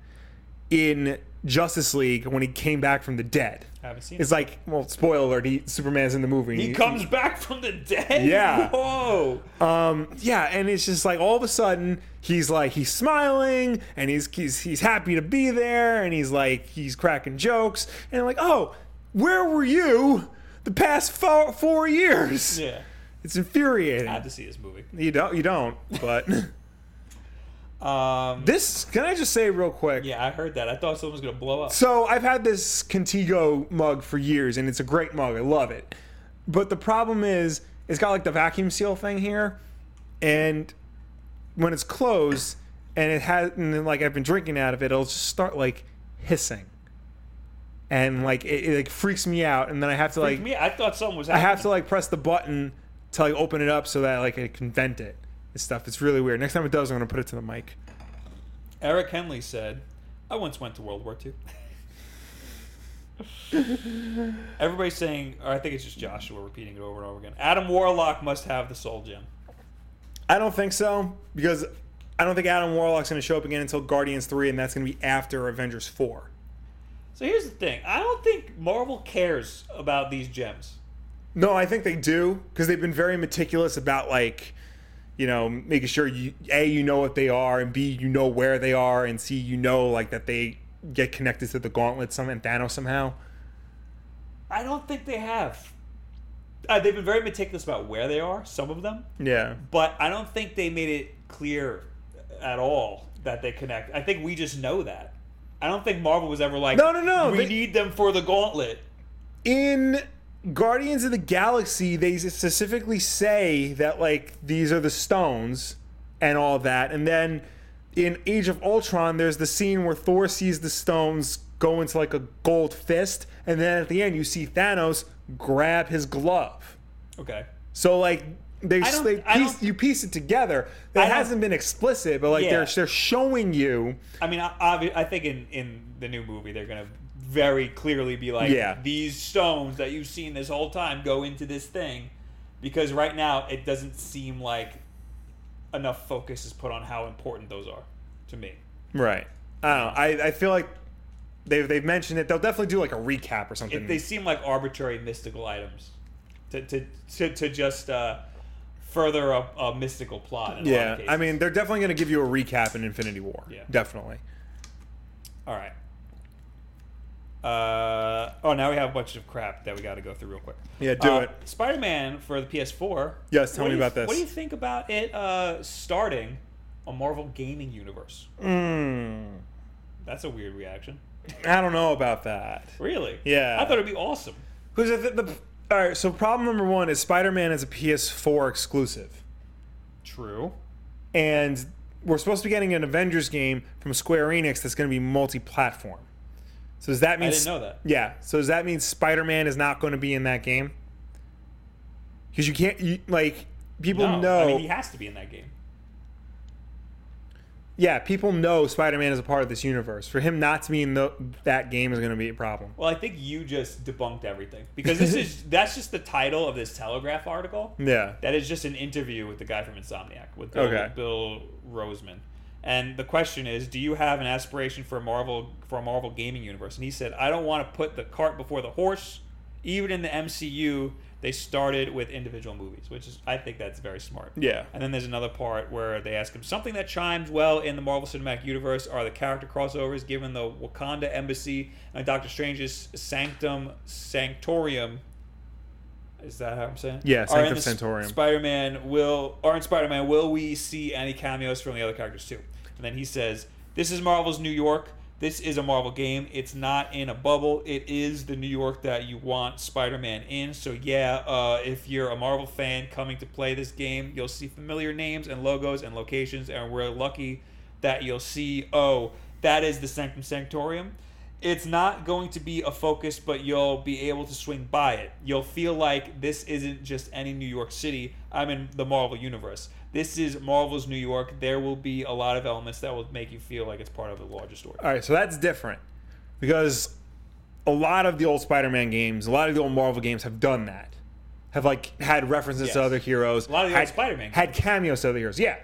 Speaker 1: in Justice League when he came back from the dead.
Speaker 3: haven't seen
Speaker 1: It's like, well, spoiler alert, he, Superman's in the movie.
Speaker 3: it. He comes back from the dead.
Speaker 1: Yeah.
Speaker 3: Whoa.
Speaker 1: Um, yeah, and it's just like all of a sudden he's like he's smiling and he's he's he's happy to be there and he's like he's cracking jokes and like, "Oh, where were you the past four, four years?"
Speaker 3: Yeah.
Speaker 1: It's infuriating.
Speaker 3: I have to see this movie.
Speaker 1: You don't. You don't. But
Speaker 3: Um.
Speaker 1: this. Can I just say real quick?
Speaker 3: Yeah, I heard that. I thought someone was gonna blow up.
Speaker 1: So I've had this Contigo mug for years, and it's a great mug. I love it. But the problem is, it's got like the vacuum seal thing here, and when it's closed, and it has, and then, like I've been drinking out of it, it'll just start like hissing, and like it, it like freaks me out, and then I have to like
Speaker 3: Me, I thought someone was.
Speaker 1: I have to like press the button to like open it up so that like it can vent it and stuff. It's really weird. Next time it does, I'm gonna put it to the mic.
Speaker 3: Eric Henley said, I once went to World War II. Everybody's saying, or I think it's just Joshua repeating it over and over again. Adam Warlock must have the soul gem.
Speaker 1: I don't think so because I don't think Adam Warlock's going to show up again until Guardians 3, and that's going to be after Avengers 4.
Speaker 3: So here's the thing I don't think Marvel cares about these gems.
Speaker 1: No, I think they do because they've been very meticulous about like, you know, making sure you, A, you know what they are, and B, you know where they are, and C, you know, like that they get connected to the gauntlet some and Thanos somehow.
Speaker 3: I don't think they have. Uh, they've been very meticulous about where they are, some of them,
Speaker 1: Yeah.
Speaker 3: but I don't think they made it clear at all that they connect. I think we just know that. I don't think Marvel was ever like,
Speaker 1: No, no, no,
Speaker 3: we
Speaker 1: they-
Speaker 3: need them for the gauntlet.
Speaker 1: in Guardians of the Galaxy, they specifically say that like these are the stones and all that. And then in Age of Ultron, there's the scene where Thor sees the stones go into like a gold fist, and then at the end you see Thanos grab his glove.
Speaker 3: Okay.
Speaker 1: So like they,
Speaker 3: don't-
Speaker 1: they
Speaker 3: I
Speaker 1: piece,
Speaker 3: don't-
Speaker 1: you piece it together. That
Speaker 3: don't-
Speaker 1: hasn't been explicit, but like
Speaker 3: Yeah.
Speaker 1: they're they're showing you.
Speaker 3: I mean, I, obvi- I think in, in the new movie they're gonna very clearly be like,
Speaker 1: Yeah.
Speaker 3: these stones that you've seen this whole time go into this thing, because right now it doesn't seem like enough focus is put on how important those are to me.
Speaker 1: Right. I don't know. I, I feel like they've they've mentioned it. They'll definitely do like a recap or something.
Speaker 3: It, they seem like arbitrary mystical items to to to, to just uh, further a, a mystical plot. In a lot of
Speaker 1: Yeah, I
Speaker 3: cases.
Speaker 1: mean, they're definitely going to give you a recap in Infinity War.
Speaker 3: Yeah.
Speaker 1: Definitely.
Speaker 3: All right. Uh, oh, now we have a bunch of crap that we got to go through real quick.
Speaker 1: Yeah, do
Speaker 3: Uh,
Speaker 1: it.
Speaker 3: Spider-Man for the PS4.
Speaker 1: Yes, tell
Speaker 3: What
Speaker 1: me
Speaker 3: do you-
Speaker 1: about this.
Speaker 3: What do you think about it uh, starting a Marvel gaming universe?
Speaker 1: Mm,
Speaker 3: That's a weird reaction.
Speaker 1: I don't know about that.
Speaker 3: Really?
Speaker 1: Yeah.
Speaker 3: I thought it'd be awesome.
Speaker 1: Who's the, the, all right? So problem number one is Spider Man is a PS4 exclusive,
Speaker 3: True.
Speaker 1: and we're supposed to be getting an Avengers game from Square Enix that's going to be multi-platform. So does that mean?
Speaker 3: I didn't know that.
Speaker 1: Yeah. So does that mean Spider-Man is not going to be in that game? Because you can't, you, like, people
Speaker 3: no,
Speaker 1: know.
Speaker 3: I mean, he has to be in that game.
Speaker 1: yeah, people know Spider-Man is a part of this universe. For him not to be in the, that game is going to be a problem.
Speaker 3: Well, I think you just debunked everything because this is that's just the title of this Telegraph article.
Speaker 1: Yeah.
Speaker 3: That is just an interview with the guy from Insomniac with Bill,
Speaker 1: Okay.
Speaker 3: Bill Roseman. And the question is, do you have an aspiration for a Marvel for a Marvel gaming universe? And he said, I don't want to put the cart before the horse. Even in the MCU, they started with individual movies, which is I think that's very smart.
Speaker 1: Yeah.
Speaker 3: And then there's another part where they ask him something that chimes well in the Marvel Cinematic Universe are the character crossovers given the Wakanda embassy and Doctor Strange's Sanctum Sanctorium. Is that how I'm saying?
Speaker 1: Yeah,
Speaker 3: Are
Speaker 1: Sanctum
Speaker 3: in the S-
Speaker 1: Sanctorium.
Speaker 3: Spider-Man will or in Spider-Man will we see any cameos from the other characters too? And then he says, "This is Marvel's New York. This is a Marvel game. It's not in a bubble. It is the New York that you want Spider-Man in. So yeah, uh, if you're a Marvel fan coming to play this game, you'll see familiar names and logos and locations, and we're lucky that you'll see. Oh, that is the Sanctum Sanctorium." it's not going to be a focus, but you'll be able to swing by it. You'll feel like this isn't just any New York City. I'm in the Marvel universe. This is Marvel's New York. There will be a lot of elements that will make you feel like it's part of the larger story.
Speaker 1: All right, so that's different because a lot of the old Spider-Man games, a lot of the old Marvel games have done that. Have like had references
Speaker 3: Yes.
Speaker 1: to other heroes. A
Speaker 3: lot of the old
Speaker 1: had,
Speaker 3: Spider-Man
Speaker 1: had cameos to other heroes. Yeah,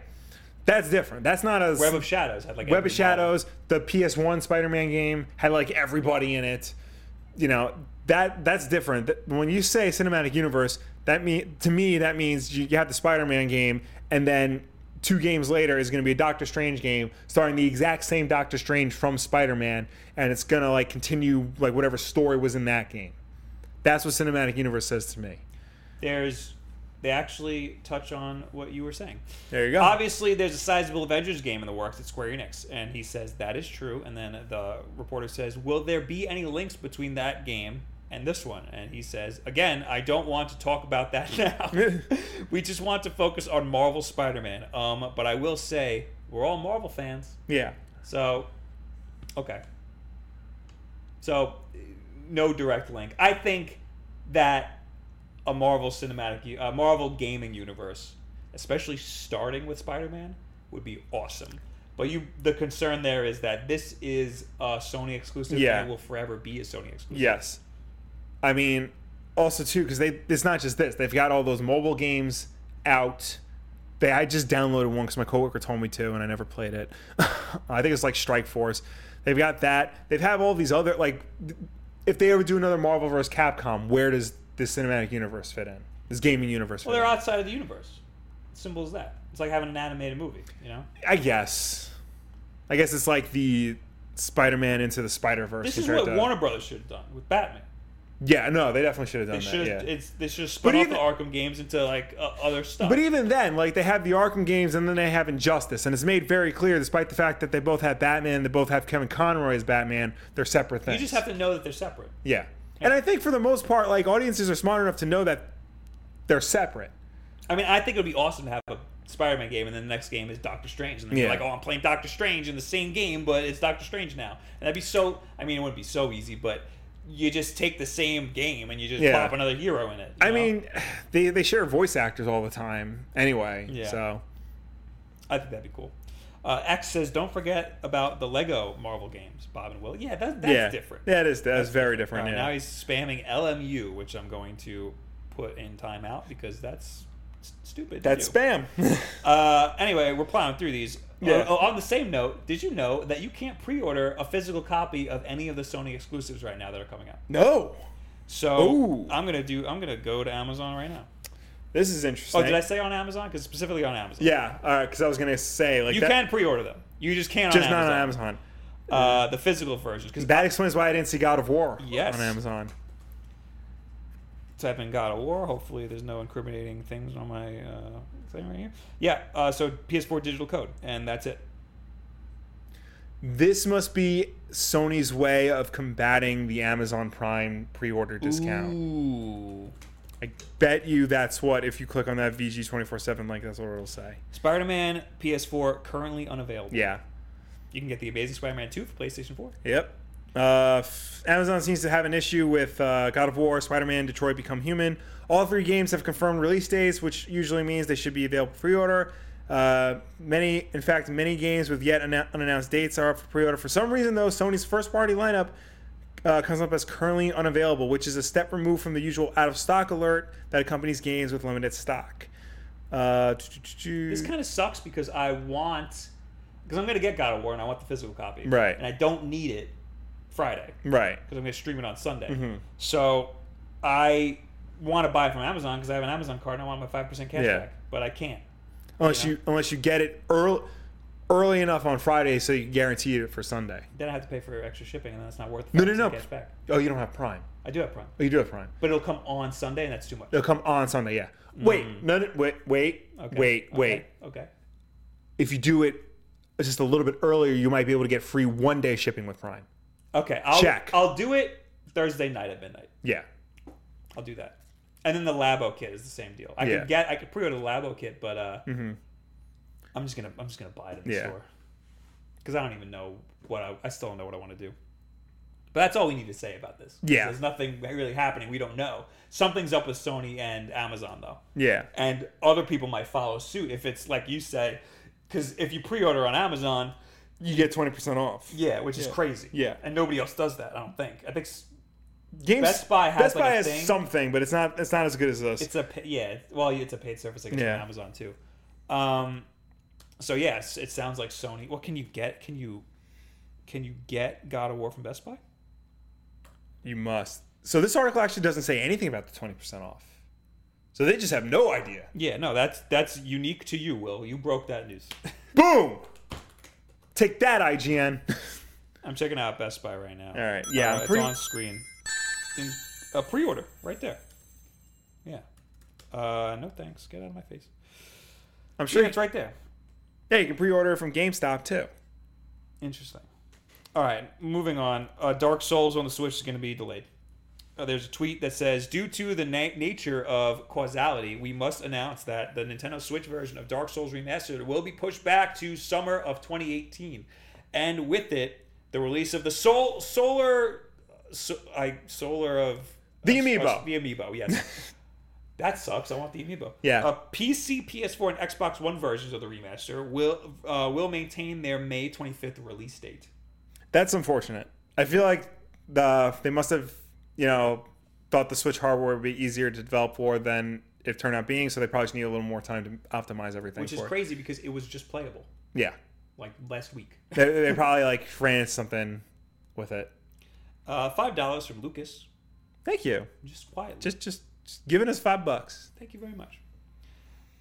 Speaker 1: that's different. That's not as
Speaker 3: Web of Shadows had like
Speaker 1: Web
Speaker 3: every
Speaker 1: of Shadows, the PS1 Spider-Man game had like everybody in it. You know that that's different. That- When you say cinematic universe, that mean to me that means you you have the Spider-Man game, and then two games later is going to be a Doctor Strange game starring the exact same Doctor Strange from Spider-Man, and it's going to like continue like whatever story was in that game. That's what cinematic universe says to me.
Speaker 3: Marvel. There's they actually touch on what you were saying.
Speaker 1: There you go.
Speaker 3: Obviously, there's a sizable Avengers game in the works at Square Enix, and he says that is true. And then the reporter says, "Will there be any links between that game and this one?" And he says, "Again, I don't want to talk about that now. we just want to focus on Marvel Spider-Man. Um, but I will say, we're all Marvel fans,
Speaker 1: yeah,
Speaker 3: so okay. So no direct link. I think that a Marvel cinematic, u- a Marvel gaming universe, especially starting with Spider-Man, would be awesome. But you, the concern there is that this is a Sony exclusive,
Speaker 1: Yeah.
Speaker 3: and it will forever be a Sony exclusive.
Speaker 1: Yes. I mean, also too, because they it's not just this. They've got all those mobile games out. They I just downloaded one because my coworker told me to, and I never played it. I think it's like Strike Force. They've got that. They've had all these other like. th- If they ever do another Marvel vs. Capcom, where does this cinematic universe fit in? This gaming universe. Fit
Speaker 3: Well, they're
Speaker 1: in?
Speaker 3: outside of the universe. Simple as that. It's like having an animated movie, you know.
Speaker 1: I guess. I guess it's like the Spider-Man into the Spider-Verse.
Speaker 3: This is
Speaker 1: compared
Speaker 3: what
Speaker 1: to-
Speaker 3: Warner Brothers should have done with Batman.
Speaker 1: Yeah, no, they definitely should have done
Speaker 3: They
Speaker 1: that.
Speaker 3: should
Speaker 1: Yeah.
Speaker 3: have. It's they should have split
Speaker 1: But
Speaker 3: off the Arkham games into like uh, other stuff.
Speaker 1: But even then, like they have the Arkham games and then they have Injustice, and it's made very clear, despite the fact that they both have Batman, they both have Kevin Conroy as Batman, they're separate things.
Speaker 3: You just have to know that they're separate.
Speaker 1: yeah. And I think for the most part, like audiences are smart enough to know that they're separate.
Speaker 3: I mean, I think it would be awesome to have a Spider-Man game, and then the next game is Doctor Strange, and then you're
Speaker 1: Yeah.
Speaker 3: like, oh, I'm playing Doctor Strange in the same game, but it's Doctor Strange now, and that'd be so. I mean, it wouldn't be so easy, but you just take the same game and you just
Speaker 1: Yeah.
Speaker 3: plop another hero in it. you
Speaker 1: I
Speaker 3: know?
Speaker 1: mean, they they share voice actors all the time anyway.
Speaker 3: Yeah.
Speaker 1: So
Speaker 3: I think that'd be cool. Uh, X says, don't forget about the Lego Marvel games, Bob and Will. Yeah, that, that's
Speaker 1: yeah,
Speaker 3: different.
Speaker 1: Yeah, it is. That's, very
Speaker 3: All
Speaker 1: different.
Speaker 3: right,
Speaker 1: yeah.
Speaker 3: Now he's spamming LMU, which I'm going to put in timeout because that's s- stupid. to
Speaker 1: That's
Speaker 3: do.
Speaker 1: spam.
Speaker 3: Uh, anyway, we're plowing through these.
Speaker 1: Yeah.
Speaker 3: Oh, oh, on the same note, did you know that you can't pre-order a physical copy of any of the Sony exclusives right now that are coming out?
Speaker 1: no,
Speaker 3: So
Speaker 1: Ooh.
Speaker 3: I'm gonna do. I'm gonna go to Amazon right now.
Speaker 1: this is interesting.
Speaker 3: Oh, did I say on Amazon? Because specifically on Amazon,
Speaker 1: Yeah, because I was gonna say like
Speaker 3: you
Speaker 1: that,
Speaker 3: can pre-order them. You just can't
Speaker 1: just
Speaker 3: on
Speaker 1: not
Speaker 3: Amazon.
Speaker 1: on Amazon.
Speaker 3: Uh, the physical versions because
Speaker 1: That explains why I didn't see God of War
Speaker 3: Yes.
Speaker 1: on Amazon.
Speaker 3: type in God of War. Hopefully, there's no incriminating things on my uh, thing right here. Yeah. Uh, so PS4 digital code, and that's it.
Speaker 1: This must be Sony's way of combating the Amazon Prime pre-order discount.
Speaker 3: Ooh.
Speaker 1: I bet you that's what if you click on that VG twenty four seven link, that's what it'll say.
Speaker 3: Spider Man PS4 currently unavailable.
Speaker 1: Yeah.
Speaker 3: You can get the Amazing Spider Man 2 for PlayStation 4.
Speaker 1: Yep. Uh, f- Amazon seems to have an issue with uh, God of War, Spider Man, Detroit Become Human. All three games have confirmed release dates, which usually means they should be available for pre order. Uh, many, in fact, many games with yet unna- unannounced dates are up for pre order. For some reason, though, Sony's first party lineup uh, comes up as currently unavailable, which is a step removed from the usual out of stock alert that accompanies games with limited stock. Uh,
Speaker 3: This kind of sucks because I want. Because I'm going to get God of War and I want the physical copy.
Speaker 1: Right.
Speaker 3: And I don't need it Friday because
Speaker 1: right.
Speaker 3: I'm going to stream it on Sunday.
Speaker 1: Mm-hmm.
Speaker 3: So I want to buy it from Amazon because I have an Amazon card and I want my 5% cashback.
Speaker 1: Yeah.
Speaker 3: But I can't.
Speaker 1: Unless
Speaker 3: you
Speaker 1: you unless you get it early early enough on Friday so you guarantee it for Sunday.
Speaker 3: Then I have to pay for extra shipping and that's not worth the
Speaker 1: No, no,
Speaker 3: 5%
Speaker 1: no.
Speaker 3: cashback.
Speaker 1: Oh, you don't have Prime.
Speaker 3: I do have Prime.
Speaker 1: Oh, you do have Prime.
Speaker 3: But it'll come on Sunday and that's too much.
Speaker 1: It'll come on Sunday. Yeah. Wait. No. no wait. Wait.
Speaker 3: Mm. Okay.
Speaker 1: Wait.
Speaker 3: Okay.
Speaker 1: Wait.
Speaker 3: Okay.
Speaker 1: If you do it just a little bit earlier, you might be able to get free one day shipping with Prime.
Speaker 3: Okay. I'll,
Speaker 1: Check.
Speaker 3: I'll do it Thursday night at midnight.
Speaker 1: Yeah.
Speaker 3: I'll do that. And then the Labo kit is the same deal. I
Speaker 1: Yeah. Mm-hmm.
Speaker 3: could get I could pre-order the Labo kit, but uh, I'm just gonna I'm just gonna buy it in the
Speaker 1: Yeah.
Speaker 3: store because I don't even know what I, I still don't know what I want to do. But that's all we need to say about this. 'Cause
Speaker 1: Yeah.
Speaker 3: there's nothing really happening. We don't know. Something's up with Sony and Amazon though,
Speaker 1: Yeah.
Speaker 3: and other people might follow suit if it's like you say, because if you pre-order on Amazon,
Speaker 1: You get twenty percent off.
Speaker 3: yeah, which is crazy.
Speaker 1: Yeah.
Speaker 3: and nobody else does that. I don't think. I think s-
Speaker 1: Games,
Speaker 3: Best Buy has,
Speaker 1: Best
Speaker 3: like,
Speaker 1: Buy
Speaker 3: a
Speaker 1: has
Speaker 3: thing.
Speaker 1: something, but it's not it's not as good as us.
Speaker 3: It's a pa- yeah. it's- Well, it's a paid service. I guess
Speaker 1: Yeah.
Speaker 3: on Amazon too. Um, so yes, it sounds like Sony. What can you get? Can you can you get God of War from Best Buy?
Speaker 1: you must. So this article actually doesn't say anything about the twenty percent off. So they just have no idea.
Speaker 3: Yeah, no, that's that's unique to you, Will. You broke that news.
Speaker 1: Boom. Take that, IGN.
Speaker 3: I'm checking out Best Buy right now.
Speaker 1: All right. Yeah.
Speaker 3: Uh,
Speaker 1: I'm
Speaker 3: it's
Speaker 1: pretty-
Speaker 3: on screen. In, a pre-order right there. Yeah. Uh, no thanks. Get out of my face.
Speaker 1: I'm sure.
Speaker 3: Sure,
Speaker 1: You,
Speaker 3: it's right there.
Speaker 1: yeah, you can pre-order from GameStop too.
Speaker 3: Interesting. All right, moving on. Uh, Dark Souls on the Switch is going to be delayed. Uh, there's a tweet that says, due to the na- nature of causality, we must announce that the Nintendo Switch version of Dark Souls Remastered will be pushed back to summer of 2018, and with it, the release of the Soul Solar, so, I Solar of
Speaker 1: The
Speaker 3: uh,
Speaker 1: Amiibo.
Speaker 3: uh, the Amiibo, yes. that sucks. I want the Amiibo.
Speaker 1: Yeah.
Speaker 3: Uh, PC, PS4, and Xbox One versions of the remaster will uh, will maintain their May 25th release date.
Speaker 1: That's unfortunate. I feel like the they must have you know thought the Switch hardware would be easier to develop for than it turned out being. So they probably just need a little more time to optimize everything.
Speaker 3: which is
Speaker 1: for it.
Speaker 3: crazy because it was just playable
Speaker 1: Yeah.
Speaker 3: like last week.
Speaker 1: They, they probably like ran into something with it.
Speaker 3: Uh, Five dollars from Lucas,
Speaker 1: Thank you.
Speaker 3: just quietly.
Speaker 1: Just just, just giving us five bucks.
Speaker 3: Thank you very much.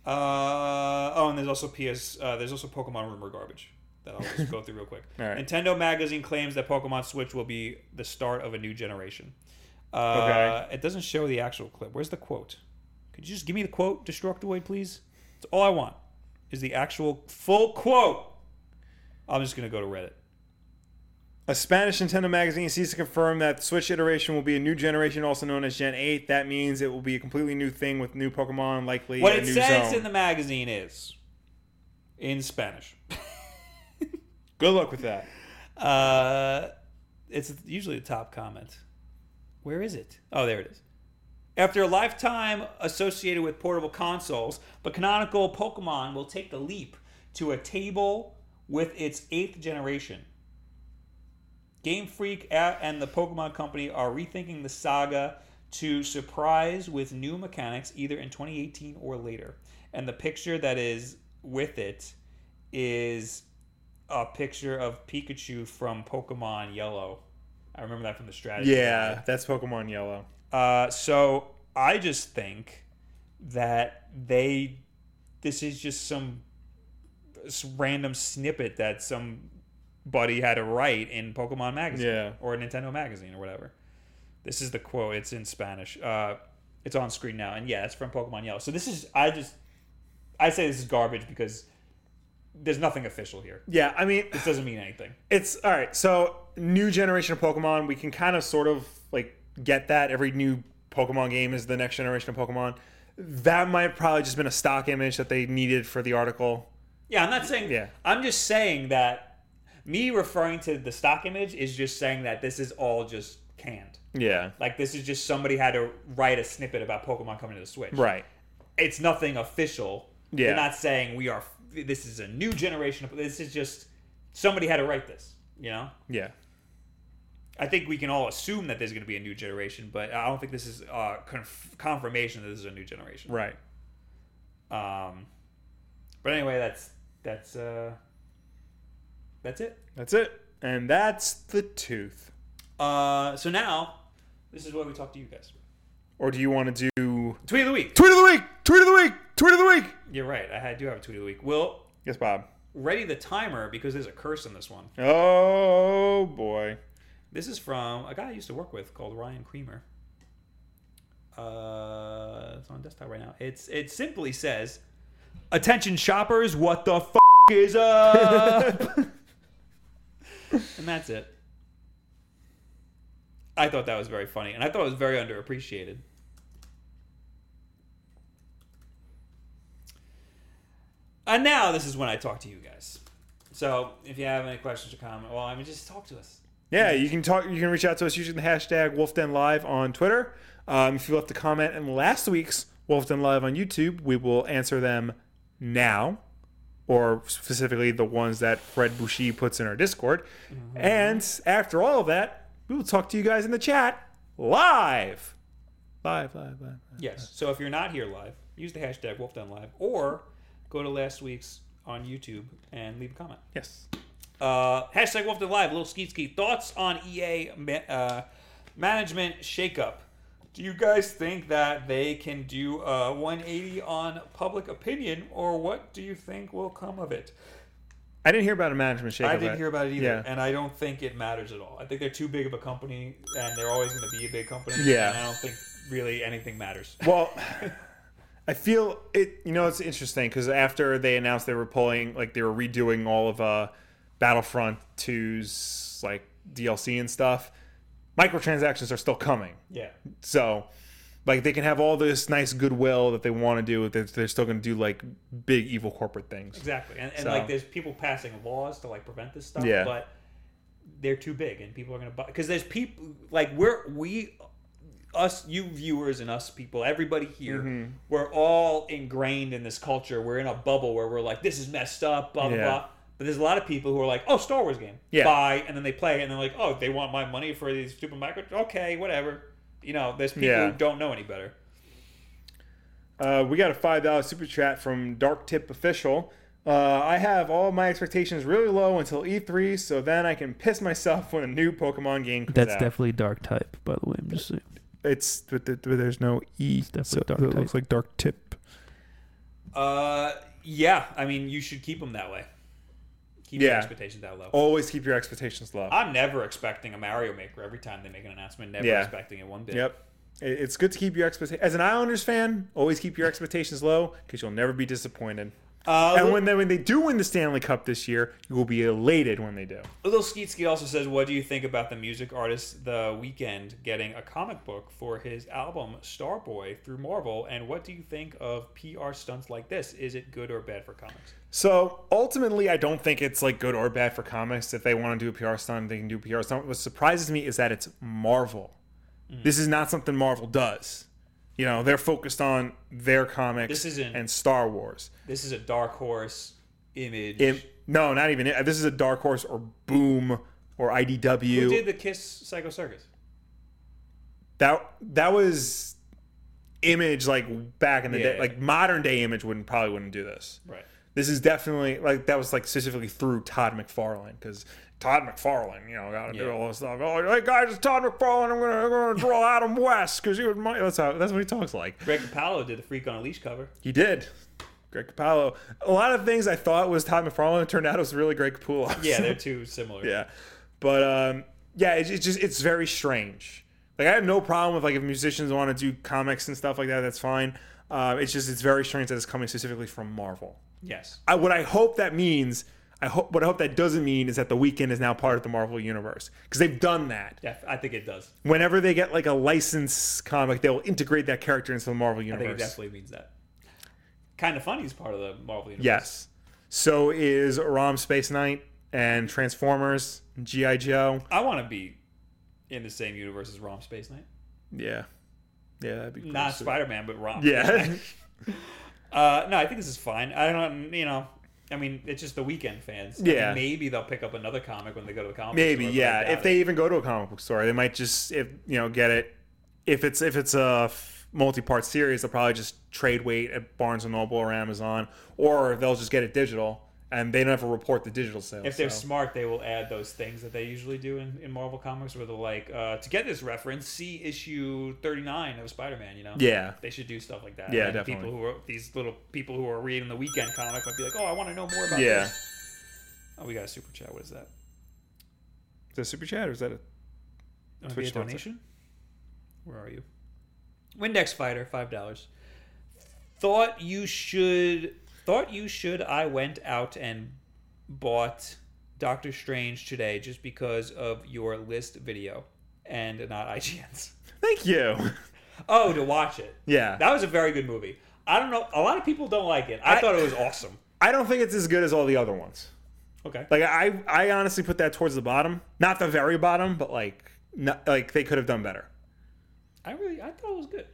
Speaker 3: Uh, oh, and there's also PS. Uh, there's also Pokemon rumor garbage that I'll just go through real quick.
Speaker 1: All right.
Speaker 3: Nintendo magazine claims that Pokemon Switch will be the start of a new generation. Uh,
Speaker 1: Okay.
Speaker 3: It doesn't show the actual clip. Where's the quote? Could you just give me the quote, Destructoid, please? It's all I want is the actual full quote. I'm just gonna go to Reddit.
Speaker 1: A Spanish Nintendo magazine seeks to confirm that the Switch iteration will be a new generation, also known as Gen 8. That means it will be a completely new thing with new Pokemon, likely
Speaker 3: What
Speaker 1: a
Speaker 3: it
Speaker 1: new
Speaker 3: says
Speaker 1: zone.
Speaker 3: in the magazine is in Spanish.
Speaker 1: Good luck with that.
Speaker 3: Uh, it's usually the top comment. Where is it? Oh, there it is. After a lifetime associated with portable consoles, the canonical Pokemon will take the leap to a table with its eighth generation. Game Freak a- and the Pokemon Company are rethinking the saga to surprise with new mechanics either in 2018 or later. And the picture that is with it is a picture of Pikachu from Pokemon Yellow. I remember that from the strategy.
Speaker 1: Yeah, that's Pokemon Yellow.
Speaker 3: Uh, so I just think that they, this is just some s- random snippet that somebody had to write in Pokemon magazine
Speaker 1: Yeah.
Speaker 3: or Nintendo magazine or whatever. This is the quote. It's in Spanish. Uh, it's on screen now, and yeah, it's from Pokemon Yellow. So this is I just I say this is garbage because there's nothing official here.
Speaker 1: Yeah, I mean,
Speaker 3: This doesn't mean anything.
Speaker 1: it's all right. So, new generation of Pokemon, we can kind of sort of like get that every new Pokemon game is the next generation of Pokemon. That might probably just been a stock image that they needed for the article.
Speaker 3: Yeah, I'm not saying.
Speaker 1: Yeah.
Speaker 3: I'm just saying that me referring to the stock image is just saying that this is all just canned.
Speaker 1: Yeah.
Speaker 3: Like this is just somebody had to write a snippet about Pokemon coming to the Switch.
Speaker 1: Right.
Speaker 3: It's nothing official.
Speaker 1: Yeah.
Speaker 3: They're not saying we are. This is a new generation of. This is just somebody had to write this. You know.
Speaker 1: Yeah.
Speaker 3: I think we can all assume that there's going to be a new generation, but I don't think this is uh, conf- confirmation that this is a new generation.
Speaker 1: Right.
Speaker 3: Um, but anyway, that's that's uh, that's it.
Speaker 1: That's it. And that's the tooth.
Speaker 3: Uh, so now this is where we talk to you guys.
Speaker 1: Or do you want to do
Speaker 3: Tweet of the week.
Speaker 1: tweet of the week? Tweet of the week. Tweet of the week.
Speaker 3: You're right. I had- do have a tweet of the week. Will
Speaker 1: Yes, Bob.
Speaker 3: ready the timer because there's a curse in this one.
Speaker 1: Oh boy.
Speaker 3: This is from a guy I used to work with called Ryan Creamer. Uh, it's on desktop right now. It's it simply says, "Attention shoppers, what the f- is up?" and that's it. I thought that was very funny, and I thought it was very underappreciated. And now this is when I talk to you guys. So if you have any questions or comment, well, I mean, just talk to us.
Speaker 1: Yeah, you can talk. You can reach out to us using the hashtag Wolfden Live on Twitter. Um, if you left a comment in last week's Wolfden Live on YouTube, we will answer them now, or specifically the ones that Fred Bushy puts in our Discord.
Speaker 3: Mm-hmm.
Speaker 1: And after all of that, we will talk to you guys in the chat live, live, live, live. live.
Speaker 3: Yes. So if you're not here live, use the hashtag WolfDenLive or go to last week's on YouTube and leave a comment.
Speaker 1: Yes.
Speaker 3: Uh, hashtag WolfDenLive, little skeet skeet. Thoughts on EA ma- uh, management shakeup? Do you guys think that they can do uh, 180 on public opinion or what do you think will come of it?
Speaker 1: I didn't hear about a management shakeup.
Speaker 3: I didn't hear about it either,
Speaker 1: Yeah.
Speaker 3: and I don't think it matters at all. I think they're too big of a company, and they're always going to be a big company.
Speaker 1: Yeah.
Speaker 3: and I don't think really anything matters.
Speaker 1: Well, I feel it. You know, it's interesting because after they announced they were pulling, like they were redoing all of uh, Battlefront 2's like DLC and stuff, microtransactions are still coming.
Speaker 3: Yeah,
Speaker 1: So, like, they can have all this nice goodwill that they want to do. They're, they're still going to do like big evil corporate things.
Speaker 3: Exactly, and, and
Speaker 1: So-
Speaker 3: like there's people passing laws to like prevent this stuff.
Speaker 1: Yeah.
Speaker 3: but they're too big, and people are gonna buy because there's people like we're we us you viewers and us people everybody here
Speaker 1: Mm-hmm.
Speaker 3: we're all ingrained in this culture we're in a bubble where we're like this is messed up blah blah
Speaker 1: Yeah.
Speaker 3: blah but there's a lot of people who are like oh star wars game
Speaker 1: Yeah.
Speaker 3: buy and then they play it, and they're like oh they want my money for these stupid micro okay whatever you know there's people
Speaker 1: Yeah.
Speaker 3: who don't know any better
Speaker 1: Uh, we got a five dollar super chat from Dark Tip Official. Uh, I have all my expectations really low until E3, so then I can piss myself when a new Pokemon game comes
Speaker 2: That's
Speaker 1: out.
Speaker 2: definitely dark type, by the way. I'm just saying.
Speaker 1: It's but, th- but there's no e.
Speaker 2: It's definitely
Speaker 1: so
Speaker 2: dark
Speaker 1: it
Speaker 2: type.
Speaker 1: looks like dark tip.
Speaker 3: uh yeah i mean you should keep them that way keep
Speaker 1: Yeah.
Speaker 3: your expectations that low
Speaker 1: Always keep your expectations low.
Speaker 3: I'm never expecting a Mario Maker every time they make an announcement. Never
Speaker 1: Yeah.
Speaker 3: expecting it one bit.
Speaker 1: Yep. I- It's good to keep your expectations. As an Islanders fan, always keep your expectations low because you'll never be disappointed.
Speaker 3: Uh,
Speaker 1: And
Speaker 3: Lil-
Speaker 1: when they, when they do win the Stanley Cup this year, you will be elated when they do.
Speaker 3: Lil Skeet Skeet also says, "What do you think about the music artist The Weekend getting a comic book for his album Starboy through Marvel? And what do you think of PR stunts like this? Is it good or bad for comics?"
Speaker 1: So ultimately, I don't think it's like good or bad for comics. If they want to do a PR stunt, they can do a PR stunt. What surprises me is that it's Marvel. This is not something Marvel does. You know, they're focused on their comics
Speaker 3: This isn't-
Speaker 1: and Star Wars.
Speaker 3: This is a dark horse image.
Speaker 1: It, no, not even it. This is a Dark Horse or Boom or IDW.
Speaker 3: Who did the Kiss Psycho Circus?
Speaker 1: that that was image like back in the
Speaker 3: Yeah,
Speaker 1: day.
Speaker 3: yeah.
Speaker 1: Like modern day image wouldn't probably wouldn't do this.
Speaker 3: Right.
Speaker 1: This is definitely like that was like specifically through Todd McFarlane because Todd McFarlane, you know, got to do
Speaker 3: Yeah.
Speaker 1: all this stuff. Oh, hey guys, it's Todd McFarlane. I'm gonna, I'm gonna draw Adam West because he was my. That's how that's what he talks like.
Speaker 3: Greg Capallo did the Freak on a Leash cover.
Speaker 1: He did. Greg Capullo. A lot of things I thought was Todd McFarlane it turned out it was really Greg Capullo.
Speaker 3: Yeah, they're too similar.
Speaker 1: Yeah, but um, yeah, it's, it's just it's very strange. Like I have no problem with like if musicians want to do comics and stuff like that, that's fine. Uh, it's just it's very strange that it's coming specifically from Marvel.
Speaker 3: Yes.
Speaker 1: I, what I hope that means, I hope what I hope that doesn't mean is that the weekend is now part of the Marvel universe because they've done that.
Speaker 3: Yeah, I think it does.
Speaker 1: Whenever they get like a licensed comic, they'll integrate that character into the Marvel
Speaker 3: I think it
Speaker 1: universe.
Speaker 3: definitely means that. Kind of funny is part of the Marvel universe.
Speaker 1: yes. So is Rom Space Knight and Transformers, GI Joe.
Speaker 3: I want to be in the same universe as Rom Space Knight.
Speaker 1: Yeah, yeah, that'd be pretty
Speaker 3: Not
Speaker 1: sweet.
Speaker 3: Spider Man, but Rom.
Speaker 1: Yeah,
Speaker 3: Uh, no, I think this is fine. I don't, you know, I mean, it's just the weekend fans. I mean,
Speaker 1: Yeah.
Speaker 3: maybe they'll pick up another comic when they go to the comic.
Speaker 1: maybe.
Speaker 3: store, but I
Speaker 1: Yeah,
Speaker 3: doubt
Speaker 1: if
Speaker 3: it.
Speaker 1: they even go to a comic book store, they might just if you know get it. If it's if it's a f- multi-part series, they'll probably just trade weight at Barnes and Noble or Amazon, or they'll just get it digital and they never report the digital sales.
Speaker 3: If they're
Speaker 1: so-
Speaker 3: smart, they will add those things that they usually do in, in Marvel comics, where they're like, uh, to get this reference, see issue thirty nine of Spider Man. You know,
Speaker 1: yeah,
Speaker 3: they should do stuff like that.
Speaker 1: Yeah,
Speaker 3: And then
Speaker 1: definitely.
Speaker 3: People who are these little people who are reading the weekend comic might be like, oh, I want to know more about.
Speaker 1: yeah.
Speaker 3: This. Oh, we got a super chat. What is that?
Speaker 1: Is that super chat or is that a
Speaker 3: Wanna be
Speaker 1: Twitch
Speaker 3: a
Speaker 1: sponsor.
Speaker 3: donation? Where are you? Windex Fighter, five dollars. Thought you should. Thought you should. I went out and bought Doctor Strange today just because of your list video and not IGN's.
Speaker 1: thank you?
Speaker 3: Oh, to watch it.
Speaker 1: Yeah,
Speaker 3: That was a very good movie. I don't know. A lot of people don't like it. I,
Speaker 1: I-
Speaker 3: thought it was awesome.
Speaker 1: I don't think it's as good as all the other ones.
Speaker 3: Okay.
Speaker 1: Like I, I honestly put that towards the bottom, not the very bottom, but like, not, like they could have done better.
Speaker 3: I really. I thought it was good.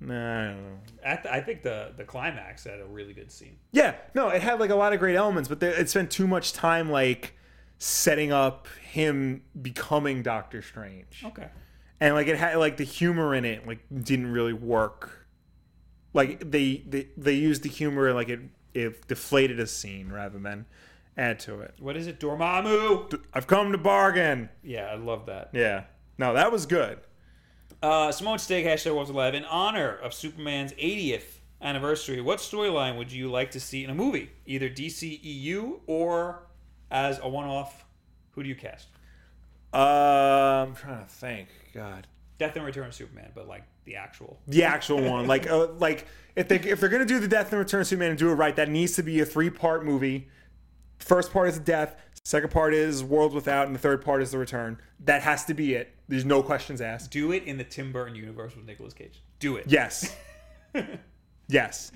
Speaker 1: Nah, I don't know.
Speaker 3: I, th- I think the the climax had a really good scene.
Speaker 1: Yeah, no, it had like a lot of great elements, but there, it spent too much time like setting up him becoming Doctor Strange,
Speaker 3: Okay.
Speaker 1: and like it had like the humor in it like didn't really work. Like they they they used the humor like it it deflated a scene rather than add to it.
Speaker 3: What is it, Dormammu?
Speaker 1: I've come to bargain.
Speaker 3: Yeah, I love that.
Speaker 1: Yeah, no, that was good.
Speaker 3: Uh, Simone Stig, hashtag Walter Live. In honor of Superman's 80th anniversary, what storyline would you like to see in a movie? Either DCEU or as a one off, who do you cast?
Speaker 1: Uh, I'm trying to think. God,
Speaker 3: Death and Return of Superman, but like the actual.
Speaker 1: the actual one. Like uh, like if they if they're gonna do the Death and Return of Superman and do it right, that needs to be a three part movie. First part is death. Second part is world without, and the third part is the return. That has to be it. There's no questions asked.
Speaker 3: Do it in the Tim Burton universe with Nicolas Cage. Do it.
Speaker 1: Yes, yes,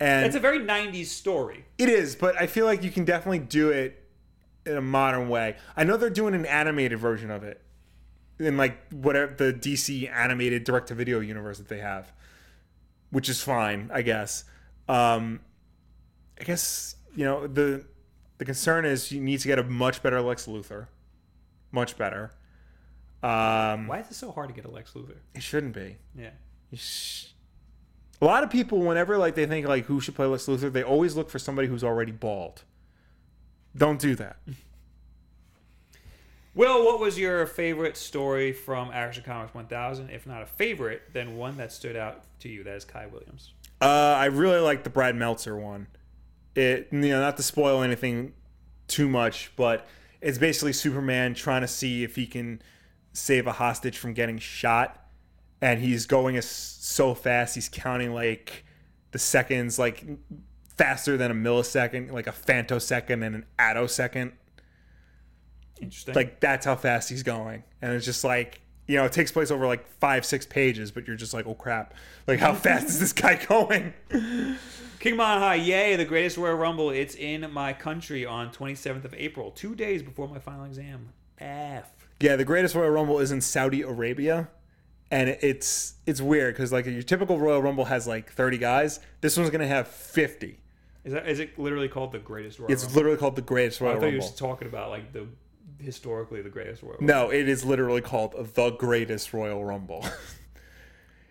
Speaker 1: and
Speaker 3: It's a very 90s story.
Speaker 1: it is. But I feel like you can definitely do it in a modern way. I know they're doing an animated version of it in like whatever the DC animated direct to video universe that they have, which is fine, I guess. Um, I guess you know the the concern is you need to get a much better Lex Luthor, much better. Um,
Speaker 3: Why is it so hard to get a Lex Luthor?
Speaker 1: it shouldn't be.
Speaker 3: Yeah.
Speaker 1: You sh- A lot of people, whenever like they think like who should play Lex Luthor, they always look for somebody who's already bald. Don't do that.
Speaker 3: Will, what was your favorite story from Action Comics 1000? If not a favorite, then one that stood out to you. That is Kai Williams.
Speaker 1: Uh, I really like the Brad Meltzer one. It, you know, not to spoil anything too much, but it's basically Superman trying to see if he can save a hostage from getting shot, and he's going as, so fast he's counting like the seconds, like faster than a millisecond, like a phantosecond and an attosecond.
Speaker 3: Interesting.
Speaker 1: Like that's how fast he's going, and it's just like. You know, it takes place over like five, six pages, but you're just like, oh crap! Like, how fast is this guy going?
Speaker 3: King Mon High, yay, the greatest Royal Rumble. It's in my country on 27th of April, two days before my final exam. F.
Speaker 1: Yeah, the greatest Royal Rumble is in Saudi Arabia, and it- it's it's weird because like your typical Royal Rumble has like thirty guys. This one's gonna have fifty.
Speaker 3: Is that is it literally called the greatest Royal
Speaker 1: It's
Speaker 3: Rumble?
Speaker 1: literally called the greatest
Speaker 3: I
Speaker 1: Royal
Speaker 3: thought you were
Speaker 1: Rumble.
Speaker 3: just talking about like the historically the greatest Royal Rumble.
Speaker 1: No, it is literally called the greatest Royal Rumble.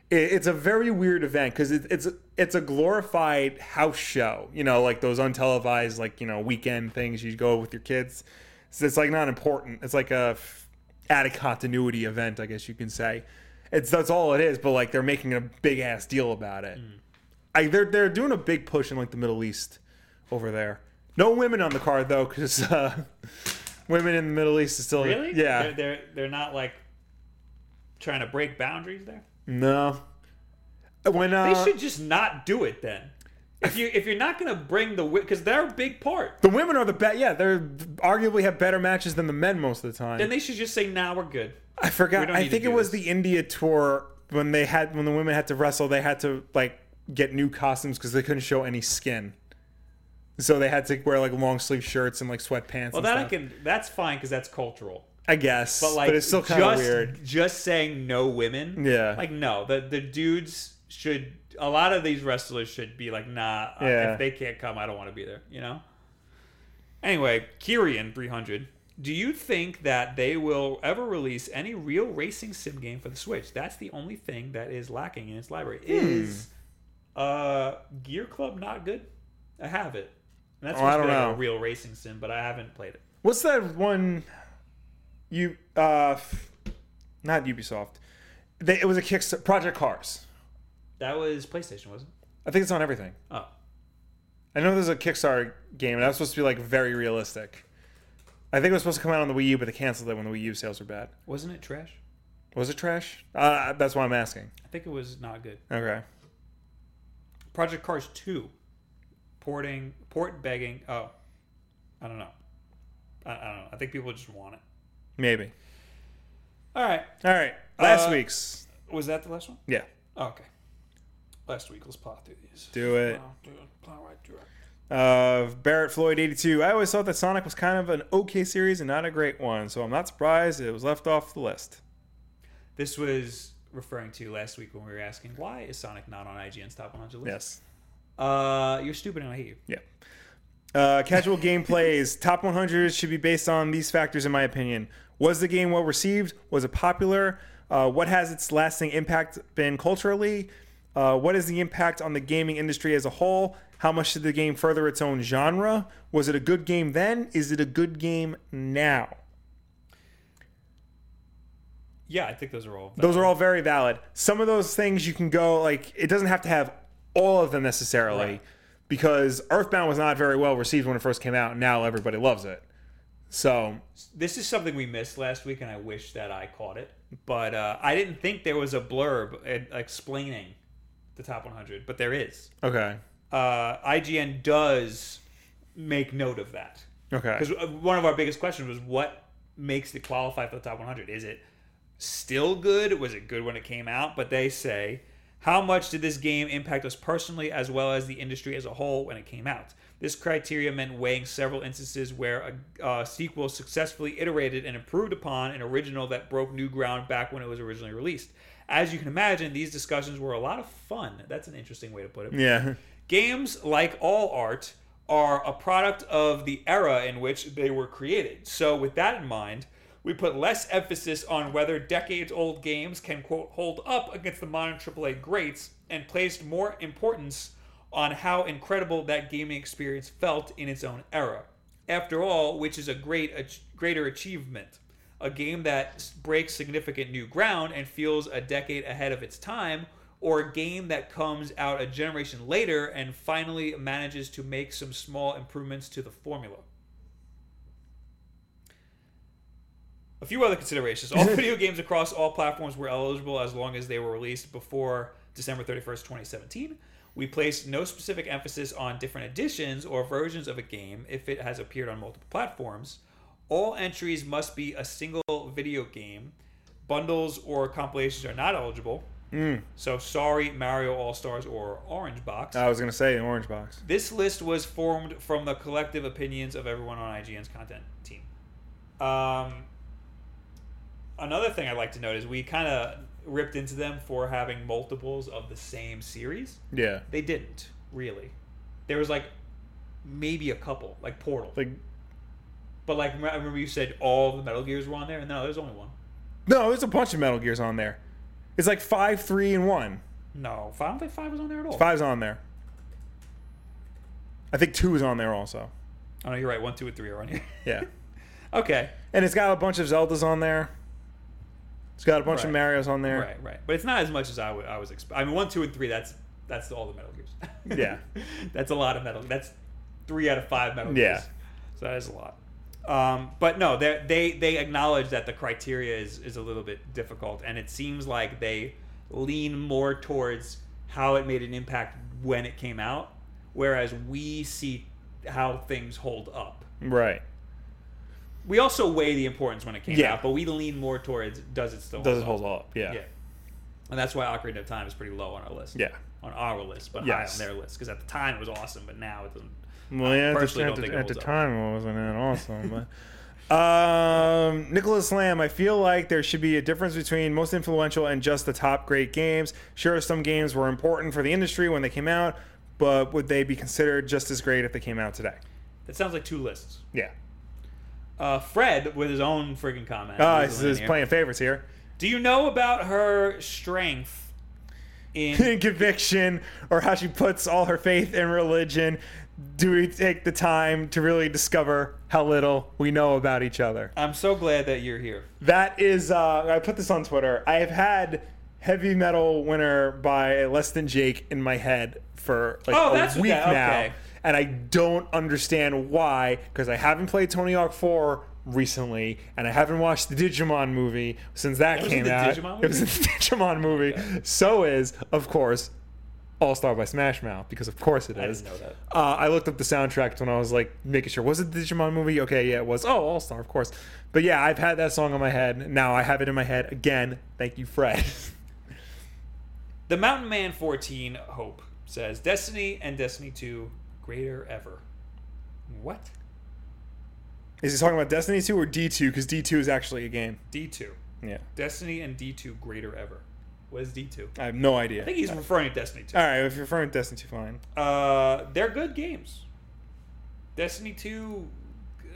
Speaker 1: It- it's a very weird event because it, it's it's a glorified house show. You know, like those untelevised like you know weekend things you go with your kids. So it's like not important. It's like a f- out of continuity event, I guess you can say. It's that's all it is. But like they're making a big ass deal about it. I they're they're doing a big push in like the Middle East over there. No women on the card though, because uh, women in the Middle East is still
Speaker 3: Really?
Speaker 1: yeah
Speaker 3: They're, they're they're not like trying to break boundaries there.
Speaker 1: no. When uh,
Speaker 3: They should just not do it then. If you if you're not gonna bring the because they're a big part,
Speaker 1: The women are the best. Yeah, they're arguably have better matches than the men most of the time.
Speaker 3: then they should just say, "Now nah, we're good."
Speaker 1: I
Speaker 3: We
Speaker 1: forgot.
Speaker 3: don't
Speaker 1: I
Speaker 3: need to
Speaker 1: think
Speaker 3: do
Speaker 1: it was
Speaker 3: this.
Speaker 1: the India tour when they had when the women had to wrestle. They had to like get new costumes because they couldn't show any skin. So they had to wear like long sleeve shirts and like sweatpants.
Speaker 3: Well,
Speaker 1: and
Speaker 3: that I
Speaker 1: stuff.
Speaker 3: can. That's fine because that's cultural.
Speaker 1: I guess,
Speaker 3: But like,
Speaker 1: it's still kind of
Speaker 3: just-
Speaker 1: weird.
Speaker 3: Just saying no women.
Speaker 1: Yeah.
Speaker 3: Like no, the the dudes should. A lot of these wrestlers should be like, nah. uh,
Speaker 1: Yeah.
Speaker 3: If they can't come, I don't want to be there. You know. Anyway, Kirian three hundred. Do you think that they will ever release any real racing sim game for the Switch? That's the only thing that is lacking in its library.
Speaker 1: Hmm.
Speaker 3: Is uh, Gear Club not good? I have it. And that's
Speaker 1: Oh, I
Speaker 3: supposed to be
Speaker 1: don't
Speaker 3: like
Speaker 1: know.
Speaker 3: a real racing sim, but I haven't played it.
Speaker 1: What's that one? You uh, f- not Ubisoft. They, it was a Kickstarter Project Cars.
Speaker 3: That was PlayStation, wasn't it?
Speaker 1: I think it's on everything.
Speaker 3: Oh.
Speaker 1: I know there's a Kickstarter game, and that was supposed to be like very realistic. I think it was supposed to come out on the Wii U, but they canceled it when the Wii U sales were bad.
Speaker 3: Wasn't it trash?
Speaker 1: Was it trash? Uh, that's why I'm asking.
Speaker 3: I think it was not good.
Speaker 1: Okay.
Speaker 3: Project Cars 2. Porting, port begging. Oh. I don't know. I, I don't know. I think people just want it.
Speaker 1: Maybe.
Speaker 3: All right.
Speaker 1: All right. Last
Speaker 3: Uh,
Speaker 1: week's.
Speaker 3: Was that the last one?
Speaker 1: Yeah.
Speaker 3: okay. Last week, let's plow through these.
Speaker 1: Do it.
Speaker 3: Plow through- plow right through it.
Speaker 1: Uh, Barrett Floyd 82. I always thought that Sonic was kind of an okay series and not a great one, so I'm not surprised it was left off the list.
Speaker 3: This was referring to last week when we were asking why is Sonic not on IGN's top 100 list?
Speaker 1: Yes.
Speaker 3: Uh, you're stupid and I hate you.
Speaker 1: Yeah. Uh, casual gameplays. Top 100 should be based on these factors, in my opinion. Was the game well received? Was it popular? Uh, what has its lasting impact been culturally? Uh, what is the impact on the gaming industry as a whole? How much did the game further its own genre? Was it a good game then? Is it a good game now?
Speaker 3: Yeah, I think those are all.
Speaker 1: Those are all very valid. Some of those things you can go like it doesn't have to have all of them necessarily
Speaker 3: Right.
Speaker 1: because Earthbound was not very well received when it first came out and now everybody loves it. So,
Speaker 3: this is something we missed last week, and I wish that I caught it. But uh, I didn't think there was a blurb uh, explaining the top 100, but there is.
Speaker 1: okay.
Speaker 3: Uh, IGN does make note of that
Speaker 1: Okay.
Speaker 3: because uh, one of our biggest questions was what makes it qualify for the top 100. Is it still good? Was it good when it came out? But they say, how much did this game impact us personally as well as the industry as a whole when it came out? This criteria meant weighing several instances where a uh, sequel successfully iterated and improved upon an original that broke new ground back when it was originally released. As you can imagine, these discussions were a lot of fun. That's an interesting way to put it.
Speaker 1: Yeah.
Speaker 3: Games, like all art, are a product of the era in which they were created. So, with that in mind, we put less emphasis on whether decades old games can, quote, hold up against the modern AAA greats and placed more importance on how incredible that gaming experience felt in its own era. After all, which is a great, a greater achievement a game that s- breaks significant new ground and feels a decade ahead of its time, or a game that comes out a generation later and finally manages to make some small improvements to the formula. A few other considerations. All video games across all platforms were eligible as long as they were released before December 31st, 2017. We placed no specific emphasis on different editions or versions of a game if it has appeared on multiple platforms. All entries must be a single video game. Bundles or compilations are not eligible.
Speaker 1: Mm.
Speaker 3: So, sorry, Mario All Stars or Orange Box.
Speaker 1: I was going to say an orange box.
Speaker 3: This list was formed from the collective opinions of everyone on IGN's content team. Um, another thing I'd like to note is we kind of ripped into them for having multiples of the same series.
Speaker 1: Yeah.
Speaker 3: They didn't, really. There was like maybe a couple, like Portal.
Speaker 1: Like
Speaker 3: But like, I remember you said all the Metal Gears were on there? and No, there's only one.
Speaker 1: no, there's a bunch of Metal Gears on there. It's like 5, 3 and 1.
Speaker 3: No, I don't think five was on there at all.
Speaker 1: 5's on there. I think 2 is on there also.
Speaker 3: Oh, no, you're right. One, two, and three are on here.
Speaker 1: Yeah.
Speaker 3: okay.
Speaker 1: And it's got a bunch of Zeldas on there. It's got a bunch of
Speaker 3: Right.
Speaker 1: Marios on there.
Speaker 3: Right, right. But it's not as much as I wa- I was expecting. I mean, one, two, and three. That's that's all the Metal Gears.
Speaker 1: Yeah.
Speaker 3: that's a lot of Metal. That's three out of five Metal
Speaker 1: Yeah.
Speaker 3: Gears. So that is a lot. Um, but no, they're- they they acknowledge that the criteria is is a little bit difficult, and it seems like they lean more towards how it made an impact when it came out, whereas we see how things hold up.
Speaker 1: Right.
Speaker 3: We also weigh the importance when it came
Speaker 1: Yeah.
Speaker 3: out, but we lean more towards does it still hold
Speaker 1: Does it
Speaker 3: up?
Speaker 1: hold up? Yeah.
Speaker 3: Yeah. And that's why Ocarina of Time is pretty low on our list.
Speaker 1: Yeah.
Speaker 3: On our list, but
Speaker 1: Yes.
Speaker 3: high on their list because at the time it was awesome, but now it doesn't.
Speaker 1: Well, yeah, at the,
Speaker 3: personally
Speaker 1: at
Speaker 3: don't
Speaker 1: the-
Speaker 3: think it
Speaker 1: at the
Speaker 3: holds up.
Speaker 1: time it wasn't that awesome. But, um, Nicholas Lamb, I feel like there should be a difference between most influential and just the top great games. Sure, some games were important for the industry when they came out, but would they be considered just as great if they came out today?
Speaker 3: That sounds like two lists.
Speaker 1: Yeah.
Speaker 3: Uh, Fred with his own friggin' comment.
Speaker 1: Uh,
Speaker 3: He's
Speaker 1: he's,
Speaker 3: in
Speaker 1: he's
Speaker 3: here.
Speaker 1: playing favorites here.
Speaker 3: Do you know about her strength in
Speaker 1: In conviction, or how she puts all her faith in religion. Do we take the time to really discover how little we know about each other?
Speaker 3: I'm so glad that you're here.
Speaker 1: That is, uh, I put this on Twitter. I have had heavy metal winner by less than Jake in my head for like
Speaker 3: Oh,
Speaker 1: a
Speaker 3: that's what
Speaker 1: week
Speaker 3: that- okay.
Speaker 1: now, and I don't understand why because I haven't played Tony Hawk Four recently, and I haven't watched the Digimon movie since that
Speaker 3: was in
Speaker 1: came
Speaker 3: the
Speaker 1: out.
Speaker 3: Digimon
Speaker 1: It was in
Speaker 3: movie?
Speaker 1: the Digimon movie. So is, of course, All Star by Smash Mouth because of course it is.
Speaker 3: didn't know that.
Speaker 1: Uh, I looked up the soundtrack when I was like making sure was it the Digimon movie? Okay, yeah, it was. Oh, All Star, of course. But yeah, I've had that song on my head. Now I have it in my head again. Thank you, Fred.
Speaker 3: The Mountain Man 14 Hope says Destiny and Destiny 2 greater ever. What?
Speaker 1: is he talking about Destiny two or D two? Because D two is actually a game.
Speaker 3: D2.
Speaker 1: Yeah,
Speaker 3: Destiny and D2 greater ever. What is D2?
Speaker 1: I have no
Speaker 3: I
Speaker 1: idea.
Speaker 3: think he's referring to Destiny 2.
Speaker 1: All right, if you're referring to Destiny two, fine.
Speaker 3: Uh, they're good games. Destiny 2,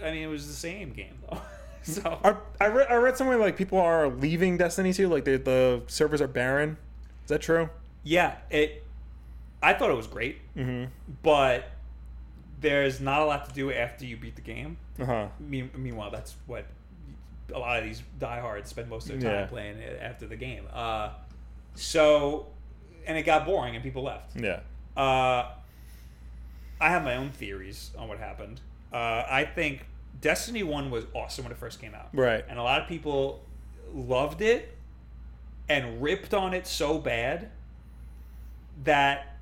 Speaker 3: I mean, it was the same game, though. so,
Speaker 1: Are, I read I read somewhere like people are leaving Destiny two, like the the servers are barren. Is that true?
Speaker 3: yeah, it. I thought it was great,
Speaker 1: Mm-hmm.
Speaker 3: but there's not a lot to do after you beat the game.
Speaker 1: Uh huh.
Speaker 3: Mean- Meanwhile, that's what a lot of these diehards spend most of their time
Speaker 1: Yeah.
Speaker 3: playing after the game. Uh, so, and it got boring and people left.
Speaker 1: Yeah.
Speaker 3: Uh, I have my own theories on what happened. Uh, I think Destiny 1 was awesome when it first came out.
Speaker 1: Right.
Speaker 3: And a lot of people loved it and ripped on it so bad that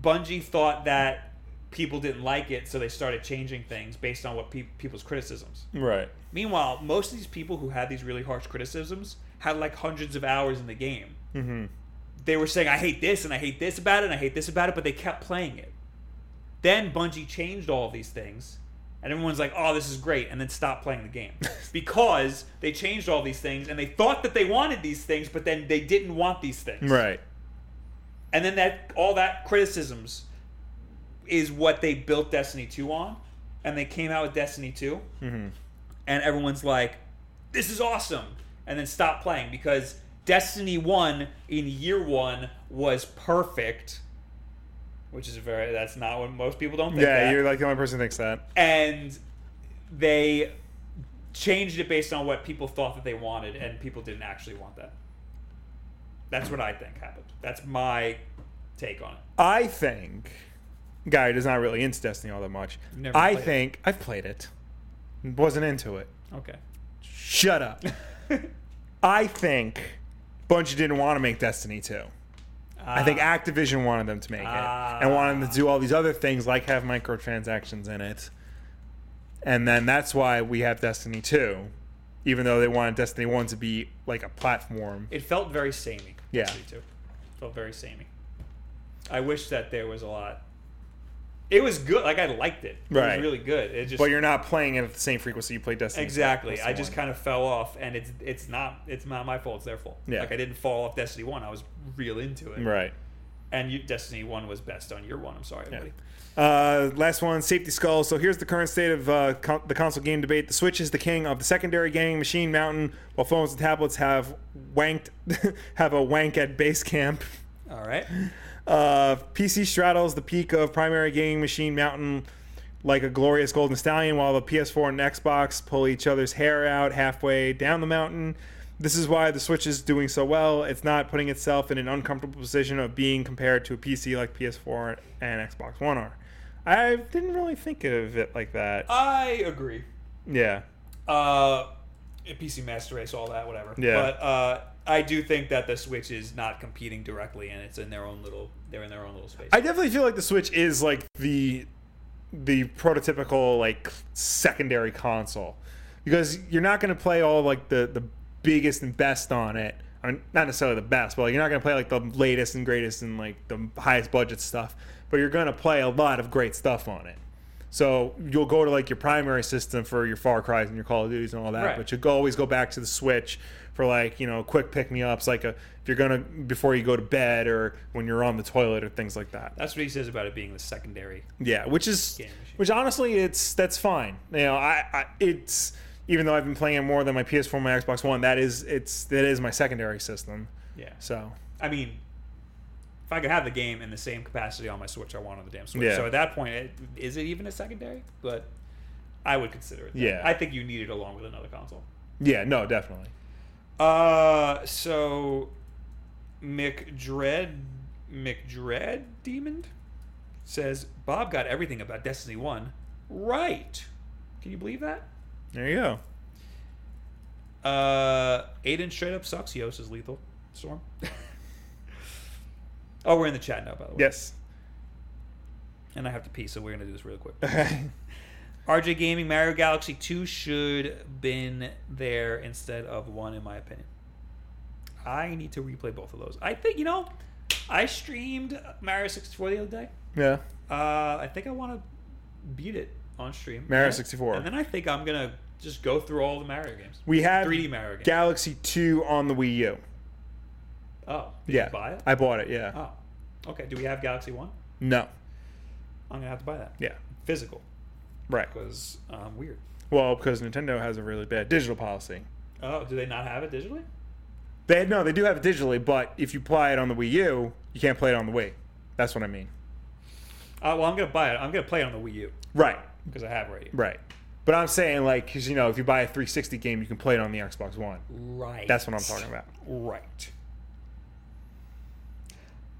Speaker 3: Bungie thought that people didn't like it, so they started changing things based on what peop people's criticisms.
Speaker 1: Right.
Speaker 3: Meanwhile, most of these people who had these really harsh criticisms had like hundreds of hours in the game
Speaker 1: Mm-hmm.
Speaker 3: they were saying, I hate this and I hate this about it and I hate this about it, but they kept playing it. Then Bungie changed all of these things, and everyone's like, oh, this is great, and then stopped playing the game because they changed all these things and they thought that they wanted these things, but then they didn't want these things.
Speaker 1: Right.
Speaker 3: And then that all that criticisms is what they built Destiny 2 on, and they came out with Destiny 2,
Speaker 1: Mm-hmm.
Speaker 3: and everyone's like, this is awesome, and then stopped playing because Destiny 1 in year 1 was perfect, which is very, that's not what most people don't think.
Speaker 1: Yeah,
Speaker 3: that.
Speaker 1: you're like the only person who thinks that.
Speaker 3: and they changed it based on what people thought that they wanted, and people didn't actually want that. That's what I think happened. That's my take on it.
Speaker 1: I think, guy who is not really into Destiny all that much.
Speaker 3: Never
Speaker 1: I
Speaker 3: played it.
Speaker 1: think I've played it, wasn't into it.
Speaker 3: Okay.
Speaker 1: Shut up. I think Bungie didn't want to make Destiny two. I
Speaker 3: Uh,
Speaker 1: think Activision wanted them to make
Speaker 3: Ah.
Speaker 1: it and wanted them to do all these other things like have microtransactions in it. And then that's why we have Destiny 2, even though they wanted Destiny 1 to be like a platform.
Speaker 3: It felt very samey.
Speaker 1: Yeah.
Speaker 3: actually, Too. Felt very samey. I wish that there was a lot. It was good. Like I liked it. It
Speaker 1: Right.
Speaker 3: was really good. It just
Speaker 1: But you're not playing it at the same frequency you play Destiny.
Speaker 3: exactly.
Speaker 1: Destiny
Speaker 3: I just
Speaker 1: 1.
Speaker 3: kind of fell off, and it's it's not it's not my fault. It's their fault.
Speaker 1: Yeah.
Speaker 3: Like I didn't fall off Destiny One. I was real into it.
Speaker 1: Right.
Speaker 3: And you, Destiny One was best on year one. I'm sorry, everybody.
Speaker 1: Uh, last one, Safety Skull. So here's the current state of uh, con- the console game debate. The Switch is the king of the secondary gaming machine mountain, while phones and tablets have wanked have a wank at base camp.
Speaker 3: All right.
Speaker 1: Uh, PC straddles the peak of primary gaming machine mountain like a glorious golden stallion, while the PS4 and Xbox pull each other's hair out halfway down the mountain. This is why the Switch is doing so well. It's not putting itself in an uncomfortable position of being compared to a PC like PS4 and Xbox One are. I didn't really think of it like that.
Speaker 3: I agree.
Speaker 1: Yeah.
Speaker 3: uh, PC Master Race, all that, whatever.
Speaker 1: Yeah.
Speaker 3: But uh, I do think that the Switch is not competing directly, and it's in their own little. They're in their own little space.
Speaker 1: I definitely feel like the Switch is like the the prototypical like secondary console because you're not going to play all like the the biggest and best on it. I mean, not necessarily the best, but like, you're not going to play like the latest and greatest and like the highest budget stuff. But you're going to play a lot of great stuff on it. So you'll go to like your primary system for your Far Cries and your Call of Duties and all that,
Speaker 3: Right.
Speaker 1: but you will always go back to the Switch for like you know quick pick me ups, like a, if you're gonna before you go to bed or when you're on the toilet or things like that.
Speaker 3: That's what he says about it being the secondary.
Speaker 1: Yeah, which is
Speaker 3: Game machine.
Speaker 1: which honestly, it's that's fine. You know, I, I it's even though I've been playing it more than my PS4, and my Xbox One, that is it's that is my secondary system.
Speaker 3: Yeah.
Speaker 1: So
Speaker 3: I mean, if I could have the game in the same capacity on my Switch, I want on the damn Switch.
Speaker 1: Yeah.
Speaker 3: So at that point, it, is it even a secondary? But I would consider it. that.
Speaker 1: Yeah.
Speaker 3: I think you need it along with another console.
Speaker 1: yeah, no, definitely.
Speaker 3: Uh, so McDread McDread Demon says Bob got everything about Destiny One right. Can you believe that?
Speaker 1: There you go.
Speaker 3: Uh, Aiden straight up sucks. Yos is lethal. Storm. oh, we're in the chat now, by the way.
Speaker 1: Yes.
Speaker 3: And I have to pee, so we're gonna do this really quick. RJ Gaming Mario Galaxy Two should been there instead of one, in my opinion. I need to replay both of those. I think you know, I streamed Mario sixty four the other day.
Speaker 1: yeah.
Speaker 3: Uh, I think I want to beat it on stream.
Speaker 1: Mario
Speaker 3: And-
Speaker 1: 64.
Speaker 3: And then I think I'm gonna just go through all the Mario games.
Speaker 1: We had
Speaker 3: 3D Mario game.
Speaker 1: Galaxy Two on the Wii U.
Speaker 3: oh, did
Speaker 1: yeah,
Speaker 3: you buy it?
Speaker 1: I bought it. Yeah.
Speaker 3: oh, okay. Do we have Galaxy One?
Speaker 1: No.
Speaker 3: I'm gonna have to buy that
Speaker 1: Yeah.
Speaker 3: physical
Speaker 1: Right.
Speaker 3: because um, weird.
Speaker 1: Well, because Nintendo has a really bad digital policy.
Speaker 3: Oh, do they not have it digitally?
Speaker 1: They no, they do have it digitally, but if you play it on the Wii U, you can't play it on the Wii. That's what I mean.
Speaker 3: Uh, well, I'm gonna buy it. I'm gonna play it on the Wii U
Speaker 1: Right.
Speaker 3: because I have it already.
Speaker 1: Right. But I'm saying, like, because, you know, if you buy a 360 game, you can play it on the Xbox One.
Speaker 3: Right.
Speaker 1: That's what I'm talking about.
Speaker 3: Right.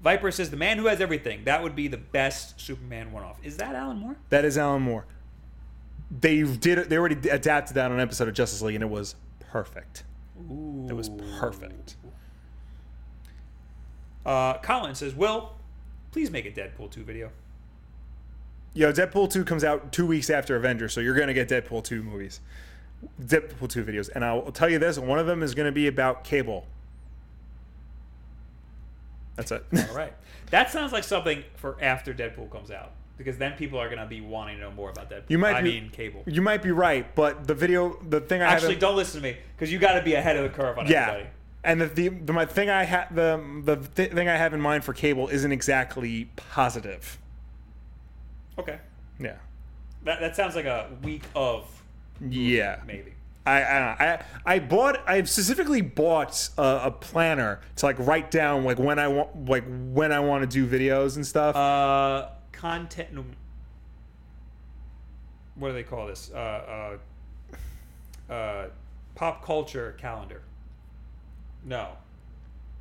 Speaker 3: Viper says the man who has everything. That would be the best Superman one-off. Is that Alan Moore?
Speaker 1: That is Alan Moore. They did. They already adapted that on an episode of Justice League, and it was perfect.
Speaker 3: Ooh.
Speaker 1: It was perfect.
Speaker 3: Uh, Colin says, "Will, please make a Deadpool two video."
Speaker 1: Yo, Deadpool 2 comes out two weeks after Avengers, so you're going to get Deadpool 2 movies, Deadpool 2 videos. And I'll tell you this one of them is going to be about cable. That's it.
Speaker 3: All right. That sounds like something for after Deadpool comes out, because then people are gonna be wanting to know more about Deadpool.
Speaker 1: You might
Speaker 3: I
Speaker 1: be-
Speaker 3: mean, Cable.
Speaker 1: you might be right, but the video, the thing I
Speaker 3: Actually,
Speaker 1: haven't-
Speaker 3: don't listen to me, because you got to be ahead of the curve on
Speaker 1: Yeah.
Speaker 3: everybody.
Speaker 1: And the, the, the my thing I have the the th- thing I have in mind for cable isn't exactly positive.
Speaker 3: Okay.
Speaker 1: Yeah.
Speaker 3: That that sounds like a week of
Speaker 1: Yeah.
Speaker 3: Hmm. maybe.
Speaker 1: I I I, I bought I specifically bought a, a planner to like write down like when I want like when I want to do videos and stuff.
Speaker 3: Uh, content. no. What do they call this? Uh, uh, uh, pop culture calendar. No,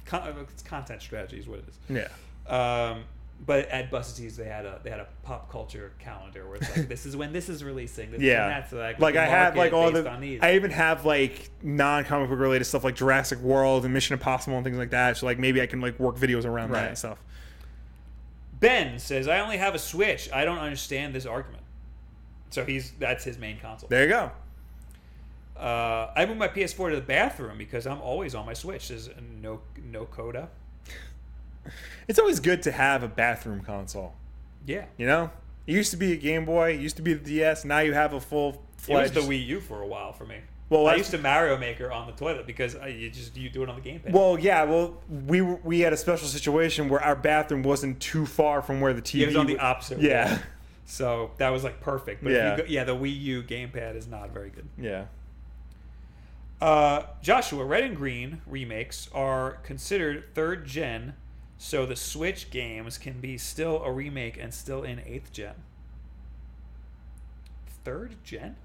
Speaker 3: Con- uh, it's content strategy is what it is.
Speaker 1: yeah.
Speaker 3: Um, but at Busta's, they had a they had a pop culture calendar where it's like this is when this is releasing. This
Speaker 1: Yeah.
Speaker 3: is when that's like,
Speaker 1: like
Speaker 3: the
Speaker 1: I have like
Speaker 3: market
Speaker 1: all
Speaker 3: based
Speaker 1: the
Speaker 3: on these.
Speaker 1: I even have like non comic book related stuff like Jurassic World and Mission Impossible and things like that. So like maybe I can like work videos around that
Speaker 3: Right.
Speaker 1: and stuff.
Speaker 3: ben says, "I only have a Switch. I don't understand this argument." So he's that's his main console.
Speaker 1: There you go.
Speaker 3: Uh, I moved my PS4 to the bathroom because I'm always on my Switch. Is no no coda.
Speaker 1: It's always good to have a bathroom console.
Speaker 3: Yeah,
Speaker 1: You know, it used to be a Game Boy, it used to be the DS. Now you have a full
Speaker 3: it was
Speaker 1: fledged.
Speaker 3: the Wii U for a while for me.
Speaker 1: Well,
Speaker 3: Well, I
Speaker 1: that's-
Speaker 3: used to Mario Maker on the toilet because I, you just you do it on the gamepad.
Speaker 1: Well, yeah. Well, we were- we had a special situation where our bathroom wasn't too far from where the TV.
Speaker 3: it was on the
Speaker 1: would-
Speaker 3: opposite.
Speaker 1: Yeah,
Speaker 3: wall. so that was like perfect. But
Speaker 1: Yeah.
Speaker 3: yeah, if you go, yeah, the Wii U gamepad is not very good.
Speaker 1: yeah.
Speaker 3: Uh, Joshua, Red and Green remakes are considered third gen, so the Switch games can be still a remake and still in eighth gen. Third gen?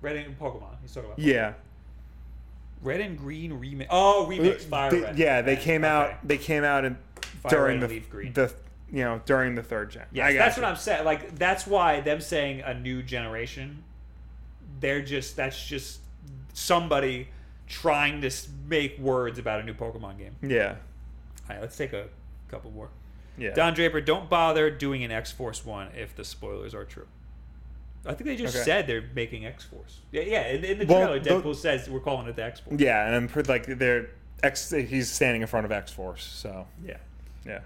Speaker 3: Red and Pokemon. He's talking about
Speaker 1: Yeah.
Speaker 3: Red and Green remake. Oh, remakes. Fire
Speaker 1: They-
Speaker 3: Red.
Speaker 1: yeah, they
Speaker 3: Red,
Speaker 1: came
Speaker 3: okay.
Speaker 1: out. They came out in
Speaker 3: Fire
Speaker 1: during
Speaker 3: Red
Speaker 1: the
Speaker 3: and Leaf Green.
Speaker 1: the you know during the third gen.
Speaker 3: Yes,
Speaker 1: I got
Speaker 3: that's
Speaker 1: you.
Speaker 3: what I'm saying. Like that's why them saying a new generation, they're just that's just somebody trying to s- make words about a new Pokemon game.
Speaker 1: Yeah.
Speaker 3: All right, let's take a couple more.
Speaker 1: Yeah.
Speaker 3: Don Draper, don't bother doing an X Force one if the spoilers are true. I think they just
Speaker 1: Okay.
Speaker 3: said they're making X Force. Yeah, yeah. In, in the
Speaker 1: Well,
Speaker 3: trailer,
Speaker 1: the-
Speaker 3: Deadpool says we're calling it the X Force.
Speaker 1: Yeah, and I'm pretty like they're X. He's standing in front of X Force, so
Speaker 3: Yeah.
Speaker 1: yeah,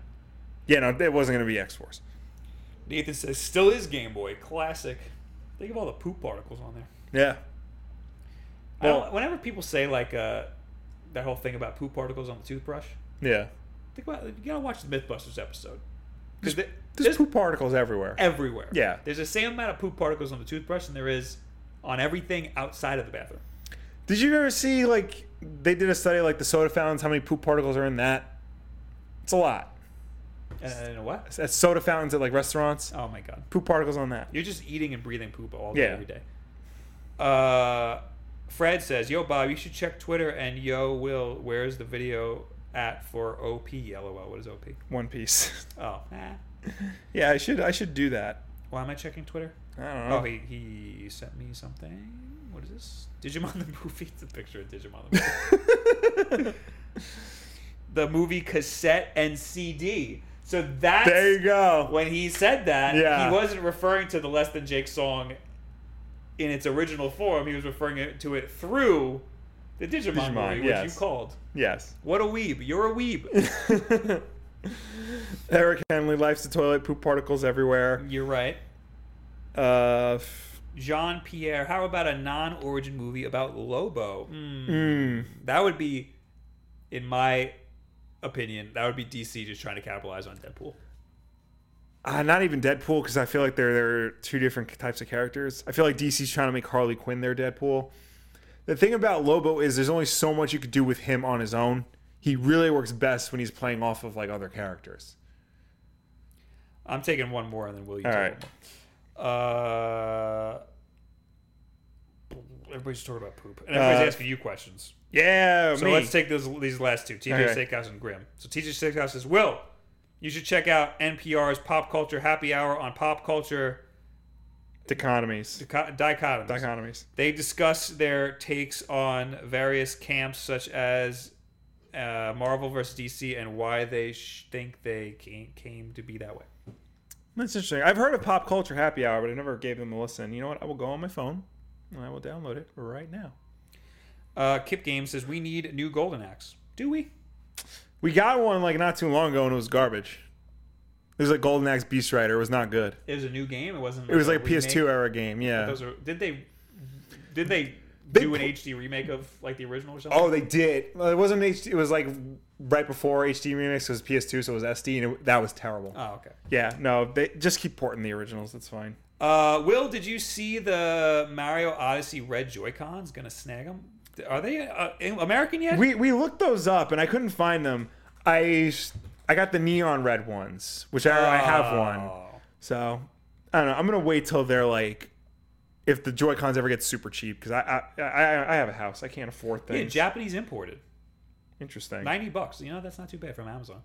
Speaker 1: yeah. No, it wasn't going to be X Force.
Speaker 3: Nathan says still is Game Boy classic. Think of all the poop particles on there.
Speaker 1: Yeah,
Speaker 3: I don't-
Speaker 1: Well-
Speaker 3: whenever people say like uh, that whole thing about poop particles on the toothbrush,
Speaker 1: yeah.
Speaker 3: think about you gotta watch the MythBusters episode because
Speaker 1: There's,
Speaker 3: there's,
Speaker 1: there's poop particles everywhere.
Speaker 3: everywhere.
Speaker 1: Yeah.
Speaker 3: there's the same amount of poop particles on the toothbrush than there is on everything outside of the bathroom.
Speaker 1: Did you ever see like they did a study like the soda fountains? How many poop particles are in that? It's a lot.
Speaker 3: And, and what?
Speaker 1: At soda fountains at like restaurants,
Speaker 3: Oh my god,
Speaker 1: poop particles on that.
Speaker 3: you're just eating and breathing poop all day
Speaker 1: Yeah.
Speaker 3: every day. Uh, Fred says, "Yo Bob, you should check Twitter." And Yo Will, where's the video at for OP? LOL. What is OP?
Speaker 1: One Piece.
Speaker 3: Oh, eh.
Speaker 1: yeah, I should I should do that.
Speaker 3: why am I checking Twitter?
Speaker 1: I don't know.
Speaker 3: Oh, he, he sent me something. What is this? Digimon the movie. It's a picture of Digimon the movie.
Speaker 1: Oh,
Speaker 3: the movie cassette and CD. So that's
Speaker 1: there you go.
Speaker 3: when he said that.
Speaker 1: Yeah.
Speaker 3: He wasn't referring to the Less Than Jake song in its original form. He was referring it- to it through the Digimon,
Speaker 1: Digimon,
Speaker 3: movie, which
Speaker 1: yes.
Speaker 3: you called.
Speaker 1: Yes.
Speaker 3: What a weeb. You're a weeb.
Speaker 1: Eric Henley life's the toilet, poop particles everywhere.
Speaker 3: You're right.
Speaker 1: Uh, f-
Speaker 3: Jean Pierre, how about a non origin movie about Lobo? Mm.
Speaker 1: mm,
Speaker 3: That would be, in my opinion, that would be DC just trying to capitalize on Deadpool.
Speaker 1: uh, not even Deadpool because I feel like they're they're two different types of characters. I feel like DC's trying to make Harley Quinn their Deadpool. The thing about Lobo is there's only so much you could do with him on his own. He really works best when he's playing off of like other characters.
Speaker 3: I'm taking one more, and then will you?
Speaker 1: All
Speaker 3: take
Speaker 1: right.
Speaker 3: one more? Uh, everybody's talking about poop, and everybody's
Speaker 1: Uh,
Speaker 3: asking you questions.
Speaker 1: Yeah,
Speaker 3: So let's take those these last two: TJ
Speaker 1: Okay.
Speaker 3: Steakhouse and Grimm. So TJ Steakhouse says, "Will, you should check out NPR's Pop Culture Happy Hour on Pop Culture
Speaker 1: dichotomies.
Speaker 3: dichot- Dichotomies."
Speaker 1: Dichotomies.
Speaker 3: They discuss their takes on various camps, such as uh, Marvel versus DC, and why they sh- think they came, came to be that way.
Speaker 1: That's interesting. I've heard of Pop Culture Happy Hour, but I never gave them a listen. You know what? I will go on my phone and I will download it right now.
Speaker 3: Uh, Kip Game says we need a new Golden Axe. Do we?
Speaker 1: We got one like not too long ago and it was garbage. It was like Golden Axe Beast Rider. It was not good.
Speaker 3: It was a new game. It wasn't.
Speaker 1: It was like
Speaker 3: a remake.
Speaker 1: PS2 era game. Yeah.
Speaker 3: Those are, did they? Did they,
Speaker 1: They
Speaker 3: do an
Speaker 1: pu-
Speaker 3: HD remake of like the original or something?
Speaker 1: Oh, they did. Well, it wasn't HD. It was like right before HD remix. It was PS2, so it was SD, and it, that was terrible.
Speaker 3: Oh, okay.
Speaker 1: Yeah. No, they just keep porting the originals. That's fine.
Speaker 3: Uh, Will, did you see the Mario Odyssey red Joy Cons? Gonna snag them? Are they uh, American yet?
Speaker 1: We we looked those up and I couldn't find them. I s- I got the neon red ones, which I, I have one.
Speaker 3: Oh.
Speaker 1: So I don't know. I'm gonna wait till they're like. If the Joy Cons ever get super cheap, because I, I I I have a house, I can't afford
Speaker 3: Yeah,
Speaker 1: things.
Speaker 3: Japanese imported.
Speaker 1: Interesting.
Speaker 3: 90 bucks. You know, that's not too bad from Amazon.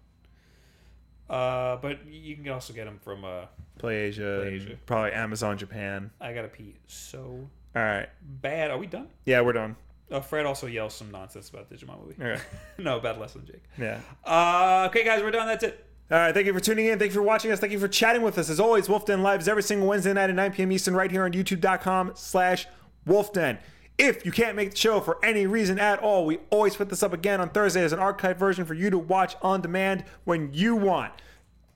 Speaker 3: Uh, but you can also get them from, uh,
Speaker 1: Play Asia,
Speaker 3: Play
Speaker 1: and
Speaker 3: Asia.
Speaker 1: probably Amazon Japan.
Speaker 3: I gotta pee so
Speaker 1: All right,
Speaker 3: bad. Are we done?
Speaker 1: yeah, we're done.
Speaker 3: Uh, Fred also yells some nonsense about Digimon movie.
Speaker 1: All right,
Speaker 3: no, about Less Than Jake.
Speaker 1: yeah.
Speaker 3: Uh, okay, guys, we're done. That's it.
Speaker 1: All right, thank you for tuning in. Thank you for watching us. Thank you for chatting with us. As always, Wolf Den Live is every single Wednesday night at 9 p.m. Eastern right here on youtube.com slash wolfden. If you can't make the show for any reason at all, we always put this up again on Thursday as an archive version for you to watch on demand when you want.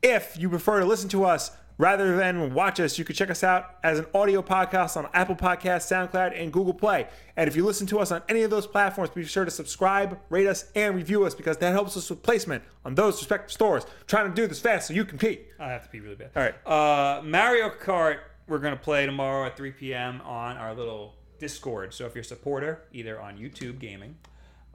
Speaker 1: If you prefer to listen to us rather than watch us, you can check us out as an audio podcast on Apple Podcasts, SoundCloud, and Google Play. And if you listen to us on any of those platforms, be sure to subscribe, rate us, and review us because that helps us with placement on those respective stores. trying to do this fast so you can compete.
Speaker 3: I have to pee really bad.
Speaker 1: All right.
Speaker 3: Uh, Mario Kart, we're going to play tomorrow at 3 p.m. on our little Discord. So if you're a supporter, either on YouTube Gaming,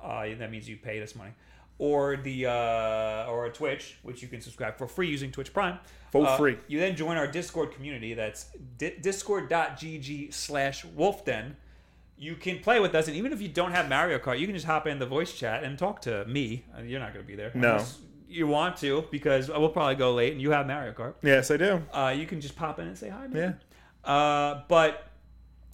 Speaker 3: uh, that means you paid us money, or the uh, or Twitch, which you can subscribe for free using Twitch Prime.
Speaker 1: For
Speaker 3: Uh,
Speaker 1: free.
Speaker 3: You then join our Discord community. That's di- discord.gg slash wolfden. You can play with us, and even if you don't have Mario Kart, you can just hop in the voice chat and talk to me. Uh, You're not going to be there.
Speaker 1: No.
Speaker 3: Unless You want to because we'll probably go late, and you have Mario Kart.
Speaker 1: Yes, I do.
Speaker 3: Uh, you can just pop in and say hi. Maybe.
Speaker 1: Yeah.
Speaker 3: Uh, but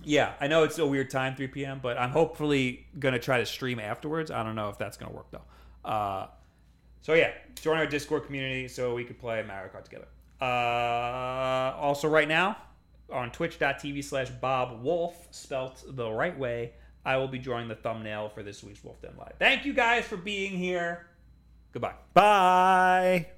Speaker 3: Yeah, I know it's a weird time, 3 p.m., but I'm hopefully gonna try to stream afterwards. I don't know if that's gonna work though. Uh, so yeah, join our Discord community so we can play Mario Kart together. Uh, also, right now on twitch.tv slash Bob Wolf, spelt the right way, I will be drawing the thumbnail for this week's Wolf Den Live. Thank you guys for being here. Goodbye.
Speaker 1: Bye.